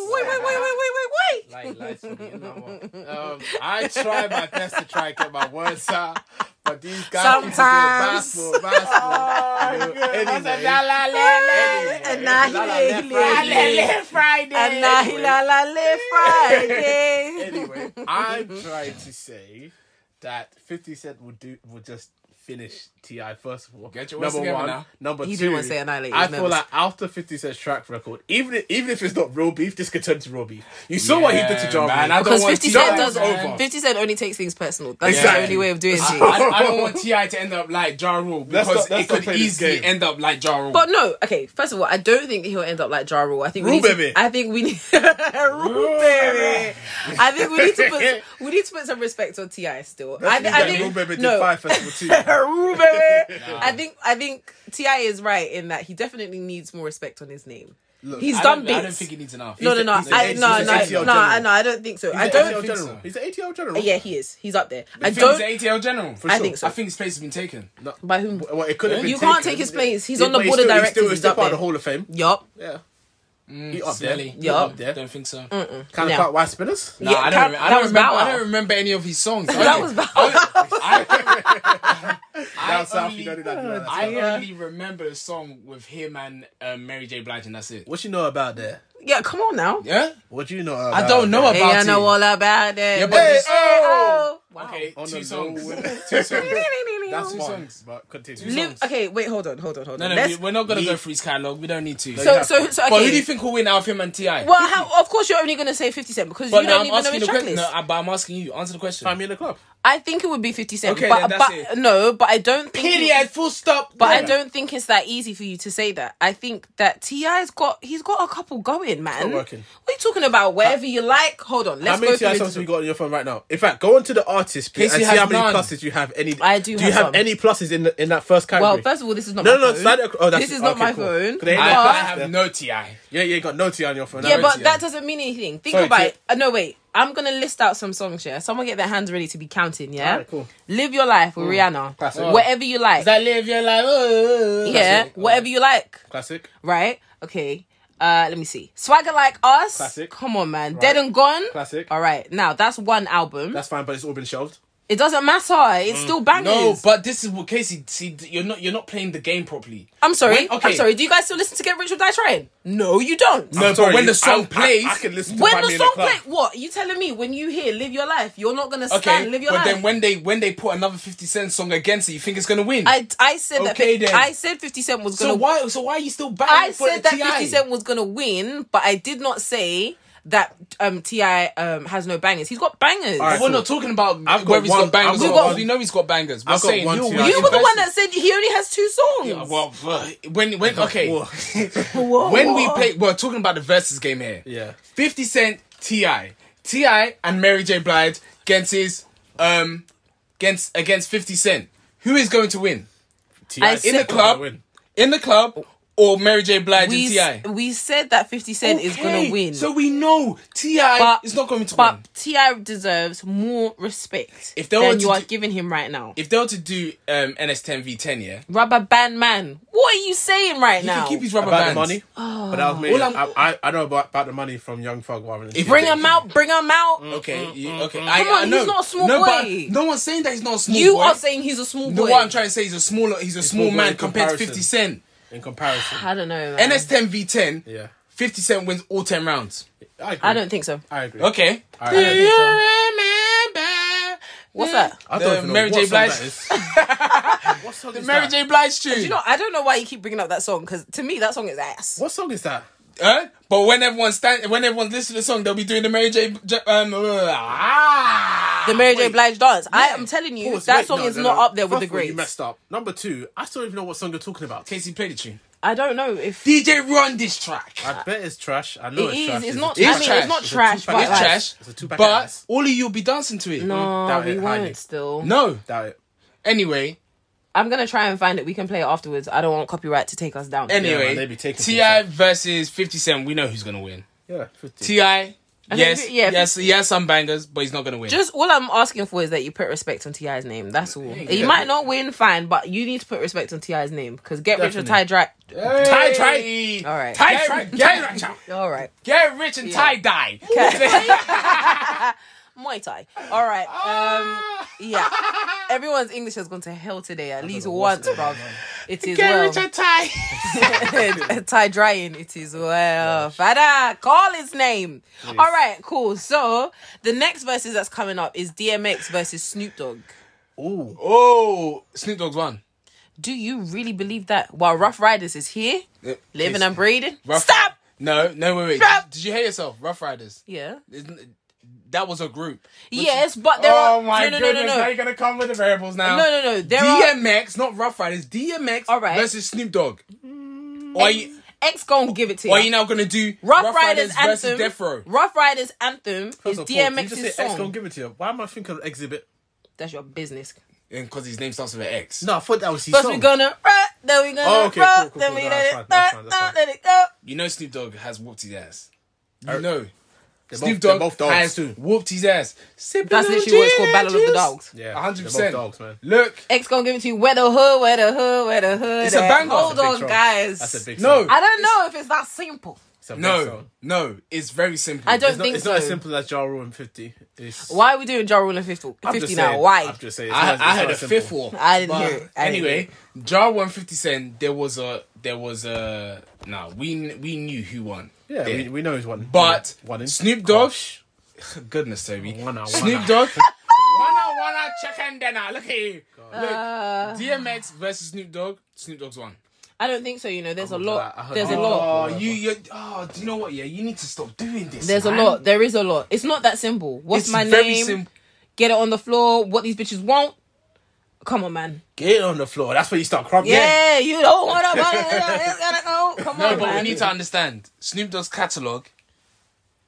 [SPEAKER 1] Wait, wait, wait, wait, wait, wait, wait.
[SPEAKER 3] Light, lights for me, you know what? Um, I try my best to try and get my words out, but these guys
[SPEAKER 1] Sometimes. Oh,
[SPEAKER 3] keep doing basketball, basketball. you know, anyway.
[SPEAKER 1] And now he
[SPEAKER 2] La, la, la, Friday.
[SPEAKER 1] Friday. And now he la la la Friday.
[SPEAKER 2] anyway, I'm trying to say that 50 Cent will do will just finish Ti first of all.
[SPEAKER 3] Get your words together
[SPEAKER 2] one,
[SPEAKER 3] now.
[SPEAKER 2] number
[SPEAKER 1] He
[SPEAKER 2] two.
[SPEAKER 1] didn't wanna say annihilate, he
[SPEAKER 2] I
[SPEAKER 1] was
[SPEAKER 2] feel
[SPEAKER 1] nervous.
[SPEAKER 2] like after 50 Cent's track record, even if, even if it's not raw beef, this could turn to raw beef. You saw what he did to
[SPEAKER 3] Yeah,
[SPEAKER 2] John.
[SPEAKER 3] man, I don't
[SPEAKER 1] Because
[SPEAKER 3] want
[SPEAKER 1] 50
[SPEAKER 3] T.I.
[SPEAKER 1] Cent
[SPEAKER 3] to
[SPEAKER 1] does
[SPEAKER 3] end
[SPEAKER 2] over.
[SPEAKER 3] up-
[SPEAKER 1] 50 Cent only takes things personal. That's
[SPEAKER 2] Exactly.
[SPEAKER 1] the only way of doing
[SPEAKER 3] I,
[SPEAKER 1] things.
[SPEAKER 3] I don't want Ti to end up like Ja Rule because
[SPEAKER 2] Let's not- let's
[SPEAKER 3] it
[SPEAKER 2] not
[SPEAKER 3] could
[SPEAKER 2] play this
[SPEAKER 3] easily
[SPEAKER 2] game.
[SPEAKER 3] end up like Ja Rule.
[SPEAKER 1] But no, okay. First of all, I don't think he'll end up like Ja Rule. I think we
[SPEAKER 2] Rule
[SPEAKER 1] need to-
[SPEAKER 2] baby.
[SPEAKER 1] I think we need Rule baby. I think we need to put we need to put some respect on Ti still. I, thi- I think
[SPEAKER 2] Lil Baby did
[SPEAKER 1] no,
[SPEAKER 2] Five Festival too.
[SPEAKER 1] Rule baby. I think I think Ti is right in that he definitely needs more respect on his name. he's
[SPEAKER 3] I
[SPEAKER 1] done
[SPEAKER 3] don't,
[SPEAKER 1] bits.
[SPEAKER 3] I don't think he needs enough.
[SPEAKER 1] no, no, no,
[SPEAKER 2] he's an
[SPEAKER 1] I,
[SPEAKER 2] eight-
[SPEAKER 1] no,
[SPEAKER 2] he's an
[SPEAKER 1] no,
[SPEAKER 2] ATL
[SPEAKER 1] no, I,
[SPEAKER 2] general.
[SPEAKER 1] no, I don't think so. I
[SPEAKER 2] He's
[SPEAKER 1] don't.
[SPEAKER 2] an ATL
[SPEAKER 1] Think,
[SPEAKER 2] general.
[SPEAKER 3] so.
[SPEAKER 2] He's an ATL general.
[SPEAKER 1] yeah, he is. He's up there. I
[SPEAKER 3] I think
[SPEAKER 1] don't.
[SPEAKER 3] he's ATL general.
[SPEAKER 2] For
[SPEAKER 1] I
[SPEAKER 2] sure.
[SPEAKER 1] think so.
[SPEAKER 3] I think his place has been taken.
[SPEAKER 1] By whom?
[SPEAKER 2] Well, it could have been
[SPEAKER 1] You can't
[SPEAKER 2] taken.
[SPEAKER 1] take his place. He's
[SPEAKER 2] Yeah,
[SPEAKER 1] on the
[SPEAKER 2] but
[SPEAKER 1] board of
[SPEAKER 2] still-
[SPEAKER 1] directors.
[SPEAKER 2] He's still,
[SPEAKER 1] He's
[SPEAKER 2] still
[SPEAKER 1] up
[SPEAKER 2] part of
[SPEAKER 1] there.
[SPEAKER 2] the Hall of Fame.
[SPEAKER 1] Yup.
[SPEAKER 2] Yeah.
[SPEAKER 3] Mm,
[SPEAKER 2] He up there.
[SPEAKER 3] Smelly.
[SPEAKER 2] He up
[SPEAKER 1] Yeah.
[SPEAKER 2] there.
[SPEAKER 3] Don't think so.
[SPEAKER 2] Kind of
[SPEAKER 1] No.
[SPEAKER 2] quite white spinners.
[SPEAKER 3] No,
[SPEAKER 1] Yeah,
[SPEAKER 3] I
[SPEAKER 1] that-
[SPEAKER 3] don't. Remember, I
[SPEAKER 1] that
[SPEAKER 3] don't
[SPEAKER 1] was
[SPEAKER 3] remember.
[SPEAKER 1] Bow Wow.
[SPEAKER 3] I don't remember any of his songs.
[SPEAKER 1] That was Bow
[SPEAKER 3] I, I,
[SPEAKER 2] Down south,
[SPEAKER 3] only-
[SPEAKER 2] you don't do that. you know that.
[SPEAKER 3] I
[SPEAKER 1] Yeah.
[SPEAKER 3] only remember a song with him and uh, Mary J. Blige, and that's it.
[SPEAKER 2] What you know about that?
[SPEAKER 1] Yeah, come on now.
[SPEAKER 3] Yeah.
[SPEAKER 2] What do you know? About
[SPEAKER 3] I don't know
[SPEAKER 2] that?
[SPEAKER 1] Hey,
[SPEAKER 3] about
[SPEAKER 1] I know
[SPEAKER 3] it.
[SPEAKER 1] all about that.
[SPEAKER 3] Yeah, but
[SPEAKER 1] Hey,
[SPEAKER 3] this-
[SPEAKER 1] oh. Wow.
[SPEAKER 3] Okay,
[SPEAKER 2] On
[SPEAKER 3] two
[SPEAKER 2] the
[SPEAKER 3] songs.
[SPEAKER 2] low.
[SPEAKER 3] two songs.
[SPEAKER 2] That's
[SPEAKER 3] Two
[SPEAKER 2] fine,
[SPEAKER 3] songs.
[SPEAKER 2] But continue.
[SPEAKER 3] Two
[SPEAKER 1] Liv-
[SPEAKER 3] songs.
[SPEAKER 1] okay, wait, hold on, hold on, hold
[SPEAKER 3] No,
[SPEAKER 1] on.
[SPEAKER 3] no, we,
[SPEAKER 1] Let's-
[SPEAKER 3] we're not gonna
[SPEAKER 2] Leave.
[SPEAKER 3] go through his catalog. We don't need to.
[SPEAKER 1] so,
[SPEAKER 2] have
[SPEAKER 1] so,
[SPEAKER 2] to.
[SPEAKER 1] so, okay.
[SPEAKER 3] but who do you think will win out of him and Ti?
[SPEAKER 1] well, how, of course, you're only going to say 50 Cent because
[SPEAKER 3] but
[SPEAKER 1] you
[SPEAKER 3] no,
[SPEAKER 1] don't
[SPEAKER 3] I'm
[SPEAKER 1] even know
[SPEAKER 3] asking
[SPEAKER 1] his
[SPEAKER 3] the
[SPEAKER 1] track
[SPEAKER 3] question.
[SPEAKER 1] list.
[SPEAKER 3] No, I- but I'm asking you. Answer the question.
[SPEAKER 2] Find me in the club.
[SPEAKER 1] I think it would be 50 Cent.
[SPEAKER 3] Okay,
[SPEAKER 1] but
[SPEAKER 3] then that's
[SPEAKER 1] but
[SPEAKER 3] it.
[SPEAKER 1] no, but I don't think.
[SPEAKER 3] Period. Full stop.
[SPEAKER 1] But I
[SPEAKER 3] Yeah.
[SPEAKER 1] don't think it's that easy for you to say that. I think that Ti's got he's got a couple going, man.
[SPEAKER 2] not working.
[SPEAKER 1] What are you talking about? Wherever you like. Hold on,
[SPEAKER 2] How
[SPEAKER 1] let's
[SPEAKER 2] many
[SPEAKER 1] go
[SPEAKER 2] TI songs
[SPEAKER 1] through. this-
[SPEAKER 2] have you got on your phone right now? In fact, go on to the artist bit
[SPEAKER 3] Casey
[SPEAKER 2] and see
[SPEAKER 3] has
[SPEAKER 2] how many
[SPEAKER 3] none.
[SPEAKER 2] pluses you have. Any?
[SPEAKER 1] I do
[SPEAKER 2] Do you
[SPEAKER 1] have
[SPEAKER 2] have
[SPEAKER 1] some.
[SPEAKER 2] any pluses in the, in that first
[SPEAKER 1] Well,
[SPEAKER 2] category?
[SPEAKER 1] first of all, this is not
[SPEAKER 2] no,
[SPEAKER 1] my
[SPEAKER 2] no, no.
[SPEAKER 1] phone.
[SPEAKER 2] Slide it across. Oh, that's
[SPEAKER 1] this
[SPEAKER 2] it.
[SPEAKER 1] is not
[SPEAKER 2] Okay,
[SPEAKER 1] my
[SPEAKER 2] cool.
[SPEAKER 1] phone.
[SPEAKER 2] They-
[SPEAKER 3] I,
[SPEAKER 1] But-
[SPEAKER 3] I have no ti.
[SPEAKER 2] Yeah, yeah, you got no TI on your phone.
[SPEAKER 1] Yeah,
[SPEAKER 2] No
[SPEAKER 1] but
[SPEAKER 2] TI.
[SPEAKER 1] that doesn't mean anything. Think
[SPEAKER 2] Sorry,
[SPEAKER 1] about
[SPEAKER 2] Tia.
[SPEAKER 1] it. Uh, no, wait. I'm gonna list out some songs. Yeah, someone get their hands ready to be counting. Yeah,
[SPEAKER 2] Alright, cool.
[SPEAKER 1] Live your life with Rihanna.
[SPEAKER 2] Classic.
[SPEAKER 1] Whatever you like.
[SPEAKER 3] That live your life. oh,
[SPEAKER 1] yeah,
[SPEAKER 3] that's it.
[SPEAKER 1] whatever you like.
[SPEAKER 2] classic.
[SPEAKER 1] Right? Okay. Uh, let me see. Swagger like us.
[SPEAKER 2] Classic.
[SPEAKER 1] Come on, man. Dead and gone.
[SPEAKER 2] Classic.
[SPEAKER 1] All right. Now that's one album.
[SPEAKER 2] That's fine, but it's all been shelved.
[SPEAKER 1] it doesn't matter. It's still bangers.
[SPEAKER 3] No, but this is what Casey. See, you're not you're not playing the game properly.
[SPEAKER 1] I'm sorry.
[SPEAKER 3] Wait, okay.
[SPEAKER 1] I'm sorry. Do you guys still listen to Get Rich or Die Trying? No, you don't.
[SPEAKER 3] No, but when the song
[SPEAKER 2] I- I-
[SPEAKER 3] plays,
[SPEAKER 2] I, can listen to
[SPEAKER 1] When
[SPEAKER 2] Find
[SPEAKER 1] the
[SPEAKER 2] Me in
[SPEAKER 1] song
[SPEAKER 2] Club.
[SPEAKER 1] play, what you telling me? When you hear "Live Your Life," you're not gonna stand.
[SPEAKER 3] okay,
[SPEAKER 1] Live
[SPEAKER 3] but
[SPEAKER 1] your life.
[SPEAKER 3] then when they when they put another Fifty Cent song against it, you think it's gonna win?
[SPEAKER 1] I, I said
[SPEAKER 3] Okay,
[SPEAKER 1] that
[SPEAKER 3] then.
[SPEAKER 1] I said 50 Cent was
[SPEAKER 3] so
[SPEAKER 1] gonna win.
[SPEAKER 3] why so why are you still battling
[SPEAKER 1] I
[SPEAKER 3] for
[SPEAKER 1] said
[SPEAKER 3] the
[SPEAKER 1] that 50
[SPEAKER 3] TI?
[SPEAKER 1] Cent was gonna win, but I did not say that um TI um has no bangers. He's got bangers.
[SPEAKER 2] Alright,
[SPEAKER 3] We're not talking about
[SPEAKER 2] I've got
[SPEAKER 3] whether he's
[SPEAKER 2] one-
[SPEAKER 3] got bangers
[SPEAKER 1] I've
[SPEAKER 3] or
[SPEAKER 1] got
[SPEAKER 3] not.
[SPEAKER 1] one-
[SPEAKER 3] We know he's got bangers. We're
[SPEAKER 2] I've got
[SPEAKER 3] saying
[SPEAKER 2] one
[SPEAKER 3] you
[SPEAKER 2] TI.
[SPEAKER 3] were
[SPEAKER 1] you were the one that
[SPEAKER 3] invested.
[SPEAKER 1] said he only has two songs.
[SPEAKER 3] Yeah, Well, fuck. when when okay,
[SPEAKER 2] Whoa.
[SPEAKER 1] Whoa,
[SPEAKER 3] when we
[SPEAKER 1] whoa.
[SPEAKER 3] play, we're talking about the versus game here.
[SPEAKER 2] Yeah.
[SPEAKER 3] Fifty Cent, Ti, Ti, and Mary J. Blige against his, um, against against Fifty Cent. Who is going to win
[SPEAKER 2] TI
[SPEAKER 1] I
[SPEAKER 2] is
[SPEAKER 1] said-
[SPEAKER 2] not
[SPEAKER 1] In the
[SPEAKER 2] gonna
[SPEAKER 3] club.
[SPEAKER 2] win.
[SPEAKER 3] in the club or Mary J. Blige
[SPEAKER 1] we,
[SPEAKER 3] and Ti?
[SPEAKER 1] we said that 50 Cent is gonna
[SPEAKER 3] Okay,
[SPEAKER 1] win.
[SPEAKER 3] So we know Ti
[SPEAKER 1] But-
[SPEAKER 3] is not going to win.
[SPEAKER 1] but Ti deserves more respect
[SPEAKER 3] If they were
[SPEAKER 1] than
[SPEAKER 3] to
[SPEAKER 1] you are
[SPEAKER 3] do-
[SPEAKER 1] giving him right now.
[SPEAKER 3] If they were to do um, NS10 v10, yeah,
[SPEAKER 1] Rubber band man, what are you saying right
[SPEAKER 3] he
[SPEAKER 1] now?
[SPEAKER 3] can keep his rubber bands.
[SPEAKER 2] About the money, but that was me.
[SPEAKER 3] All I'm-
[SPEAKER 2] I, I, I know about, about the money from Young Thug rather than
[SPEAKER 3] If-
[SPEAKER 1] Bring him out, bring him out.
[SPEAKER 3] Okay, you, okay. I,
[SPEAKER 1] Mm, Come on,
[SPEAKER 3] I know.
[SPEAKER 1] he's not a small
[SPEAKER 3] no, but
[SPEAKER 1] boy.
[SPEAKER 3] no one's saying that he's not a small
[SPEAKER 1] You
[SPEAKER 3] boy.
[SPEAKER 1] are saying he's a small
[SPEAKER 3] No,
[SPEAKER 1] boy.
[SPEAKER 3] what I'm trying to say is a smaller. He's a small,
[SPEAKER 2] small boy
[SPEAKER 3] man
[SPEAKER 2] in
[SPEAKER 3] compared to
[SPEAKER 2] comparison.
[SPEAKER 3] 50 Cent.
[SPEAKER 2] in comparison.
[SPEAKER 1] I don't know. Man.
[SPEAKER 3] NS10 v10.
[SPEAKER 2] Yeah,
[SPEAKER 3] 50 Cent wins all 10 rounds.
[SPEAKER 2] I agree.
[SPEAKER 1] I don't think so.
[SPEAKER 2] I agree.
[SPEAKER 3] Okay.
[SPEAKER 2] I
[SPEAKER 3] Do
[SPEAKER 2] don't think
[SPEAKER 3] you
[SPEAKER 1] so.
[SPEAKER 3] remember?
[SPEAKER 1] What's that?
[SPEAKER 2] I
[SPEAKER 3] The
[SPEAKER 2] don't even know
[SPEAKER 3] Mary
[SPEAKER 2] what
[SPEAKER 3] J.
[SPEAKER 2] song
[SPEAKER 3] Blige.
[SPEAKER 2] that is. what song is
[SPEAKER 3] Mary
[SPEAKER 2] that?
[SPEAKER 3] J. Blige tune.
[SPEAKER 1] You know, I don't know why you keep bringing up that song because to me that song is ass.
[SPEAKER 2] What song is that?
[SPEAKER 3] Huh? But when everyone stand, when everyone listens to the song, they'll be doing the Mary J. J- um, ah.
[SPEAKER 1] The Mary J.
[SPEAKER 2] wait.
[SPEAKER 1] Blige dance. I am telling you,
[SPEAKER 2] Pause,
[SPEAKER 1] that
[SPEAKER 2] wait,
[SPEAKER 1] song
[SPEAKER 2] no,
[SPEAKER 1] is
[SPEAKER 2] no,
[SPEAKER 1] not
[SPEAKER 2] no.
[SPEAKER 1] up there
[SPEAKER 2] First
[SPEAKER 1] with the
[SPEAKER 2] of all, You
[SPEAKER 1] greats.
[SPEAKER 2] messed up. Number two, I still don't even know what song you're talking about.
[SPEAKER 3] Casey, play the tune.
[SPEAKER 1] I don't know if
[SPEAKER 3] DJ, run this track.
[SPEAKER 2] I bet it's trash. I know
[SPEAKER 1] it
[SPEAKER 2] it's
[SPEAKER 1] is.
[SPEAKER 2] trash.
[SPEAKER 1] It's not.
[SPEAKER 3] It's
[SPEAKER 1] I mean,
[SPEAKER 3] trash.
[SPEAKER 1] it's not
[SPEAKER 3] It's
[SPEAKER 2] a
[SPEAKER 1] trash,
[SPEAKER 2] two-pack.
[SPEAKER 1] but
[SPEAKER 3] it's
[SPEAKER 1] like,
[SPEAKER 3] trash.
[SPEAKER 2] It's a two-pack
[SPEAKER 3] but
[SPEAKER 2] ass.
[SPEAKER 3] all of you'll be dancing to it.
[SPEAKER 1] No,
[SPEAKER 2] Doubt
[SPEAKER 1] we
[SPEAKER 2] it,
[SPEAKER 1] won't.
[SPEAKER 2] highly.
[SPEAKER 1] Still,
[SPEAKER 3] No.
[SPEAKER 2] Doubt it.
[SPEAKER 3] Anyway,
[SPEAKER 1] I'm gonna try and find it. We can play it afterwards. I don't want copyright to take us down.
[SPEAKER 3] anyway,
[SPEAKER 2] man, they be taking
[SPEAKER 3] Ti versus Fifty Cent. We know who's gonna win.
[SPEAKER 2] Yeah, 50.
[SPEAKER 3] Ti. Yes,
[SPEAKER 1] think- yeah,
[SPEAKER 3] yes, he has some bangers, but he's not gonna win.
[SPEAKER 1] Just all I'm asking for is that you put respect on Ti's name. That's all. You might not win, fine, but you need to put respect on Ti's name because get rich or tie dry.
[SPEAKER 3] tie
[SPEAKER 2] Hey.
[SPEAKER 3] dry.
[SPEAKER 1] All right.
[SPEAKER 3] Tie dry. Tie dry.
[SPEAKER 1] All right.
[SPEAKER 3] Get rich and tie dye.
[SPEAKER 1] Muay Thai. All right.
[SPEAKER 3] Ah.
[SPEAKER 1] Um, yeah. Everyone's English has gone to hell today, at least once, bruv. It is well.
[SPEAKER 3] tie.
[SPEAKER 1] Tie drying, it is well. Father, call his name. All right, cool. So the next verses that's coming up is DMX versus Snoop Dogg.
[SPEAKER 2] Ooh.
[SPEAKER 3] Oh, Snoop Dogg's won.
[SPEAKER 1] Do you really believe that? While Rough Riders is here, living and breathing.
[SPEAKER 3] Rough-
[SPEAKER 1] Stop.
[SPEAKER 3] No, no, wait, wait.
[SPEAKER 1] Stop!
[SPEAKER 3] Did you hear yourself? Rough Riders.
[SPEAKER 1] Yeah.
[SPEAKER 3] Isn't- That was a group.
[SPEAKER 1] Yes, but there
[SPEAKER 3] oh
[SPEAKER 1] are.
[SPEAKER 3] my
[SPEAKER 1] no, no,
[SPEAKER 3] goodness!
[SPEAKER 1] no,
[SPEAKER 3] Now
[SPEAKER 1] no,
[SPEAKER 3] you're gonna come with the variables now.
[SPEAKER 1] no, no, no. There are.
[SPEAKER 3] DMX, not Rough Riders. DMX
[SPEAKER 1] All right.
[SPEAKER 3] versus Snoop Dogg. Or are you,
[SPEAKER 1] X gonna give it to
[SPEAKER 3] or
[SPEAKER 1] you.
[SPEAKER 3] are you now gonna do
[SPEAKER 1] Rough, Riders,
[SPEAKER 3] versus
[SPEAKER 1] anthem.
[SPEAKER 3] Death Row?
[SPEAKER 1] Rough Riders anthem is
[SPEAKER 2] First of all, did you
[SPEAKER 1] DMX's
[SPEAKER 2] just say X gonna
[SPEAKER 1] song.
[SPEAKER 2] give it to you. Why am I thinking of Exhibit?
[SPEAKER 1] That's your business.
[SPEAKER 3] Because his name starts with an X.
[SPEAKER 2] No, I thought that was his
[SPEAKER 1] First
[SPEAKER 2] song.
[SPEAKER 1] we gonna rock, then we gonna
[SPEAKER 2] Oh, okay, cool,
[SPEAKER 1] rock,
[SPEAKER 2] cool,
[SPEAKER 1] then
[SPEAKER 2] cool. No,
[SPEAKER 1] we let
[SPEAKER 2] that's
[SPEAKER 1] it
[SPEAKER 2] fine,
[SPEAKER 1] rock,
[SPEAKER 2] that's fine, that's fine.
[SPEAKER 1] let it go.
[SPEAKER 3] You know Snoop Dogg has whooped his ass. You know.
[SPEAKER 2] They're
[SPEAKER 3] Snoop
[SPEAKER 2] Uh, both- they're
[SPEAKER 3] Dogg
[SPEAKER 2] both dogs
[SPEAKER 3] has
[SPEAKER 2] too.
[SPEAKER 3] whooped his ass. Sipping
[SPEAKER 1] That's
[SPEAKER 3] on
[SPEAKER 1] literally what it's called,
[SPEAKER 3] gin
[SPEAKER 1] Battle of
[SPEAKER 3] and
[SPEAKER 1] the
[SPEAKER 3] juice.
[SPEAKER 1] Dogs.
[SPEAKER 2] Yeah,
[SPEAKER 3] A hundred
[SPEAKER 2] they're both
[SPEAKER 3] percent.
[SPEAKER 2] dogs, man.
[SPEAKER 3] Look,
[SPEAKER 1] X gonna give it to you. Where the hood, where the hood, where the hood.
[SPEAKER 3] It's a
[SPEAKER 1] at?
[SPEAKER 3] banger.
[SPEAKER 2] That's
[SPEAKER 1] Hold
[SPEAKER 2] a big
[SPEAKER 1] on,
[SPEAKER 2] song.
[SPEAKER 1] guys.
[SPEAKER 2] That's a big
[SPEAKER 3] No.
[SPEAKER 2] song.
[SPEAKER 1] I don't know if it's that simple.
[SPEAKER 2] It's a big
[SPEAKER 3] no,
[SPEAKER 2] song.
[SPEAKER 3] no, it's very simple.
[SPEAKER 1] I don't
[SPEAKER 2] It's not,
[SPEAKER 1] think
[SPEAKER 2] it's
[SPEAKER 1] so.
[SPEAKER 2] not as simple as Ja Rule and 50. It's,
[SPEAKER 1] Why are we doing Ja Rule and 50,
[SPEAKER 2] I'm
[SPEAKER 1] 50
[SPEAKER 2] just
[SPEAKER 1] now?
[SPEAKER 2] saying,
[SPEAKER 1] Why?
[SPEAKER 2] I'm just saying. it's
[SPEAKER 3] I,
[SPEAKER 2] not-
[SPEAKER 3] I
[SPEAKER 2] it's
[SPEAKER 3] heard
[SPEAKER 2] not
[SPEAKER 3] a
[SPEAKER 2] as simple.
[SPEAKER 3] fifth war.
[SPEAKER 1] I didn't
[SPEAKER 3] But
[SPEAKER 1] hear it. I didn't
[SPEAKER 3] anyway, Jar one fifty cent. There was a there was a nah. We we knew who won.
[SPEAKER 2] Yeah, we, we know he's one.
[SPEAKER 3] But
[SPEAKER 2] one in.
[SPEAKER 3] Snoop Dogg. Goodness, Toby.
[SPEAKER 2] Wanna,
[SPEAKER 3] Snoop
[SPEAKER 2] wanna.
[SPEAKER 3] Dogg. Oh, wanna wanna chicken dinner. Look at you. Look, DMX versus Snoop Dogg. Snoop Dogg's won.
[SPEAKER 1] Uh, I don't think so. You know, there's a
[SPEAKER 2] up for
[SPEAKER 1] lot.
[SPEAKER 2] that. I heard
[SPEAKER 1] There's a
[SPEAKER 2] that.
[SPEAKER 1] lot.
[SPEAKER 3] Oh, you you. Oh, do you know what? Yeah, you need to stop doing this.
[SPEAKER 1] There's a
[SPEAKER 3] man.
[SPEAKER 1] lot. There is a lot. It's not that simple. What's
[SPEAKER 3] It's
[SPEAKER 1] my
[SPEAKER 3] very
[SPEAKER 1] name?
[SPEAKER 3] simple.
[SPEAKER 1] get it on the floor. What these bitches want. Come on, man.
[SPEAKER 2] Get on the floor. That's where you start crumbling.
[SPEAKER 1] Yeah, you don't want to buy it. It's gonna go. Come
[SPEAKER 3] No,
[SPEAKER 1] on,
[SPEAKER 3] but we
[SPEAKER 1] Oh, man.
[SPEAKER 3] need to understand Snoop Dogg's catalog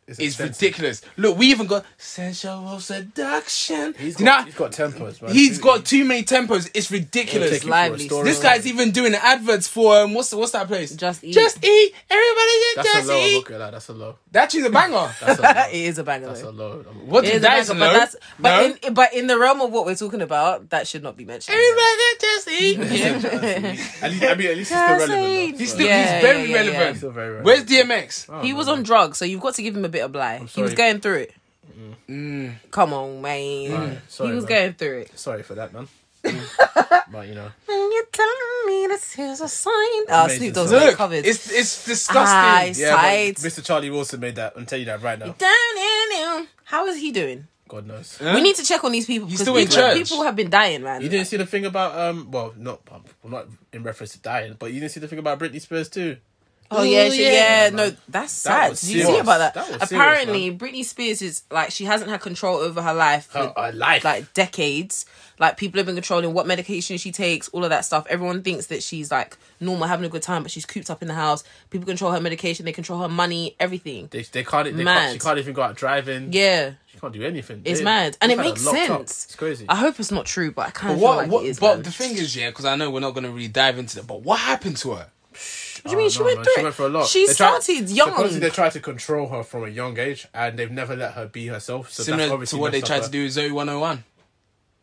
[SPEAKER 2] It's,
[SPEAKER 3] is
[SPEAKER 2] expensive.
[SPEAKER 3] ridiculous. Look, we even got sensual seduction.
[SPEAKER 2] He's got,
[SPEAKER 3] now
[SPEAKER 2] he's got tempers, man.
[SPEAKER 3] he's got too many tempos. It's ridiculous.
[SPEAKER 1] It's lively.
[SPEAKER 3] This guy's even doing adverts for um, what's what's that place?
[SPEAKER 1] Just Eat.
[SPEAKER 3] Just eat. Everybody just,
[SPEAKER 2] That's a
[SPEAKER 3] just
[SPEAKER 2] low.
[SPEAKER 3] eat.
[SPEAKER 2] Look at that. That's a low.
[SPEAKER 3] That she's a banger.
[SPEAKER 2] That's a low.
[SPEAKER 1] it is a banger.
[SPEAKER 2] That's a
[SPEAKER 1] though.
[SPEAKER 2] low.
[SPEAKER 3] What
[SPEAKER 1] It
[SPEAKER 3] is
[SPEAKER 1] is a
[SPEAKER 3] that? Is
[SPEAKER 1] banger, but
[SPEAKER 3] low?
[SPEAKER 1] that's but
[SPEAKER 3] no?
[SPEAKER 1] in but in the realm of what we're talking about, that should not be mentioned.
[SPEAKER 3] everybody just eat. Yeah.
[SPEAKER 2] At least, I mean, at least he's still relevant. though.
[SPEAKER 1] He's
[SPEAKER 3] He's
[SPEAKER 2] So,
[SPEAKER 3] still
[SPEAKER 1] Yeah,
[SPEAKER 3] he's very
[SPEAKER 1] yeah, yeah, yeah.
[SPEAKER 3] relevant.
[SPEAKER 2] he's still very relevant.
[SPEAKER 3] Where's DMX?
[SPEAKER 1] He was on drugs, so you've got to give him a bit of lie. He was
[SPEAKER 2] sorry.
[SPEAKER 1] going through it. Mm, Come on, man.
[SPEAKER 2] sorry,
[SPEAKER 1] he was
[SPEAKER 2] man.
[SPEAKER 1] going through it.
[SPEAKER 2] Sorry for that, man. but you know,
[SPEAKER 1] And you tell me this is a sign. Oh,
[SPEAKER 2] Amazing
[SPEAKER 1] Snoop Dogg's
[SPEAKER 2] song.
[SPEAKER 1] got
[SPEAKER 3] Look,
[SPEAKER 1] it covered. Ah,
[SPEAKER 3] it's it's
[SPEAKER 1] I
[SPEAKER 3] disgusting.
[SPEAKER 1] see.
[SPEAKER 2] yeah, but
[SPEAKER 1] Sides.
[SPEAKER 2] Mr. Charlie Wilson made that. I'm telling you that right now.
[SPEAKER 1] Down in him. How is he doing?
[SPEAKER 2] God knows.
[SPEAKER 1] We need to check on these people. because
[SPEAKER 3] still in
[SPEAKER 1] people,
[SPEAKER 3] church.
[SPEAKER 1] people have been dying, man.
[SPEAKER 2] You didn't see the thing about um, well, not um, not in reference to dying, but you didn't see the thing about Britney Spears too.
[SPEAKER 1] Oh yeah, she,
[SPEAKER 3] yeah.
[SPEAKER 1] yeah, no, that's sad.
[SPEAKER 2] was
[SPEAKER 1] Did you see
[SPEAKER 2] serious.
[SPEAKER 1] about that?
[SPEAKER 2] That was serious,
[SPEAKER 1] Apparently, Britney Spears is like she hasn't had control over her life for
[SPEAKER 2] Her- her life.
[SPEAKER 1] like decades. Like people have been controlling what medication she takes, all of that stuff. Everyone thinks that she's like normal, having a good time, but she's cooped up in the house. People control her medication, they control her money, everything.
[SPEAKER 2] They they can't they
[SPEAKER 1] Mad.
[SPEAKER 2] can't, she can't even go out driving.
[SPEAKER 1] Yeah,
[SPEAKER 2] she can't do anything.
[SPEAKER 1] it's
[SPEAKER 2] They-
[SPEAKER 1] mad, and
[SPEAKER 2] they
[SPEAKER 1] it
[SPEAKER 2] had her
[SPEAKER 1] makes
[SPEAKER 2] locked up.
[SPEAKER 1] sense. Uh,
[SPEAKER 2] It's crazy.
[SPEAKER 1] I hope it's not true, but I kind of feel
[SPEAKER 3] What,
[SPEAKER 1] like
[SPEAKER 3] what,
[SPEAKER 1] it is.
[SPEAKER 3] but
[SPEAKER 1] man.
[SPEAKER 3] the thing is, yeah, because I know we're not going to really dive into that, but what happened to her?
[SPEAKER 1] what do you mean?
[SPEAKER 2] Oh,
[SPEAKER 1] she
[SPEAKER 2] no,
[SPEAKER 1] went
[SPEAKER 2] man,
[SPEAKER 1] through
[SPEAKER 2] she
[SPEAKER 1] it.
[SPEAKER 2] Went for a lot.
[SPEAKER 1] She
[SPEAKER 2] They tried-
[SPEAKER 1] started
[SPEAKER 2] Supposedly they
[SPEAKER 1] young.
[SPEAKER 2] tried to control her from a young age, and they've never let her be herself. So that's
[SPEAKER 3] Similar
[SPEAKER 2] obviously
[SPEAKER 3] to what they
[SPEAKER 2] messed
[SPEAKER 3] tried
[SPEAKER 2] up
[SPEAKER 3] to do with Zoe 101.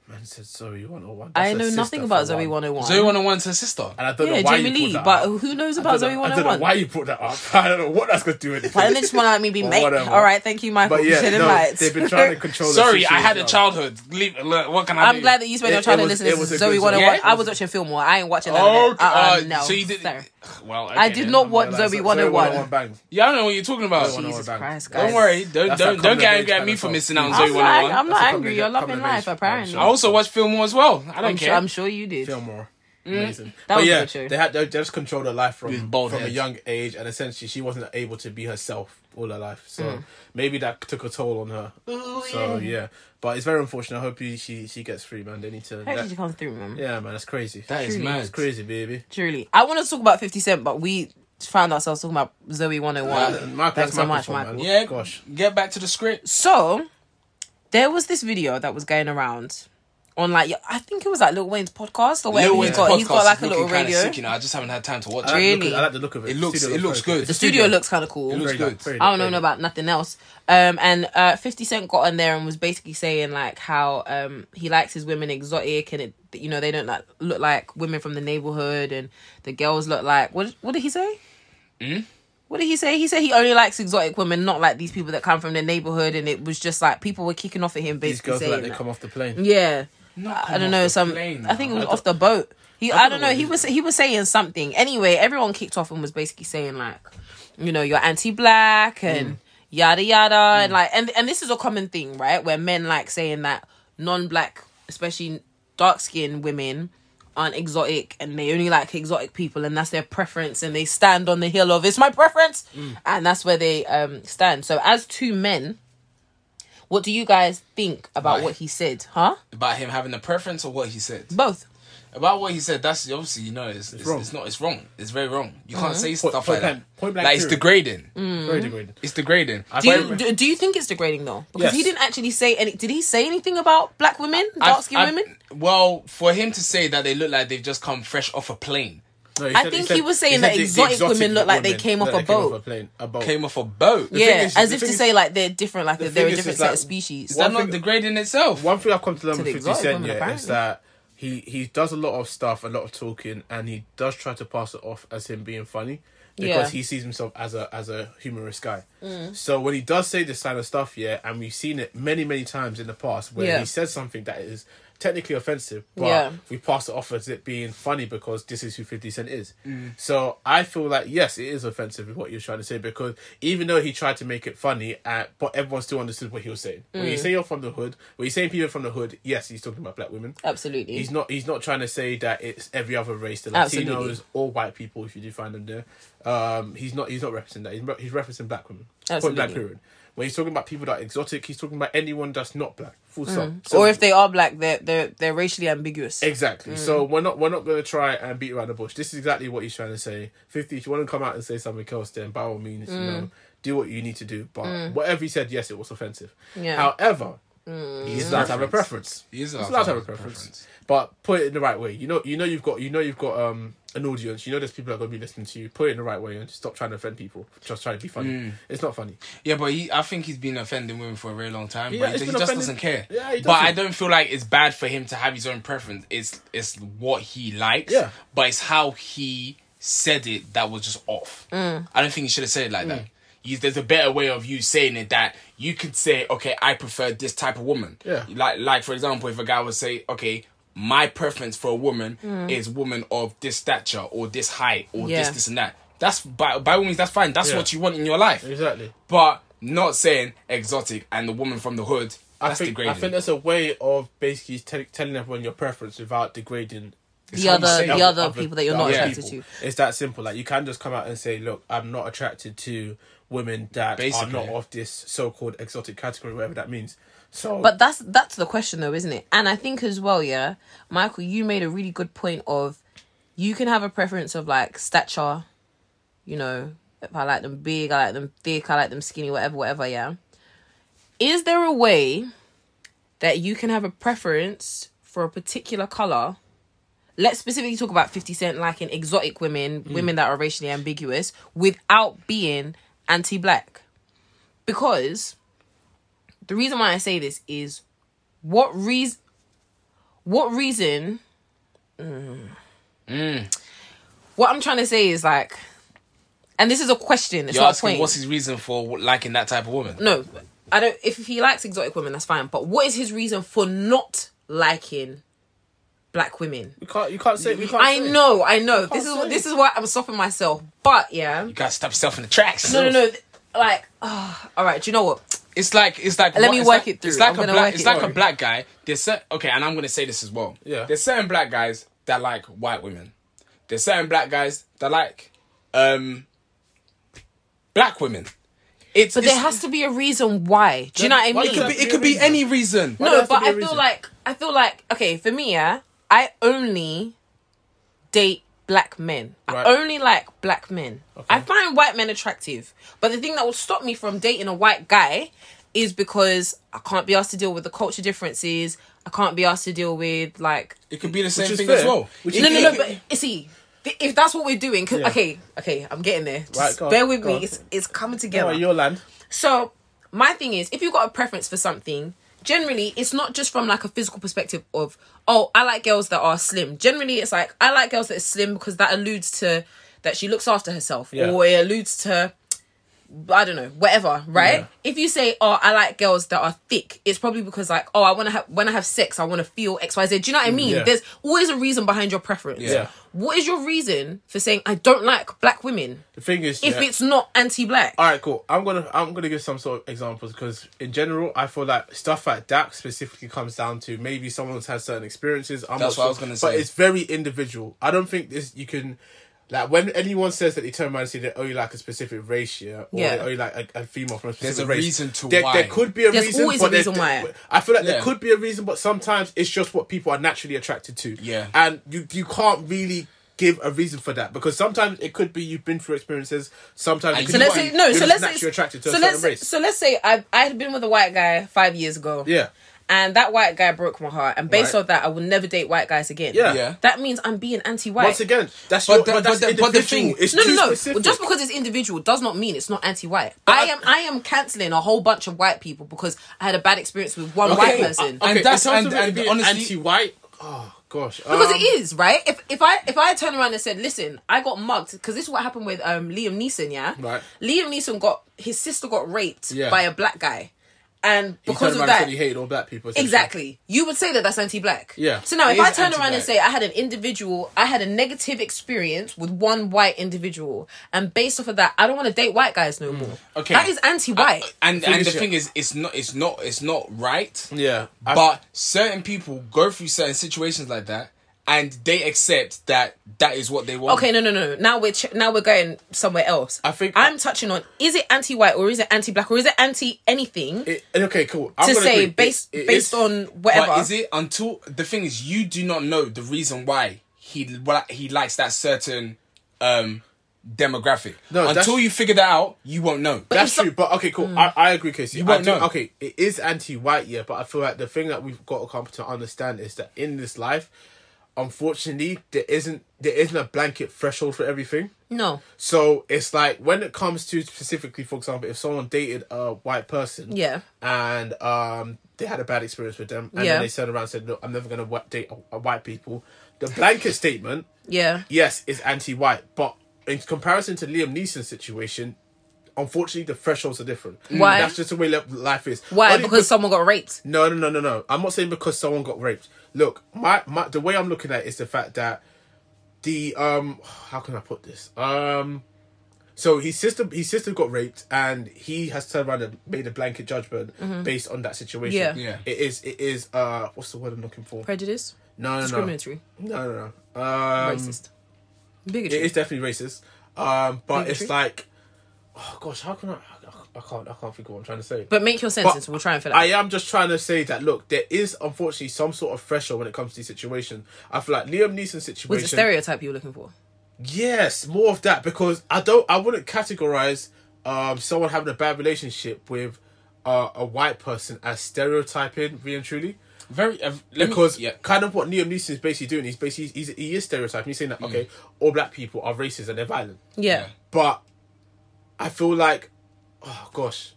[SPEAKER 2] her. Man said Zoe 101.
[SPEAKER 1] I
[SPEAKER 2] That's her
[SPEAKER 1] know nothing
[SPEAKER 2] sister
[SPEAKER 1] about
[SPEAKER 2] for
[SPEAKER 1] Zoe
[SPEAKER 2] one.
[SPEAKER 1] 101.
[SPEAKER 3] Zoe 101's her sister.
[SPEAKER 2] And I don't
[SPEAKER 1] yeah,
[SPEAKER 2] know why
[SPEAKER 1] Jamie
[SPEAKER 2] you brought
[SPEAKER 1] Lee,
[SPEAKER 2] that
[SPEAKER 1] but
[SPEAKER 2] up.
[SPEAKER 1] who knows
[SPEAKER 2] I
[SPEAKER 1] about
[SPEAKER 2] don't,
[SPEAKER 1] Zoe
[SPEAKER 2] know, I don't know
[SPEAKER 1] 101?
[SPEAKER 2] why you brought that up. I don't know what that's got to do with it.
[SPEAKER 1] Why didn't they just want to let me be
[SPEAKER 2] Or
[SPEAKER 1] mate?
[SPEAKER 2] whatever.
[SPEAKER 1] All right, thank you, Michael,
[SPEAKER 2] But
[SPEAKER 1] for
[SPEAKER 2] yeah,
[SPEAKER 1] shedding
[SPEAKER 2] no,
[SPEAKER 1] lights.
[SPEAKER 2] they've been trying to control. the
[SPEAKER 3] Sorry, I had a
[SPEAKER 2] situation.
[SPEAKER 3] childhood. Leave, look, what can I do?
[SPEAKER 1] I'm glad that you spent
[SPEAKER 2] It-
[SPEAKER 1] your time
[SPEAKER 2] it
[SPEAKER 1] to
[SPEAKER 2] was-
[SPEAKER 1] listen
[SPEAKER 2] it was
[SPEAKER 1] to
[SPEAKER 2] a
[SPEAKER 1] Zoe
[SPEAKER 2] good-
[SPEAKER 1] 101.
[SPEAKER 3] Yeah?
[SPEAKER 1] I was watching Fillmore. I ain't watching none
[SPEAKER 3] Oh,
[SPEAKER 1] of that. Uh,
[SPEAKER 3] uh,
[SPEAKER 1] no,
[SPEAKER 3] so you did.
[SPEAKER 1] sorry.
[SPEAKER 3] Well, okay,
[SPEAKER 1] I did
[SPEAKER 3] then.
[SPEAKER 1] not watch
[SPEAKER 2] Like,
[SPEAKER 1] Zoe 101.
[SPEAKER 2] banged.
[SPEAKER 3] Yeah, I don't know what you're talking about.
[SPEAKER 2] Zoe 101
[SPEAKER 1] Jesus
[SPEAKER 2] banged.
[SPEAKER 1] Christ, guys.
[SPEAKER 3] Don't worry. Don't
[SPEAKER 2] That's
[SPEAKER 3] don't
[SPEAKER 2] that
[SPEAKER 3] don't
[SPEAKER 2] coming
[SPEAKER 3] get
[SPEAKER 2] of
[SPEAKER 3] angry
[SPEAKER 2] age
[SPEAKER 3] at me
[SPEAKER 2] kind
[SPEAKER 3] for
[SPEAKER 2] of
[SPEAKER 3] missing out
[SPEAKER 2] song.
[SPEAKER 3] on
[SPEAKER 1] I'm
[SPEAKER 3] Zoe
[SPEAKER 1] not, ang-
[SPEAKER 3] 101.
[SPEAKER 1] I'm not
[SPEAKER 2] oh That's a
[SPEAKER 1] angry.
[SPEAKER 2] coming
[SPEAKER 1] You're
[SPEAKER 2] of-
[SPEAKER 1] loving
[SPEAKER 2] coming of
[SPEAKER 1] life,
[SPEAKER 2] age.
[SPEAKER 1] apparently.
[SPEAKER 3] I also watched Fillmore as well. I don't
[SPEAKER 1] I'm,
[SPEAKER 3] care.
[SPEAKER 1] sure, I'm sure you did.
[SPEAKER 2] Fillmore. Amazing.
[SPEAKER 1] Mm. That
[SPEAKER 2] but
[SPEAKER 1] was a
[SPEAKER 2] yeah,
[SPEAKER 1] good show.
[SPEAKER 2] they had they just controlled her life from
[SPEAKER 3] bald
[SPEAKER 2] from a
[SPEAKER 3] heads.
[SPEAKER 2] young age, and essentially she wasn't able to be herself all her life. So
[SPEAKER 1] Mm.
[SPEAKER 2] maybe that took a toll on her. so yeah. but it's very unfortunate. I hope you, she she gets free, man. They need to.
[SPEAKER 1] How
[SPEAKER 2] that-
[SPEAKER 1] did you come through, man?
[SPEAKER 2] yeah, man, that's crazy.
[SPEAKER 3] That is
[SPEAKER 1] Truly.
[SPEAKER 3] mad.
[SPEAKER 2] It's crazy, baby.
[SPEAKER 1] Truly. I want to talk about 50 Cent, but we found ourselves talking about Zoe 101.
[SPEAKER 2] Michael, that's
[SPEAKER 1] Thanks so much,
[SPEAKER 2] Michael's fault,
[SPEAKER 1] Michael.
[SPEAKER 2] man.
[SPEAKER 3] Yeah,
[SPEAKER 2] gosh.
[SPEAKER 3] Get back to the script.
[SPEAKER 1] So, there was this video that was going around on like, I think it was like Lil Wayne's podcast or whatever
[SPEAKER 3] Lil Wayne's
[SPEAKER 1] he's got. He's got
[SPEAKER 3] podcast
[SPEAKER 1] like
[SPEAKER 3] is
[SPEAKER 1] a little
[SPEAKER 3] looking kinda
[SPEAKER 1] radio.
[SPEAKER 3] Sick, you know, I just haven't had time to watch
[SPEAKER 2] I
[SPEAKER 3] it.
[SPEAKER 2] like the
[SPEAKER 1] Really?
[SPEAKER 2] look- I like the look of it.
[SPEAKER 3] It looks-
[SPEAKER 2] Studio
[SPEAKER 3] it looks
[SPEAKER 2] very
[SPEAKER 3] good.
[SPEAKER 1] The studio looks kind of
[SPEAKER 2] It
[SPEAKER 1] cool.
[SPEAKER 2] looks
[SPEAKER 3] good.
[SPEAKER 2] good. Very
[SPEAKER 1] I don't know
[SPEAKER 2] very
[SPEAKER 1] about nothing else. Um, and uh, Fifty Cent got on there and was basically saying like how um he likes his women exotic and it you know they don't like look like women from the neighborhood and the girls look like what what did he say?
[SPEAKER 3] Hmm?
[SPEAKER 1] What did he say? He said he only likes exotic women, not like these people that come from the neighborhood. And it was just like people were kicking off at him,
[SPEAKER 2] These
[SPEAKER 1] basically
[SPEAKER 2] girls are
[SPEAKER 1] saying
[SPEAKER 2] like they
[SPEAKER 1] that.
[SPEAKER 2] come off the plane.
[SPEAKER 1] Yeah.
[SPEAKER 3] Not
[SPEAKER 1] I don't
[SPEAKER 3] come
[SPEAKER 1] know
[SPEAKER 3] off
[SPEAKER 1] some.
[SPEAKER 3] the plane,
[SPEAKER 1] I think it
[SPEAKER 3] no.
[SPEAKER 1] was
[SPEAKER 3] I
[SPEAKER 1] off the boat. He, I,
[SPEAKER 2] don't
[SPEAKER 1] don't
[SPEAKER 2] know
[SPEAKER 1] know.
[SPEAKER 2] what
[SPEAKER 1] He
[SPEAKER 2] he-
[SPEAKER 1] was he was saying something. Anyway, everyone kicked off and was basically saying like, you know, you're anti-black and yada yada and like and and this is a common thing, right? Where men like saying that non-black, especially dark-skinned women aren't exotic and they only like exotic people and that's their preference and they stand on the hill of it's my preference and that's where they um stand. So as two men, what do you guys think about
[SPEAKER 3] Right.
[SPEAKER 1] what he said, huh?
[SPEAKER 3] About him having a preference or what he said.
[SPEAKER 1] Both.
[SPEAKER 3] About what he said, that's obviously you know it's, it's,
[SPEAKER 2] wrong.
[SPEAKER 3] it's not it's wrong. It's very wrong. You
[SPEAKER 1] Uh-huh.
[SPEAKER 3] can't say stuff like
[SPEAKER 2] point blank-
[SPEAKER 3] that.
[SPEAKER 2] point blank
[SPEAKER 3] like it's
[SPEAKER 2] period.
[SPEAKER 3] degrading.
[SPEAKER 2] Very degrading.
[SPEAKER 3] It's degrading.
[SPEAKER 1] Mm. Do you,
[SPEAKER 2] Wait,
[SPEAKER 1] do, do you think it's degrading though? Because he
[SPEAKER 2] Yes.
[SPEAKER 1] didn't actually say any. Did he say anything about black women,
[SPEAKER 3] I've-
[SPEAKER 1] dark skinned
[SPEAKER 3] I've-
[SPEAKER 1] women?
[SPEAKER 3] Well, for him to say that they look like they've just come fresh off a plane,
[SPEAKER 2] No,
[SPEAKER 1] I
[SPEAKER 2] said-
[SPEAKER 1] think
[SPEAKER 2] said-
[SPEAKER 1] he was
[SPEAKER 2] said
[SPEAKER 1] saying that
[SPEAKER 2] the- the
[SPEAKER 1] exotic women look like they
[SPEAKER 2] women
[SPEAKER 1] came off
[SPEAKER 2] that
[SPEAKER 1] a
[SPEAKER 2] they
[SPEAKER 1] boat.
[SPEAKER 2] plane, a boat.
[SPEAKER 3] came off a boat.
[SPEAKER 1] Yeah,
[SPEAKER 2] is-
[SPEAKER 1] as
[SPEAKER 2] the
[SPEAKER 1] if
[SPEAKER 2] thing
[SPEAKER 1] to
[SPEAKER 2] is-
[SPEAKER 1] say like they're different, like they're
[SPEAKER 2] thing
[SPEAKER 1] a
[SPEAKER 2] is,
[SPEAKER 1] different
[SPEAKER 2] it's
[SPEAKER 1] set
[SPEAKER 2] like-
[SPEAKER 1] of species.
[SPEAKER 3] Is that
[SPEAKER 2] One
[SPEAKER 3] not
[SPEAKER 2] thing-
[SPEAKER 3] degrading itself?
[SPEAKER 2] One thing I've come to learn
[SPEAKER 1] To
[SPEAKER 2] with
[SPEAKER 1] the
[SPEAKER 2] 50
[SPEAKER 1] exotic
[SPEAKER 2] Cent
[SPEAKER 1] women,
[SPEAKER 2] yeah, is
[SPEAKER 1] apparently.
[SPEAKER 2] that he, he does a lot of stuff, a lot of talking, and he does try to pass it off as him being funny because
[SPEAKER 1] Yeah. Mm.
[SPEAKER 2] he sees himself as a as a humorous guy. So when he does say this kind of stuff, yeah, and we've seen it many, many times in the past where
[SPEAKER 1] Yeah.
[SPEAKER 2] he says something that is technically offensive, but
[SPEAKER 1] Yeah.
[SPEAKER 2] we pass it off as it being funny because this is who 50 Cent is.
[SPEAKER 1] Mm.
[SPEAKER 2] So I feel like, yes, it is offensive with what you're trying to say because even though he tried to make it funny, uh, but everyone still understood what he was saying. When
[SPEAKER 1] Mm.
[SPEAKER 2] you say you're from the hood, when you say people from the hood, yes, he's talking about black women.
[SPEAKER 1] Uh, Absolutely.
[SPEAKER 2] He's not. He's not trying to say that it's every other race, the Latinos
[SPEAKER 1] Absolutely.
[SPEAKER 2] or white people, if you do find them there. Um, he's not. He's not referencing that. He's, re- he's referencing black women. Point blank
[SPEAKER 1] Absolutely.
[SPEAKER 2] period. When he's talking about people that are exotic, he's talking about anyone that's not black. Full stop. So-
[SPEAKER 1] Mm. Or if they are black, they're they're they're racially ambiguous.
[SPEAKER 2] Exactly. So we're not we're not going to try and beat around the bush. This is exactly what he's trying to say. Fifty. If you want to come out and say something else, then by all means, you know, do what you need to do. But whatever he said, yes, it was offensive.
[SPEAKER 1] Yeah.
[SPEAKER 2] However, he's allowed to have a preference.
[SPEAKER 3] He is
[SPEAKER 2] He's allowed to have a preference. But put it in the right way. You know, you know, you've got you know you've got um an audience. You know, there's people that are going to be listening to you. Put it in the right way and stop trying to offend people. Just trying to be funny. It's not funny.
[SPEAKER 3] Yeah, but he, I think he's been offending women for a very long time.
[SPEAKER 2] Yeah,
[SPEAKER 3] but
[SPEAKER 2] he's
[SPEAKER 3] he, he
[SPEAKER 2] been
[SPEAKER 3] just
[SPEAKER 2] offending-
[SPEAKER 3] doesn't care.
[SPEAKER 2] Yeah, he
[SPEAKER 3] but I
[SPEAKER 2] doesn't.
[SPEAKER 3] don't feel like it's bad for him to have his own preference. It's it's what he likes.
[SPEAKER 2] Yeah.
[SPEAKER 3] But it's how he said it that was just off. I don't think he should have said it
[SPEAKER 2] Mm.
[SPEAKER 3] like that. You, there's a better way of you saying it that you could say, okay, I prefer this type of woman.
[SPEAKER 2] Yeah.
[SPEAKER 3] Like like for example, if a guy would say, okay. My preference for a woman is woman of this stature or this height or this
[SPEAKER 1] Yeah.
[SPEAKER 3] this and that. That's by by all means that's fine. That's
[SPEAKER 2] Yeah.
[SPEAKER 3] what you want in your life
[SPEAKER 2] Exactly.
[SPEAKER 3] but not saying exotic and the woman from the hood.
[SPEAKER 2] I
[SPEAKER 3] That's
[SPEAKER 2] think
[SPEAKER 3] degrading.
[SPEAKER 2] I think that's a way of basically tell telling everyone your preference without degrading
[SPEAKER 1] the other
[SPEAKER 2] Yeah,
[SPEAKER 1] the other people that you're
[SPEAKER 2] the
[SPEAKER 1] not
[SPEAKER 2] other
[SPEAKER 1] attracted
[SPEAKER 2] people.
[SPEAKER 1] to.
[SPEAKER 2] It's that simple. Like you can just come out and say, "Look, I'm not attracted to women that
[SPEAKER 3] Basically.
[SPEAKER 2] are not of this so-called exotic category, whatever that means." So,
[SPEAKER 1] But that's that's the question though, isn't it? And I think as well, yeah, Michael, you made a really good point of you can have a preference of like stature, you know, if I like them big, I like them thick, I like them skinny, whatever, whatever, yeah. Is there a way that you can have a preference for a particular color? Let's specifically talk about 50 Cent liking exotic women, women that are racially ambiguous, without being anti black. Because the reason why I say this is what reason what reason mm, what I'm trying to say is like and this is a question, it's
[SPEAKER 3] You're
[SPEAKER 1] not a
[SPEAKER 3] asking
[SPEAKER 1] point.
[SPEAKER 3] what's his reason for liking that type of woman?
[SPEAKER 1] no, I don't if he likes exotic women, that's fine. But what is his reason for not liking black women?
[SPEAKER 2] we can't. You can't say. We can't.
[SPEAKER 1] I
[SPEAKER 2] say.
[SPEAKER 1] know, I know. This is
[SPEAKER 2] say.
[SPEAKER 1] this is why I'm stopping myself. But yeah.
[SPEAKER 3] You gotta stop yourself in the tracks.
[SPEAKER 1] No, no, no. th- Like, ah, all right. Do you know what?
[SPEAKER 3] It's like it's like
[SPEAKER 1] Let me
[SPEAKER 3] it's
[SPEAKER 1] work
[SPEAKER 3] like-
[SPEAKER 1] it through.
[SPEAKER 3] It's like
[SPEAKER 1] I'm
[SPEAKER 3] a
[SPEAKER 1] gonna
[SPEAKER 3] black.
[SPEAKER 1] work
[SPEAKER 3] It's
[SPEAKER 1] it
[SPEAKER 3] like a
[SPEAKER 1] through.
[SPEAKER 3] black guy. There's cer- okay, and I'm gonna say this as well.
[SPEAKER 2] Yeah.
[SPEAKER 3] There's certain black guys that like white women. There's certain black guys that like um black women. It's
[SPEAKER 1] But
[SPEAKER 3] it's-
[SPEAKER 1] there has to be a reason why. Do you know what I
[SPEAKER 2] Why
[SPEAKER 1] mean?
[SPEAKER 2] you
[SPEAKER 3] it could be, it could be any reason.
[SPEAKER 2] there
[SPEAKER 1] no,
[SPEAKER 2] has to
[SPEAKER 1] but
[SPEAKER 2] be a
[SPEAKER 1] I feel
[SPEAKER 2] reason.
[SPEAKER 1] like I feel like okay for me, yeah. I only date black men.
[SPEAKER 2] Right.
[SPEAKER 1] I only like black men. I find white men attractive, but the thing that will stop me from dating a white guy is because I can't be asked to deal with the culture differences. I can't be asked to deal with like
[SPEAKER 3] It could be the same
[SPEAKER 2] is
[SPEAKER 3] thing
[SPEAKER 2] fair.
[SPEAKER 3] as well.
[SPEAKER 2] Which
[SPEAKER 3] It-
[SPEAKER 1] no,
[SPEAKER 3] it
[SPEAKER 1] no, no.
[SPEAKER 3] could-
[SPEAKER 1] But you see, th- if that's what we're doing, 'cause-
[SPEAKER 2] Yeah.
[SPEAKER 1] okay, okay, I'm getting there. Just
[SPEAKER 2] Right, go on,
[SPEAKER 1] bear with
[SPEAKER 2] go
[SPEAKER 1] me.
[SPEAKER 2] on.
[SPEAKER 1] It's it's coming
[SPEAKER 2] Oh,
[SPEAKER 1] together.
[SPEAKER 2] your land.
[SPEAKER 1] So my thing is, if you've got a preference for something, generally it's not just from like a physical perspective of oh I like girls that are slim. Generally, it's like I like girls that are slim because that alludes to that she looks after herself,
[SPEAKER 2] Yeah.
[SPEAKER 1] or it alludes to I don't know, whatever, right?
[SPEAKER 2] Yeah.
[SPEAKER 1] If you say, "Oh, I like girls that are thick," it's probably because like, "Oh, I want to have when I have sex, I want to feel X, Y, Z." Do you know what I mean?
[SPEAKER 2] Mm. yeah.
[SPEAKER 1] There's always a reason behind your preference.
[SPEAKER 2] Yeah.
[SPEAKER 1] What is your reason for saying I don't like black women
[SPEAKER 2] The thing is,
[SPEAKER 1] if
[SPEAKER 2] yeah.
[SPEAKER 1] it's not anti-black?
[SPEAKER 2] All right, cool. I'm gonna I'm gonna give some sort of examples because in general, I feel like stuff like that specifically comes down to maybe someone's had certain experiences. I'm
[SPEAKER 3] That's
[SPEAKER 2] not
[SPEAKER 3] what I was
[SPEAKER 2] sure,
[SPEAKER 3] gonna
[SPEAKER 2] But
[SPEAKER 3] say.
[SPEAKER 2] it's very individual. I don't think this you can. Like when anyone says that they turn around and say they only like a specific race, yeah, or
[SPEAKER 1] Yeah.
[SPEAKER 2] they only like a, a female from a specific
[SPEAKER 3] a
[SPEAKER 2] race.
[SPEAKER 3] reason to
[SPEAKER 2] there,
[SPEAKER 3] why.
[SPEAKER 2] There could be a
[SPEAKER 1] There's
[SPEAKER 2] reason.
[SPEAKER 1] always
[SPEAKER 2] but
[SPEAKER 1] a
[SPEAKER 2] there-
[SPEAKER 1] reason why.
[SPEAKER 2] I feel like there
[SPEAKER 3] Yeah.
[SPEAKER 2] could be a reason, but sometimes it's just what people are naturally attracted to.
[SPEAKER 3] Yeah.
[SPEAKER 2] and you you can't really give a reason for that because sometimes it could be you've been through experiences. Sometimes it
[SPEAKER 3] And
[SPEAKER 2] could
[SPEAKER 1] So
[SPEAKER 2] be
[SPEAKER 1] let's
[SPEAKER 2] what
[SPEAKER 1] say
[SPEAKER 2] you-
[SPEAKER 1] no.
[SPEAKER 2] you're
[SPEAKER 1] So
[SPEAKER 2] just
[SPEAKER 1] let's say
[SPEAKER 2] naturally attracted to
[SPEAKER 1] so
[SPEAKER 2] a certain
[SPEAKER 1] let's
[SPEAKER 2] race.
[SPEAKER 1] so let's say I I had been with a white guy five years ago.
[SPEAKER 2] Yeah.
[SPEAKER 1] And that white guy broke my heart, and based
[SPEAKER 2] Right.
[SPEAKER 1] on that, I will never date white guys again.
[SPEAKER 2] Yeah.
[SPEAKER 3] Yeah.
[SPEAKER 1] That means I'm being anti-white.
[SPEAKER 2] Once again, that's
[SPEAKER 3] But
[SPEAKER 2] your,
[SPEAKER 3] the-
[SPEAKER 2] but that's
[SPEAKER 3] but the-
[SPEAKER 2] individual.
[SPEAKER 3] but the thing-
[SPEAKER 2] it's
[SPEAKER 1] no,
[SPEAKER 2] too
[SPEAKER 1] no, no.
[SPEAKER 2] specific.
[SPEAKER 1] Well, just because it's individual does not mean it's not anti-white. I am, I am canceling a whole bunch of white people because I had a bad experience with one white
[SPEAKER 3] cool.
[SPEAKER 1] person.
[SPEAKER 3] I- I- and
[SPEAKER 2] in
[SPEAKER 3] that's-
[SPEAKER 2] terms
[SPEAKER 3] and-
[SPEAKER 2] of it
[SPEAKER 3] and
[SPEAKER 2] being
[SPEAKER 3] honestly-
[SPEAKER 2] anti-white. Oh gosh,
[SPEAKER 1] because
[SPEAKER 2] um,
[SPEAKER 1] it is right. If if I if I turn around and said, "Listen, I got mugged," because this is what happened with um Liam Neeson. Yeah,
[SPEAKER 2] Right.
[SPEAKER 1] Liam Neeson got his sister got raped
[SPEAKER 2] Yeah.
[SPEAKER 1] by a black guy, and
[SPEAKER 2] He turned
[SPEAKER 1] because of
[SPEAKER 2] around and said
[SPEAKER 1] that,
[SPEAKER 2] he hated all black people. essentially.
[SPEAKER 1] Exactly. You would say that that's anti-black.
[SPEAKER 2] Yeah.
[SPEAKER 1] So now,
[SPEAKER 3] It
[SPEAKER 1] if I
[SPEAKER 3] is
[SPEAKER 1] turn around and
[SPEAKER 3] anti-black.
[SPEAKER 1] say I had an individual, I had a negative experience with one white individual, and based off of that, I don't want to date white guys
[SPEAKER 2] Hmm.
[SPEAKER 1] no more.
[SPEAKER 3] Okay.
[SPEAKER 1] That is anti-white.
[SPEAKER 3] and and the
[SPEAKER 2] is-
[SPEAKER 3] thing is, it's not it's not it's not right.
[SPEAKER 2] Yeah, I-
[SPEAKER 3] but certain people go through certain situations like that, and they accept that that is what they want.
[SPEAKER 1] Okay, no, no, no. no. Now we're ch- now we're going somewhere else.
[SPEAKER 2] I think-
[SPEAKER 1] I'm touching on: is it anti-white or is it anti-black or is it anti-anything
[SPEAKER 2] It, okay, cool. I'm
[SPEAKER 1] to
[SPEAKER 2] gonna
[SPEAKER 1] say
[SPEAKER 2] agree.
[SPEAKER 1] based
[SPEAKER 2] It- it is-
[SPEAKER 1] based on whatever?
[SPEAKER 3] But is it until the thing is you do not know the reason why he why he likes that certain um demographic.
[SPEAKER 2] No, that's-
[SPEAKER 3] until you figure that out, you won't know.
[SPEAKER 1] But- if
[SPEAKER 2] That's
[SPEAKER 1] some-
[SPEAKER 2] true, but okay, cool.
[SPEAKER 1] Hmm.
[SPEAKER 2] I, I agree, Casey. You
[SPEAKER 3] won't
[SPEAKER 2] I do,
[SPEAKER 3] know.
[SPEAKER 2] Okay, it is anti-white, yeah, but I feel like the thing that we've got to come to understand is that in this life, unfortunately, there isn't there isn't a blanket threshold for everything.
[SPEAKER 1] no,
[SPEAKER 2] So it's like when it comes to specifically, for example, if someone dated a white person,
[SPEAKER 1] Yeah.
[SPEAKER 2] and um they had a bad experience with them, and
[SPEAKER 1] Yeah.
[SPEAKER 2] then they turned around and said, "No, I'm never gonna wa- date a, a white people." The blanket statement
[SPEAKER 1] yeah,
[SPEAKER 2] yes, is anti-white, but in comparison to Liam Neeson's situation, unfortunately, the thresholds are different.
[SPEAKER 1] Why?
[SPEAKER 2] That's just the way li- life is.
[SPEAKER 1] why?
[SPEAKER 2] Only
[SPEAKER 1] Because someone got raped.
[SPEAKER 2] no, no, no, no, no. I'm not saying because someone got raped. Look, my, my the way I'm looking at it is the fact that the um how can I put this um so his sister his sister got raped and he has turned around and made a blanket judgment based on that situation.
[SPEAKER 1] Mm-hmm. Yeah.
[SPEAKER 3] Yeah.
[SPEAKER 2] It is it is uh what's the word I'm looking for?
[SPEAKER 1] Prejudice,
[SPEAKER 2] No, no, no,
[SPEAKER 1] discriminatory,
[SPEAKER 2] no, no, no. Um,
[SPEAKER 1] racist, bigotry.
[SPEAKER 2] it is definitely racist. Um, but
[SPEAKER 1] Bigotry.
[SPEAKER 2] it's like, oh gosh, how can I? I can't. I can't think of what I'm trying to say.
[SPEAKER 1] but make your sentence. we'll try and fill it.
[SPEAKER 2] I
[SPEAKER 1] out.
[SPEAKER 2] am just trying to say that look, there is unfortunately some sort of threshold when it comes to these situations. I feel like Liam Neeson's situation.
[SPEAKER 1] Was it stereotype you were looking for?
[SPEAKER 2] Yes, more of that because I don't. I wouldn't categorize um someone having a bad relationship with uh, a white person as stereotyping, really and truly.
[SPEAKER 3] Very uh, let
[SPEAKER 2] Because
[SPEAKER 3] me, yeah.
[SPEAKER 2] kind of what Liam Neeson is basically doing, he's basically he's, he is stereotyping. He's saying that okay, all black people are racist and they're violent
[SPEAKER 1] Yeah,
[SPEAKER 2] but I feel like, oh gosh,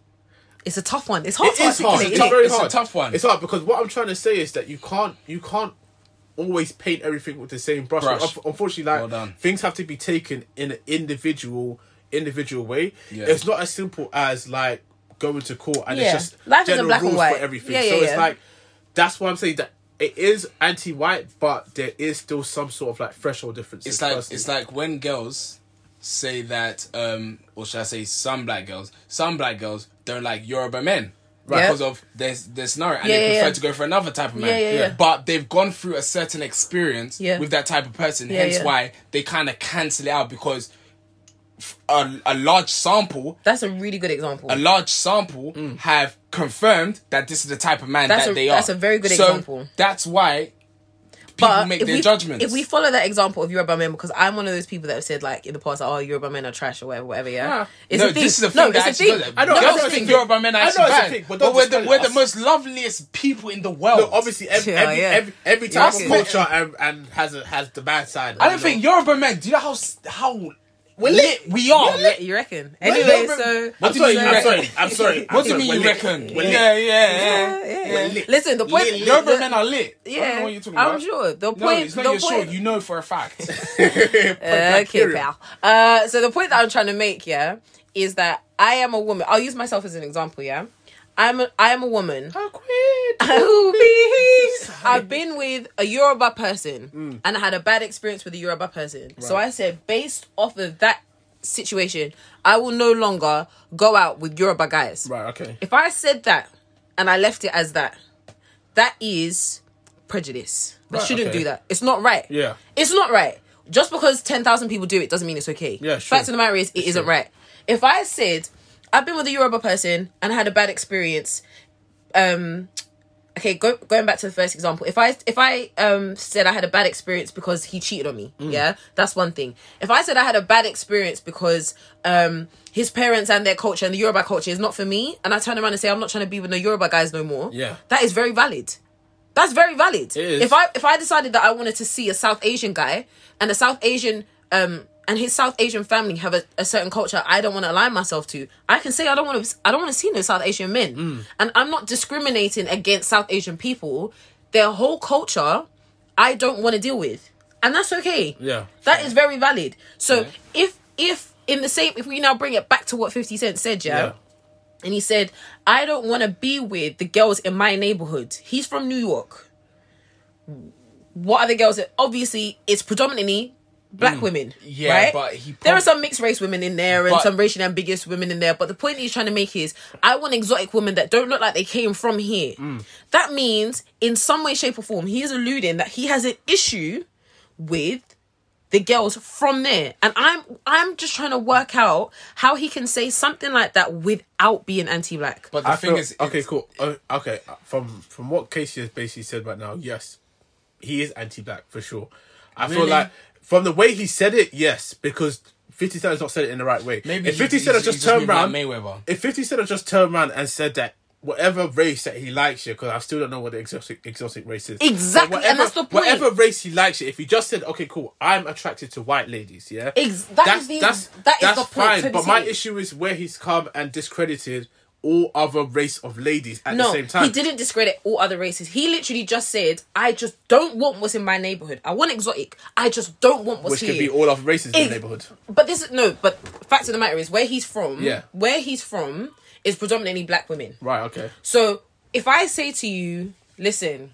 [SPEAKER 1] it's a tough one. It's hard
[SPEAKER 2] it
[SPEAKER 1] to
[SPEAKER 2] is hard.
[SPEAKER 1] articulate.
[SPEAKER 2] It's,
[SPEAKER 1] isn't it?
[SPEAKER 2] very
[SPEAKER 3] It's a
[SPEAKER 2] hard.
[SPEAKER 3] tough one.
[SPEAKER 2] It's hard because what I'm trying to say is that you can't you can't always paint everything with the same brush.
[SPEAKER 3] Brush.
[SPEAKER 2] Unf- Unfortunately, like
[SPEAKER 3] Well done.
[SPEAKER 2] things have to be taken in an individual individual way.
[SPEAKER 3] Yeah.
[SPEAKER 2] It's not as simple as like going to court and it's
[SPEAKER 1] Yeah.
[SPEAKER 2] just
[SPEAKER 1] Life isn't
[SPEAKER 2] general
[SPEAKER 1] black and
[SPEAKER 2] rules
[SPEAKER 1] white.
[SPEAKER 2] for everything.
[SPEAKER 1] Yeah,
[SPEAKER 2] so
[SPEAKER 1] yeah,
[SPEAKER 2] it's
[SPEAKER 1] yeah.
[SPEAKER 2] like that's why I'm saying that. It is anti-white, but there is still some sort of like threshold difference.
[SPEAKER 3] it's like it's like when girls say that um or should I say some black girls some black girls don't like Yoruba men. Right.
[SPEAKER 1] Yeah.
[SPEAKER 3] Because of their, their scenario, and
[SPEAKER 1] Yeah,
[SPEAKER 3] they
[SPEAKER 1] yeah,
[SPEAKER 3] prefer
[SPEAKER 1] yeah.
[SPEAKER 3] to go for another type of man.
[SPEAKER 1] Yeah, yeah, yeah.
[SPEAKER 3] But they've gone through a certain experience
[SPEAKER 1] Yeah.
[SPEAKER 3] with that type of person,
[SPEAKER 1] Yeah,
[SPEAKER 3] hence
[SPEAKER 1] yeah.
[SPEAKER 3] why they kind of cancel it out because f- a, a large sample
[SPEAKER 1] That's a really good example.
[SPEAKER 3] a large sample have confirmed that this is the type of man
[SPEAKER 1] Mm. That's
[SPEAKER 3] that
[SPEAKER 1] a-
[SPEAKER 3] they are.
[SPEAKER 1] that's a very good
[SPEAKER 3] So
[SPEAKER 1] example.
[SPEAKER 3] That's why people make
[SPEAKER 1] if
[SPEAKER 3] their
[SPEAKER 1] we,
[SPEAKER 3] judgments.
[SPEAKER 1] If we follow that example of Yoruba men, because I'm one of those people that have said like in the past, oh Yoruba men are trash or whatever, whatever. Yeah,
[SPEAKER 2] Ah.
[SPEAKER 1] it's
[SPEAKER 3] no,
[SPEAKER 1] a thing.
[SPEAKER 3] this is a thing.
[SPEAKER 1] no,
[SPEAKER 3] that
[SPEAKER 1] it's a
[SPEAKER 3] actually
[SPEAKER 1] thing.
[SPEAKER 3] does it.
[SPEAKER 2] I know-
[SPEAKER 1] No,
[SPEAKER 2] I know
[SPEAKER 3] Girls
[SPEAKER 1] it's a
[SPEAKER 2] it's
[SPEAKER 3] think
[SPEAKER 1] thing.
[SPEAKER 3] Yoruba men are
[SPEAKER 2] I know
[SPEAKER 3] actually
[SPEAKER 2] it's a
[SPEAKER 3] bad,
[SPEAKER 2] thing, but
[SPEAKER 3] but,
[SPEAKER 2] don't
[SPEAKER 3] we're, the,
[SPEAKER 2] discredit
[SPEAKER 3] we're the
[SPEAKER 2] us.
[SPEAKER 3] most loveliest people in the world.
[SPEAKER 2] No, obviously every
[SPEAKER 1] Yeah,
[SPEAKER 2] every,
[SPEAKER 1] yeah.
[SPEAKER 2] every every type
[SPEAKER 1] Yeah,
[SPEAKER 2] of
[SPEAKER 1] I
[SPEAKER 3] see.
[SPEAKER 2] culture and, and has a, has the bad side.
[SPEAKER 3] I don't think Yoruba men. Do you know how s- how
[SPEAKER 2] We're
[SPEAKER 3] lit,
[SPEAKER 2] lit.
[SPEAKER 3] we are?
[SPEAKER 1] Yeah, You reckon? Anyway,
[SPEAKER 3] Yoruba-
[SPEAKER 1] so
[SPEAKER 2] I'm
[SPEAKER 3] do you
[SPEAKER 2] sorry,
[SPEAKER 3] mean
[SPEAKER 2] I'm
[SPEAKER 3] you
[SPEAKER 2] sorry,
[SPEAKER 3] reckon?
[SPEAKER 2] I'm sorry.
[SPEAKER 3] What do you
[SPEAKER 2] I'm
[SPEAKER 3] mean
[SPEAKER 2] sorry,
[SPEAKER 3] you
[SPEAKER 2] we're lit.
[SPEAKER 3] reckon?
[SPEAKER 2] We're lit.
[SPEAKER 3] Yeah, yeah,
[SPEAKER 1] yeah,
[SPEAKER 3] yeah.
[SPEAKER 1] yeah.
[SPEAKER 2] We're lit.
[SPEAKER 1] Listen, the point.
[SPEAKER 2] Lit, lit.
[SPEAKER 3] Yoruba
[SPEAKER 1] the-
[SPEAKER 3] men are lit. I don't know
[SPEAKER 1] Yeah,
[SPEAKER 3] what you're talking
[SPEAKER 1] I'm
[SPEAKER 3] about.
[SPEAKER 1] sure. The point.
[SPEAKER 3] No, it's not
[SPEAKER 1] the
[SPEAKER 3] you're sure.
[SPEAKER 1] point-
[SPEAKER 3] You know for a fact.
[SPEAKER 1] Okay,
[SPEAKER 2] Period.
[SPEAKER 1] pal. Uh, so the point that I'm trying to make, yeah, is that I am a woman. I'll use myself as an example, yeah. I'm a, I am a woman. Who beeves? I've been with a Yoruba person
[SPEAKER 2] Mm.
[SPEAKER 1] and I had a bad experience with a Yoruba person. So I said, based off of that situation, I will no longer go out with Yoruba guys.
[SPEAKER 2] Right, okay.
[SPEAKER 1] If I said that and I left it as that, that is prejudice. I
[SPEAKER 2] Right,
[SPEAKER 1] shouldn't
[SPEAKER 2] okay.
[SPEAKER 1] do that. It's not right.
[SPEAKER 2] Yeah.
[SPEAKER 1] It's not right. Just because 10,000 people do it doesn't mean it's okay.
[SPEAKER 2] Yeah, sure.
[SPEAKER 1] Fact of the matter is, it not right. If I said, I've been with a Yoruba person and I had a bad experience, um, okay, go, going back to the first example, if I if I um said I had a bad experience because he cheated on me,
[SPEAKER 2] Mm.
[SPEAKER 1] yeah, that's one thing. If I said I had a bad experience because um his parents and their culture and the Yoruba culture is not for me, and I turn around and say I'm not trying to be with no Yoruba guys no more,
[SPEAKER 2] Yeah.
[SPEAKER 1] that is very valid. That's very valid.
[SPEAKER 2] is.
[SPEAKER 1] If I if I decided that I wanted to see a South Asian guy and a South Asian um and his South Asian family have a, a certain culture I don't want to align myself to, I can say I don't want to I don't want to see no South Asian men.
[SPEAKER 2] Mm.
[SPEAKER 1] And I'm not discriminating against South Asian people. Their whole culture I don't want to deal with. And that's okay.
[SPEAKER 2] Yeah.
[SPEAKER 1] That is very valid. So if if in the same if we now bring it back to what 50 Cent said,
[SPEAKER 2] Yeah.
[SPEAKER 1] yeah and he said, I don't want to be with the girls in my neighborhood. He's from New York. What are the girls? That, obviously, it's predominantly black women.
[SPEAKER 3] Mm. Yeah,
[SPEAKER 1] right?
[SPEAKER 3] but he
[SPEAKER 1] there are
[SPEAKER 3] prob-
[SPEAKER 1] some mixed race women in there and
[SPEAKER 3] But-
[SPEAKER 1] some racially ambiguous women in there. But the point he's trying to make is, I want exotic women that don't look like they came
[SPEAKER 3] Mm.
[SPEAKER 1] from here. That means, in some way, shape, or form, he is alluding that he has an issue with the girls from there and i'm i'm just trying to work out how he can say something like that without being anti-black
[SPEAKER 3] But the
[SPEAKER 2] I
[SPEAKER 3] thing
[SPEAKER 2] feel-
[SPEAKER 3] is,
[SPEAKER 2] okay,
[SPEAKER 3] it's-
[SPEAKER 2] cool. Uh, okay, uh, from from what Casey has basically said right now, yes, he is anti-black for sure. I feel
[SPEAKER 3] Really?
[SPEAKER 2] like from the way he said it, yes, because Fifty Cent has not said it in the right way.
[SPEAKER 3] Maybe
[SPEAKER 2] if
[SPEAKER 3] he-
[SPEAKER 2] Fifty Cent
[SPEAKER 3] he's-
[SPEAKER 2] had just
[SPEAKER 3] he's just
[SPEAKER 2] turned
[SPEAKER 3] moving
[SPEAKER 2] around,
[SPEAKER 3] like Mayweather.
[SPEAKER 2] if Fifty Cent had just turned around and said that. Whatever race that he likes you, because I still don't know what the exotic exotic race is. But
[SPEAKER 1] Exactly, and that's the point.
[SPEAKER 2] Whatever race he likes you, if he just said, "Okay, cool, I'm attracted to white ladies," yeah,
[SPEAKER 1] Ex- that is the- that is the point,
[SPEAKER 2] fine. But my
[SPEAKER 1] Fibsy.
[SPEAKER 2] issue is where he's come and discredited all other race of ladies at the
[SPEAKER 1] no,
[SPEAKER 2] same time.
[SPEAKER 1] he didn't discredit all other races. He literally just said, "I just don't want what's in my neighborhood. I want exotic. I just don't want what's
[SPEAKER 2] which
[SPEAKER 1] here."
[SPEAKER 2] could be all other races in
[SPEAKER 1] Ex-
[SPEAKER 2] the neighborhood.
[SPEAKER 1] But this is no. But fact of the matter is, where he's from,
[SPEAKER 2] Yeah.
[SPEAKER 1] where he's from is predominantly black women.
[SPEAKER 2] Right. Okay.
[SPEAKER 1] So if I say to you, listen,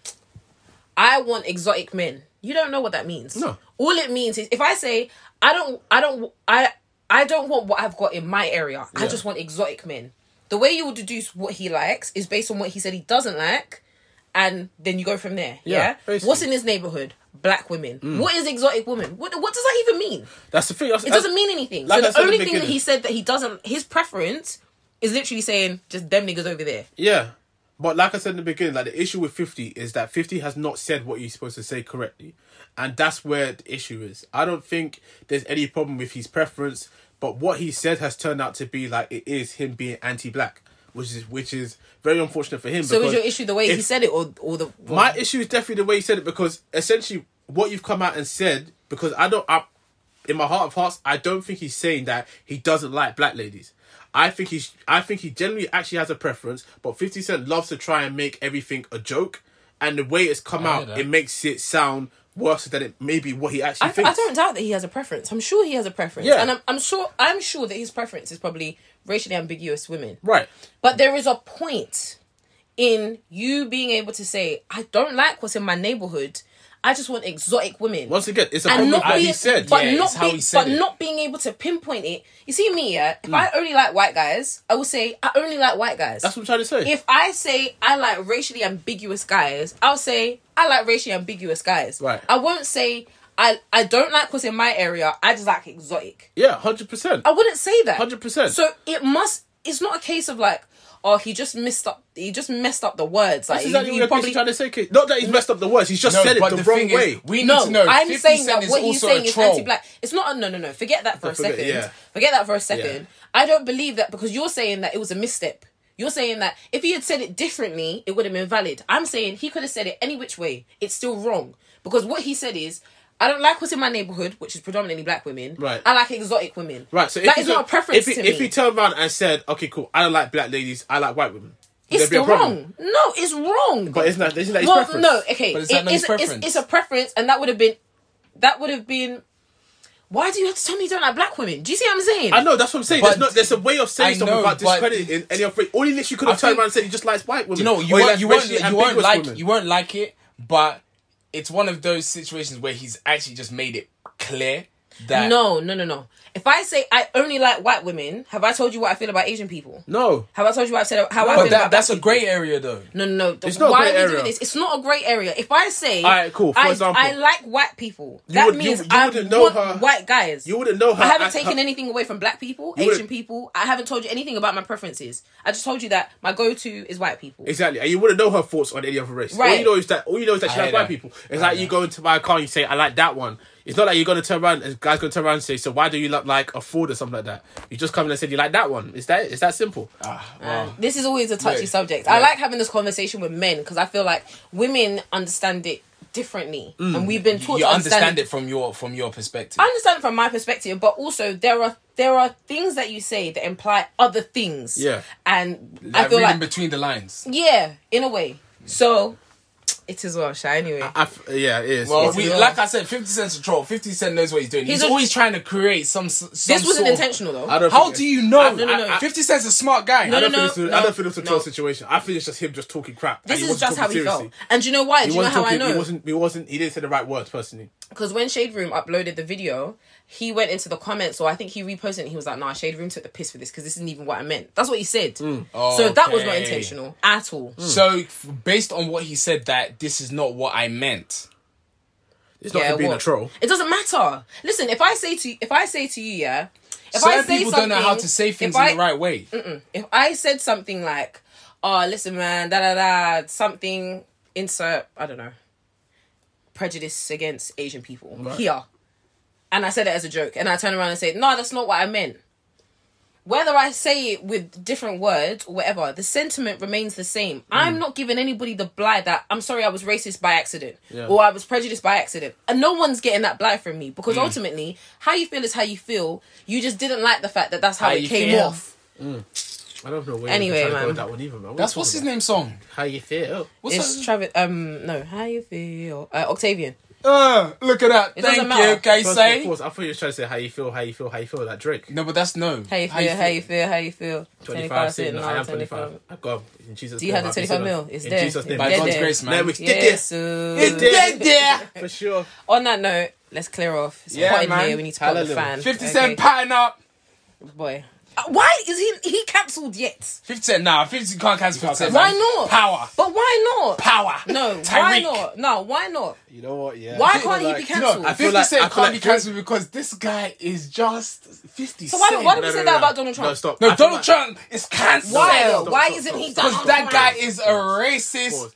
[SPEAKER 1] I want exotic men, you don't know what that means.
[SPEAKER 2] No.
[SPEAKER 1] All it means is if I say I don't, I don't, I, I don't want what I've got in my area. I
[SPEAKER 2] Yeah.
[SPEAKER 1] just want exotic men. The way you will deduce what he likes is based on what he said he doesn't like, and then you go from there.
[SPEAKER 2] Yeah,
[SPEAKER 1] Yeah.
[SPEAKER 2] basically. Mm.
[SPEAKER 1] What's in his neighborhood? Black women. What is exotic woman? What what does that even mean?
[SPEAKER 2] That's the thing.
[SPEAKER 1] It doesn't mean anything.
[SPEAKER 2] like I
[SPEAKER 1] so
[SPEAKER 2] said
[SPEAKER 1] the
[SPEAKER 2] at the
[SPEAKER 1] only thing that
[SPEAKER 2] beginning.
[SPEAKER 1] he said that he doesn't, his preference is literally saying just them niggas over there.
[SPEAKER 2] Yeah. But like I said in the beginning, like the issue with fifty is that fifty has not said what he's supposed to say correctly, and that's where the issue is. I don't think there's any problem with his preference, but what he said has turned out to be like it is him being anti-black, which is which is very unfortunate for him.
[SPEAKER 1] So is
[SPEAKER 2] because
[SPEAKER 1] your issue the way he
[SPEAKER 2] if-
[SPEAKER 1] said it, or or the
[SPEAKER 2] My issue is definitely the way you said it because essentially what you've come out and said because I don't I, in my heart of hearts I don't think he's saying that he doesn't like black ladies. I think he's I think he generally actually has a preference, but 50 Cent loves to try and make everything a joke and the way it's come
[SPEAKER 3] hear
[SPEAKER 2] out
[SPEAKER 3] that.
[SPEAKER 2] it makes it sound worse than it maybe what he actually
[SPEAKER 1] I,
[SPEAKER 2] thinks.
[SPEAKER 1] I don't doubt that he has a preference. I'm sure he has a preference,
[SPEAKER 2] Yeah.
[SPEAKER 1] and I'm, I'm sure I'm sure that his preference is probably racially ambiguous women.
[SPEAKER 2] Right.
[SPEAKER 1] But there is a point in you being able to say, "I don't like what's in my neighborhood. I just want exotic women."
[SPEAKER 2] Once again, it's a problem
[SPEAKER 1] and
[SPEAKER 2] with
[SPEAKER 1] not
[SPEAKER 2] what
[SPEAKER 1] being,
[SPEAKER 2] he said. Mm.
[SPEAKER 1] but
[SPEAKER 3] Yeah,
[SPEAKER 1] not
[SPEAKER 3] it's how
[SPEAKER 1] be,
[SPEAKER 3] he said
[SPEAKER 1] but
[SPEAKER 3] it.
[SPEAKER 1] not being able to pinpoint it. You see me, yeah. If I only like white guys, I will say I only like white guys.
[SPEAKER 2] That's what I'm trying to say.
[SPEAKER 1] if I say I like racially ambiguous guys, I'll say I like racially ambiguous guys.
[SPEAKER 2] Right.
[SPEAKER 1] I won't say I I don't like what's in my area. I just like exotic.
[SPEAKER 2] yeah, 100%.
[SPEAKER 1] I wouldn't say that.
[SPEAKER 2] 100%.
[SPEAKER 1] So it must. It's not a case of like, oh, he just messed up. He just messed up the words. Like
[SPEAKER 2] That's
[SPEAKER 1] he-
[SPEAKER 2] exactly
[SPEAKER 1] he
[SPEAKER 2] what
[SPEAKER 1] probably-
[SPEAKER 2] probably trying to say. Kate. Not that he's messed up the words, he's just
[SPEAKER 3] No,
[SPEAKER 2] said it
[SPEAKER 3] but
[SPEAKER 2] the,
[SPEAKER 3] the
[SPEAKER 2] wrong
[SPEAKER 3] thing is,
[SPEAKER 2] way.
[SPEAKER 3] we need
[SPEAKER 1] no,
[SPEAKER 3] to know.
[SPEAKER 1] I'm
[SPEAKER 3] 50
[SPEAKER 1] saying
[SPEAKER 3] Cent
[SPEAKER 1] that
[SPEAKER 3] is
[SPEAKER 1] what he's
[SPEAKER 3] also
[SPEAKER 1] saying
[SPEAKER 3] a
[SPEAKER 1] is
[SPEAKER 3] troll.
[SPEAKER 1] anti-black. It's not. No, no, no. Forget that for a
[SPEAKER 2] Forget-
[SPEAKER 1] second.
[SPEAKER 2] yeah.
[SPEAKER 1] Forget that for a second. I don't believe that because you're saying that it was a misstep. You're saying that if he had said it differently, it would have been valid. I'm saying he could have said it any which way. It's still wrong because what he said is. I don't like what's in my neighborhood, which is predominantly black women.
[SPEAKER 2] Right.
[SPEAKER 1] I like exotic women.
[SPEAKER 2] Right, so if
[SPEAKER 1] that
[SPEAKER 2] he
[SPEAKER 1] is
[SPEAKER 2] took-
[SPEAKER 1] not a preference
[SPEAKER 2] if he,
[SPEAKER 1] to me.
[SPEAKER 2] If he turned around and said, "Okay, cool, I don't like black ladies, I like white women," would
[SPEAKER 1] It's
[SPEAKER 2] there be a
[SPEAKER 1] still
[SPEAKER 2] problem?
[SPEAKER 1] wrong. No, it's wrong.
[SPEAKER 2] But isn't that isn't that his
[SPEAKER 1] well,
[SPEAKER 2] preference?
[SPEAKER 1] no, okay.
[SPEAKER 3] But is
[SPEAKER 1] it-
[SPEAKER 3] that not
[SPEAKER 1] it's,
[SPEAKER 3] his
[SPEAKER 1] it's-
[SPEAKER 3] preference?
[SPEAKER 1] it's a preference, and that would have been, that would have been. Why do you have to tell me you don't like black women? Do you see what I'm saying?
[SPEAKER 2] I know that's what I'm saying.
[SPEAKER 3] But-
[SPEAKER 2] there's, not, there's a way of saying
[SPEAKER 3] I
[SPEAKER 2] something
[SPEAKER 3] know,
[SPEAKER 2] without
[SPEAKER 3] but-
[SPEAKER 2] discrediting any of. All he literally could
[SPEAKER 3] I
[SPEAKER 2] have turned
[SPEAKER 3] think-
[SPEAKER 2] around and said he just likes white women.
[SPEAKER 3] You know, you
[SPEAKER 2] or he
[SPEAKER 3] weren't,
[SPEAKER 2] likes
[SPEAKER 3] you weren't,
[SPEAKER 2] racially
[SPEAKER 3] you weren't
[SPEAKER 2] ambiguous
[SPEAKER 3] like
[SPEAKER 2] women.
[SPEAKER 3] you weren't like it, but it's one of those situations where he's actually just made it clear that
[SPEAKER 1] No, no, no, no. If I say I only like white women, have I told you what I feel about Asian people?
[SPEAKER 2] No,
[SPEAKER 1] Have I told you what I've said? How I feel
[SPEAKER 3] But
[SPEAKER 1] about
[SPEAKER 3] that, that's a
[SPEAKER 1] black people?
[SPEAKER 3] grey area, though.
[SPEAKER 1] No, no, no.
[SPEAKER 2] not a grey
[SPEAKER 1] Why are we doing
[SPEAKER 2] area.
[SPEAKER 1] this? It's not a grey area. If I say,
[SPEAKER 2] Alright, cool. For
[SPEAKER 1] I,
[SPEAKER 2] example.
[SPEAKER 1] I like white people, that
[SPEAKER 2] would- you-
[SPEAKER 1] means
[SPEAKER 2] you
[SPEAKER 1] I
[SPEAKER 2] wouldn't know
[SPEAKER 1] want
[SPEAKER 2] her-
[SPEAKER 1] white guys.
[SPEAKER 2] you wouldn't know her
[SPEAKER 1] I haven't
[SPEAKER 2] as
[SPEAKER 1] taken
[SPEAKER 2] her-
[SPEAKER 1] anything away from black people,
[SPEAKER 2] You
[SPEAKER 1] Asian
[SPEAKER 2] wouldn't-
[SPEAKER 1] people. I haven't told you anything about my preferences. I just told you that my go-to is white people.
[SPEAKER 2] exactly. And you wouldn't know her thoughts on any other race. All
[SPEAKER 1] Right.
[SPEAKER 2] you know is that all you know is that she
[SPEAKER 3] I
[SPEAKER 2] likes
[SPEAKER 3] hear that.
[SPEAKER 2] white people. It's like you go into buy a car and you say, "I like that one." It's not like you're gonna turn around. and Guys gonna turn around and say, "So why do you like like a Ford or something like that?" You just come in and said you like that one. It's that. It's that simple.
[SPEAKER 3] Ah,
[SPEAKER 1] Um,
[SPEAKER 3] well,
[SPEAKER 1] this is always a touchy
[SPEAKER 3] Yeah.
[SPEAKER 1] subject. I
[SPEAKER 3] Yeah.
[SPEAKER 1] like having this conversation with men because I feel like women understand it differently, and we've been taught
[SPEAKER 3] Mm. you
[SPEAKER 1] to
[SPEAKER 3] understand it from your from your perspective.
[SPEAKER 1] I understand from my perspective, but also there are there are things that you say that imply other things.
[SPEAKER 2] Yeah.
[SPEAKER 1] and
[SPEAKER 3] like,
[SPEAKER 1] I feel
[SPEAKER 3] reading
[SPEAKER 1] like
[SPEAKER 3] between the lines.
[SPEAKER 1] yeah, in a way. So it is well, shy. Anyway,
[SPEAKER 2] I f- yeah, it is.
[SPEAKER 3] Well,
[SPEAKER 2] It's-
[SPEAKER 3] we,
[SPEAKER 1] wrong.
[SPEAKER 3] like I said, Fifty Cent's a troll. Fifty Cent knows what he's doing. He's,
[SPEAKER 1] a-
[SPEAKER 3] always trying to create some. s- some
[SPEAKER 1] this wasn't
[SPEAKER 3] sort of-
[SPEAKER 1] intentional though.
[SPEAKER 2] I don't
[SPEAKER 3] How
[SPEAKER 2] think
[SPEAKER 3] do
[SPEAKER 2] it-
[SPEAKER 3] you know?
[SPEAKER 1] no, no, no.
[SPEAKER 3] Fifty Cent's a smart guy.
[SPEAKER 1] No,
[SPEAKER 2] I
[SPEAKER 1] no,
[SPEAKER 2] don't
[SPEAKER 1] no.
[SPEAKER 2] think it's a- I don't think it's a troll
[SPEAKER 1] no.
[SPEAKER 2] situation. I think it's just him just talking crap. and
[SPEAKER 1] this
[SPEAKER 2] he
[SPEAKER 1] is
[SPEAKER 2] wasn't
[SPEAKER 1] just how he
[SPEAKER 2] talking
[SPEAKER 1] felt.
[SPEAKER 2] seriously.
[SPEAKER 1] And do you know why? Do you know
[SPEAKER 2] wasn't
[SPEAKER 1] how I
[SPEAKER 2] talking- He
[SPEAKER 1] know?
[SPEAKER 2] wasn't. He wasn't. He didn't say the right words personally.
[SPEAKER 1] Because when Shade Room uploaded the video, he went into the comments, or I think he reposted it. And he was like, "Nah, Shade Room took the piss for this because this isn't even what I meant." That's what he said. So that was not
[SPEAKER 3] Mm. Okay. Mm.
[SPEAKER 1] intentional at all.
[SPEAKER 3] So, f- based on what he said, that this is not what I meant.
[SPEAKER 2] It's not
[SPEAKER 1] yeah,
[SPEAKER 2] him being a
[SPEAKER 1] what-
[SPEAKER 2] troll.
[SPEAKER 1] It doesn't matter. Listen, if I say to if I say to you, yeah, if I
[SPEAKER 3] Certain
[SPEAKER 1] say
[SPEAKER 3] people don't know how
[SPEAKER 1] something-
[SPEAKER 3] to say things
[SPEAKER 1] if I,
[SPEAKER 3] in the right way.
[SPEAKER 1] If I said something like, "Oh, listen, man, da da da," something insert I don't know prejudice against Asian people here, and I said it as a joke, and I turn around and say, "No, that's not what I meant." Whether I say it with different words or whatever, the sentiment remains the same.
[SPEAKER 3] Mm.
[SPEAKER 1] I'm not giving anybody the blight that I'm sorry I was racist by accident or I was prejudiced by accident. And no one's getting that blight from me because
[SPEAKER 3] Mm.
[SPEAKER 1] ultimately, how you feel is how you feel. You just didn't like the fact that that's how,
[SPEAKER 3] How
[SPEAKER 1] it
[SPEAKER 3] you
[SPEAKER 1] came
[SPEAKER 3] feel.
[SPEAKER 1] off.
[SPEAKER 2] I don't know where
[SPEAKER 1] Anyway,
[SPEAKER 2] anyway, to go
[SPEAKER 1] man.
[SPEAKER 2] with that one either, man. What
[SPEAKER 3] That's
[SPEAKER 2] are you
[SPEAKER 3] what's his
[SPEAKER 2] talking
[SPEAKER 3] name song.
[SPEAKER 2] about? How you feel?
[SPEAKER 3] What's
[SPEAKER 1] it's
[SPEAKER 3] that?
[SPEAKER 1] Travis. Um, no, how you feel? Uh, Octavian.
[SPEAKER 3] Uh, look at that.
[SPEAKER 1] doesn't
[SPEAKER 3] Thank
[SPEAKER 1] matter.
[SPEAKER 3] you, K
[SPEAKER 2] First of
[SPEAKER 3] say.
[SPEAKER 2] course, I thought you were trying to say how you feel, how you feel, how you feel, like Drake.
[SPEAKER 1] Mm.
[SPEAKER 3] No, but that's no.
[SPEAKER 1] How you feel? How you feel? How you feel?
[SPEAKER 2] 25
[SPEAKER 1] sitting
[SPEAKER 2] sitting.
[SPEAKER 1] on
[SPEAKER 2] I am 25. I got him. Oh, in Jesus'
[SPEAKER 1] Do you
[SPEAKER 2] name,
[SPEAKER 1] have the
[SPEAKER 2] I'll be
[SPEAKER 1] 25
[SPEAKER 2] sitting on-
[SPEAKER 1] mil? It's
[SPEAKER 2] in
[SPEAKER 1] there.
[SPEAKER 2] Jesus' name.
[SPEAKER 1] By
[SPEAKER 2] It's
[SPEAKER 1] God's
[SPEAKER 2] there.
[SPEAKER 3] grace, man.
[SPEAKER 2] Now we did
[SPEAKER 1] Yes.
[SPEAKER 2] this
[SPEAKER 1] uh,
[SPEAKER 2] dead
[SPEAKER 3] there.
[SPEAKER 2] for sure.
[SPEAKER 1] On that note, let's clear off. It's
[SPEAKER 3] Yeah,
[SPEAKER 1] hot in
[SPEAKER 3] man.
[SPEAKER 1] here. We need to put
[SPEAKER 2] Hallelujah.
[SPEAKER 1] the fan.
[SPEAKER 3] 50
[SPEAKER 1] okay?
[SPEAKER 3] Cent pattern up.
[SPEAKER 1] boy. Uh, why is he he cancelled yet?
[SPEAKER 3] 50 Cent, nah, 50 you can't cancel 50 Cent.
[SPEAKER 1] Why
[SPEAKER 3] man.
[SPEAKER 1] not?
[SPEAKER 3] Power.
[SPEAKER 1] But why not?
[SPEAKER 3] Power.
[SPEAKER 1] No, why
[SPEAKER 3] Tyreek.
[SPEAKER 1] not? No, why not?
[SPEAKER 2] You know what? Yeah.
[SPEAKER 1] Why
[SPEAKER 2] I feel
[SPEAKER 1] can't he be
[SPEAKER 2] like-
[SPEAKER 1] cancelled?
[SPEAKER 2] No, I
[SPEAKER 3] 50
[SPEAKER 2] feel like
[SPEAKER 3] Cent
[SPEAKER 2] I
[SPEAKER 3] can't
[SPEAKER 2] feel
[SPEAKER 3] be
[SPEAKER 2] like
[SPEAKER 3] cancelled because this guy is just 50
[SPEAKER 1] So why do-
[SPEAKER 3] Cent.
[SPEAKER 1] why do we say that about Donald Trump?
[SPEAKER 2] No, stop.
[SPEAKER 3] no,
[SPEAKER 2] I feel
[SPEAKER 3] Donald
[SPEAKER 2] like-
[SPEAKER 3] Trump is cancelled.
[SPEAKER 1] why?
[SPEAKER 2] stop,
[SPEAKER 1] why
[SPEAKER 2] stop,
[SPEAKER 1] isn't
[SPEAKER 2] stop,
[SPEAKER 1] he
[SPEAKER 2] stop,
[SPEAKER 1] done?
[SPEAKER 2] stop.
[SPEAKER 3] Because that guy is a
[SPEAKER 2] Pause.
[SPEAKER 3] racist.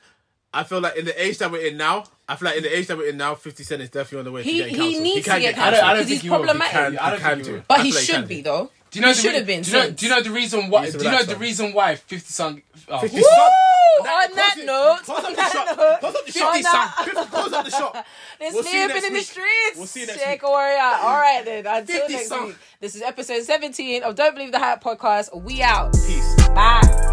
[SPEAKER 2] I feel like in the age that we're in now, I feel like in the age that we're in now, 50 Cent is definitely on the way
[SPEAKER 1] He-
[SPEAKER 2] to getting
[SPEAKER 1] he
[SPEAKER 2] cancelled.
[SPEAKER 1] needs to
[SPEAKER 2] can
[SPEAKER 1] get
[SPEAKER 2] cancelled.
[SPEAKER 1] cancelled. Because he's
[SPEAKER 2] he will. He
[SPEAKER 1] problematic.
[SPEAKER 2] can-
[SPEAKER 3] I don't
[SPEAKER 2] He can
[SPEAKER 3] think he
[SPEAKER 2] do.
[SPEAKER 3] will.
[SPEAKER 1] But
[SPEAKER 2] I
[SPEAKER 1] he
[SPEAKER 2] feel like
[SPEAKER 1] should
[SPEAKER 2] can
[SPEAKER 1] be though.
[SPEAKER 3] Do you know
[SPEAKER 1] he
[SPEAKER 3] the
[SPEAKER 1] should
[SPEAKER 3] re-
[SPEAKER 1] have been.
[SPEAKER 3] Do you know,
[SPEAKER 1] since.
[SPEAKER 3] do you know the reason why?
[SPEAKER 2] needs to
[SPEAKER 3] Do you know
[SPEAKER 2] relax,
[SPEAKER 3] the
[SPEAKER 2] son.
[SPEAKER 3] reason why 50 Cent? Oh,
[SPEAKER 2] 50
[SPEAKER 3] woo!
[SPEAKER 2] Cent.
[SPEAKER 1] Woo! on
[SPEAKER 2] Close
[SPEAKER 1] that
[SPEAKER 2] it.
[SPEAKER 1] note,
[SPEAKER 2] Close
[SPEAKER 1] on
[SPEAKER 2] up the
[SPEAKER 1] that
[SPEAKER 2] shop.
[SPEAKER 1] note,
[SPEAKER 2] Close up the
[SPEAKER 1] on
[SPEAKER 2] shop. 50
[SPEAKER 1] that-
[SPEAKER 2] Cent. 50 Close up the shop.
[SPEAKER 1] There's
[SPEAKER 2] We'll see you
[SPEAKER 1] sleeping
[SPEAKER 2] next
[SPEAKER 1] in the
[SPEAKER 2] week.
[SPEAKER 1] streets.
[SPEAKER 2] We'll see you next
[SPEAKER 1] Check
[SPEAKER 2] week.
[SPEAKER 1] warrior. All right then. Until
[SPEAKER 2] 50
[SPEAKER 1] next
[SPEAKER 2] song.
[SPEAKER 1] week. This is episode 17 of Don't Believe the Hype podcast. We out.
[SPEAKER 2] Peace.
[SPEAKER 1] Bye.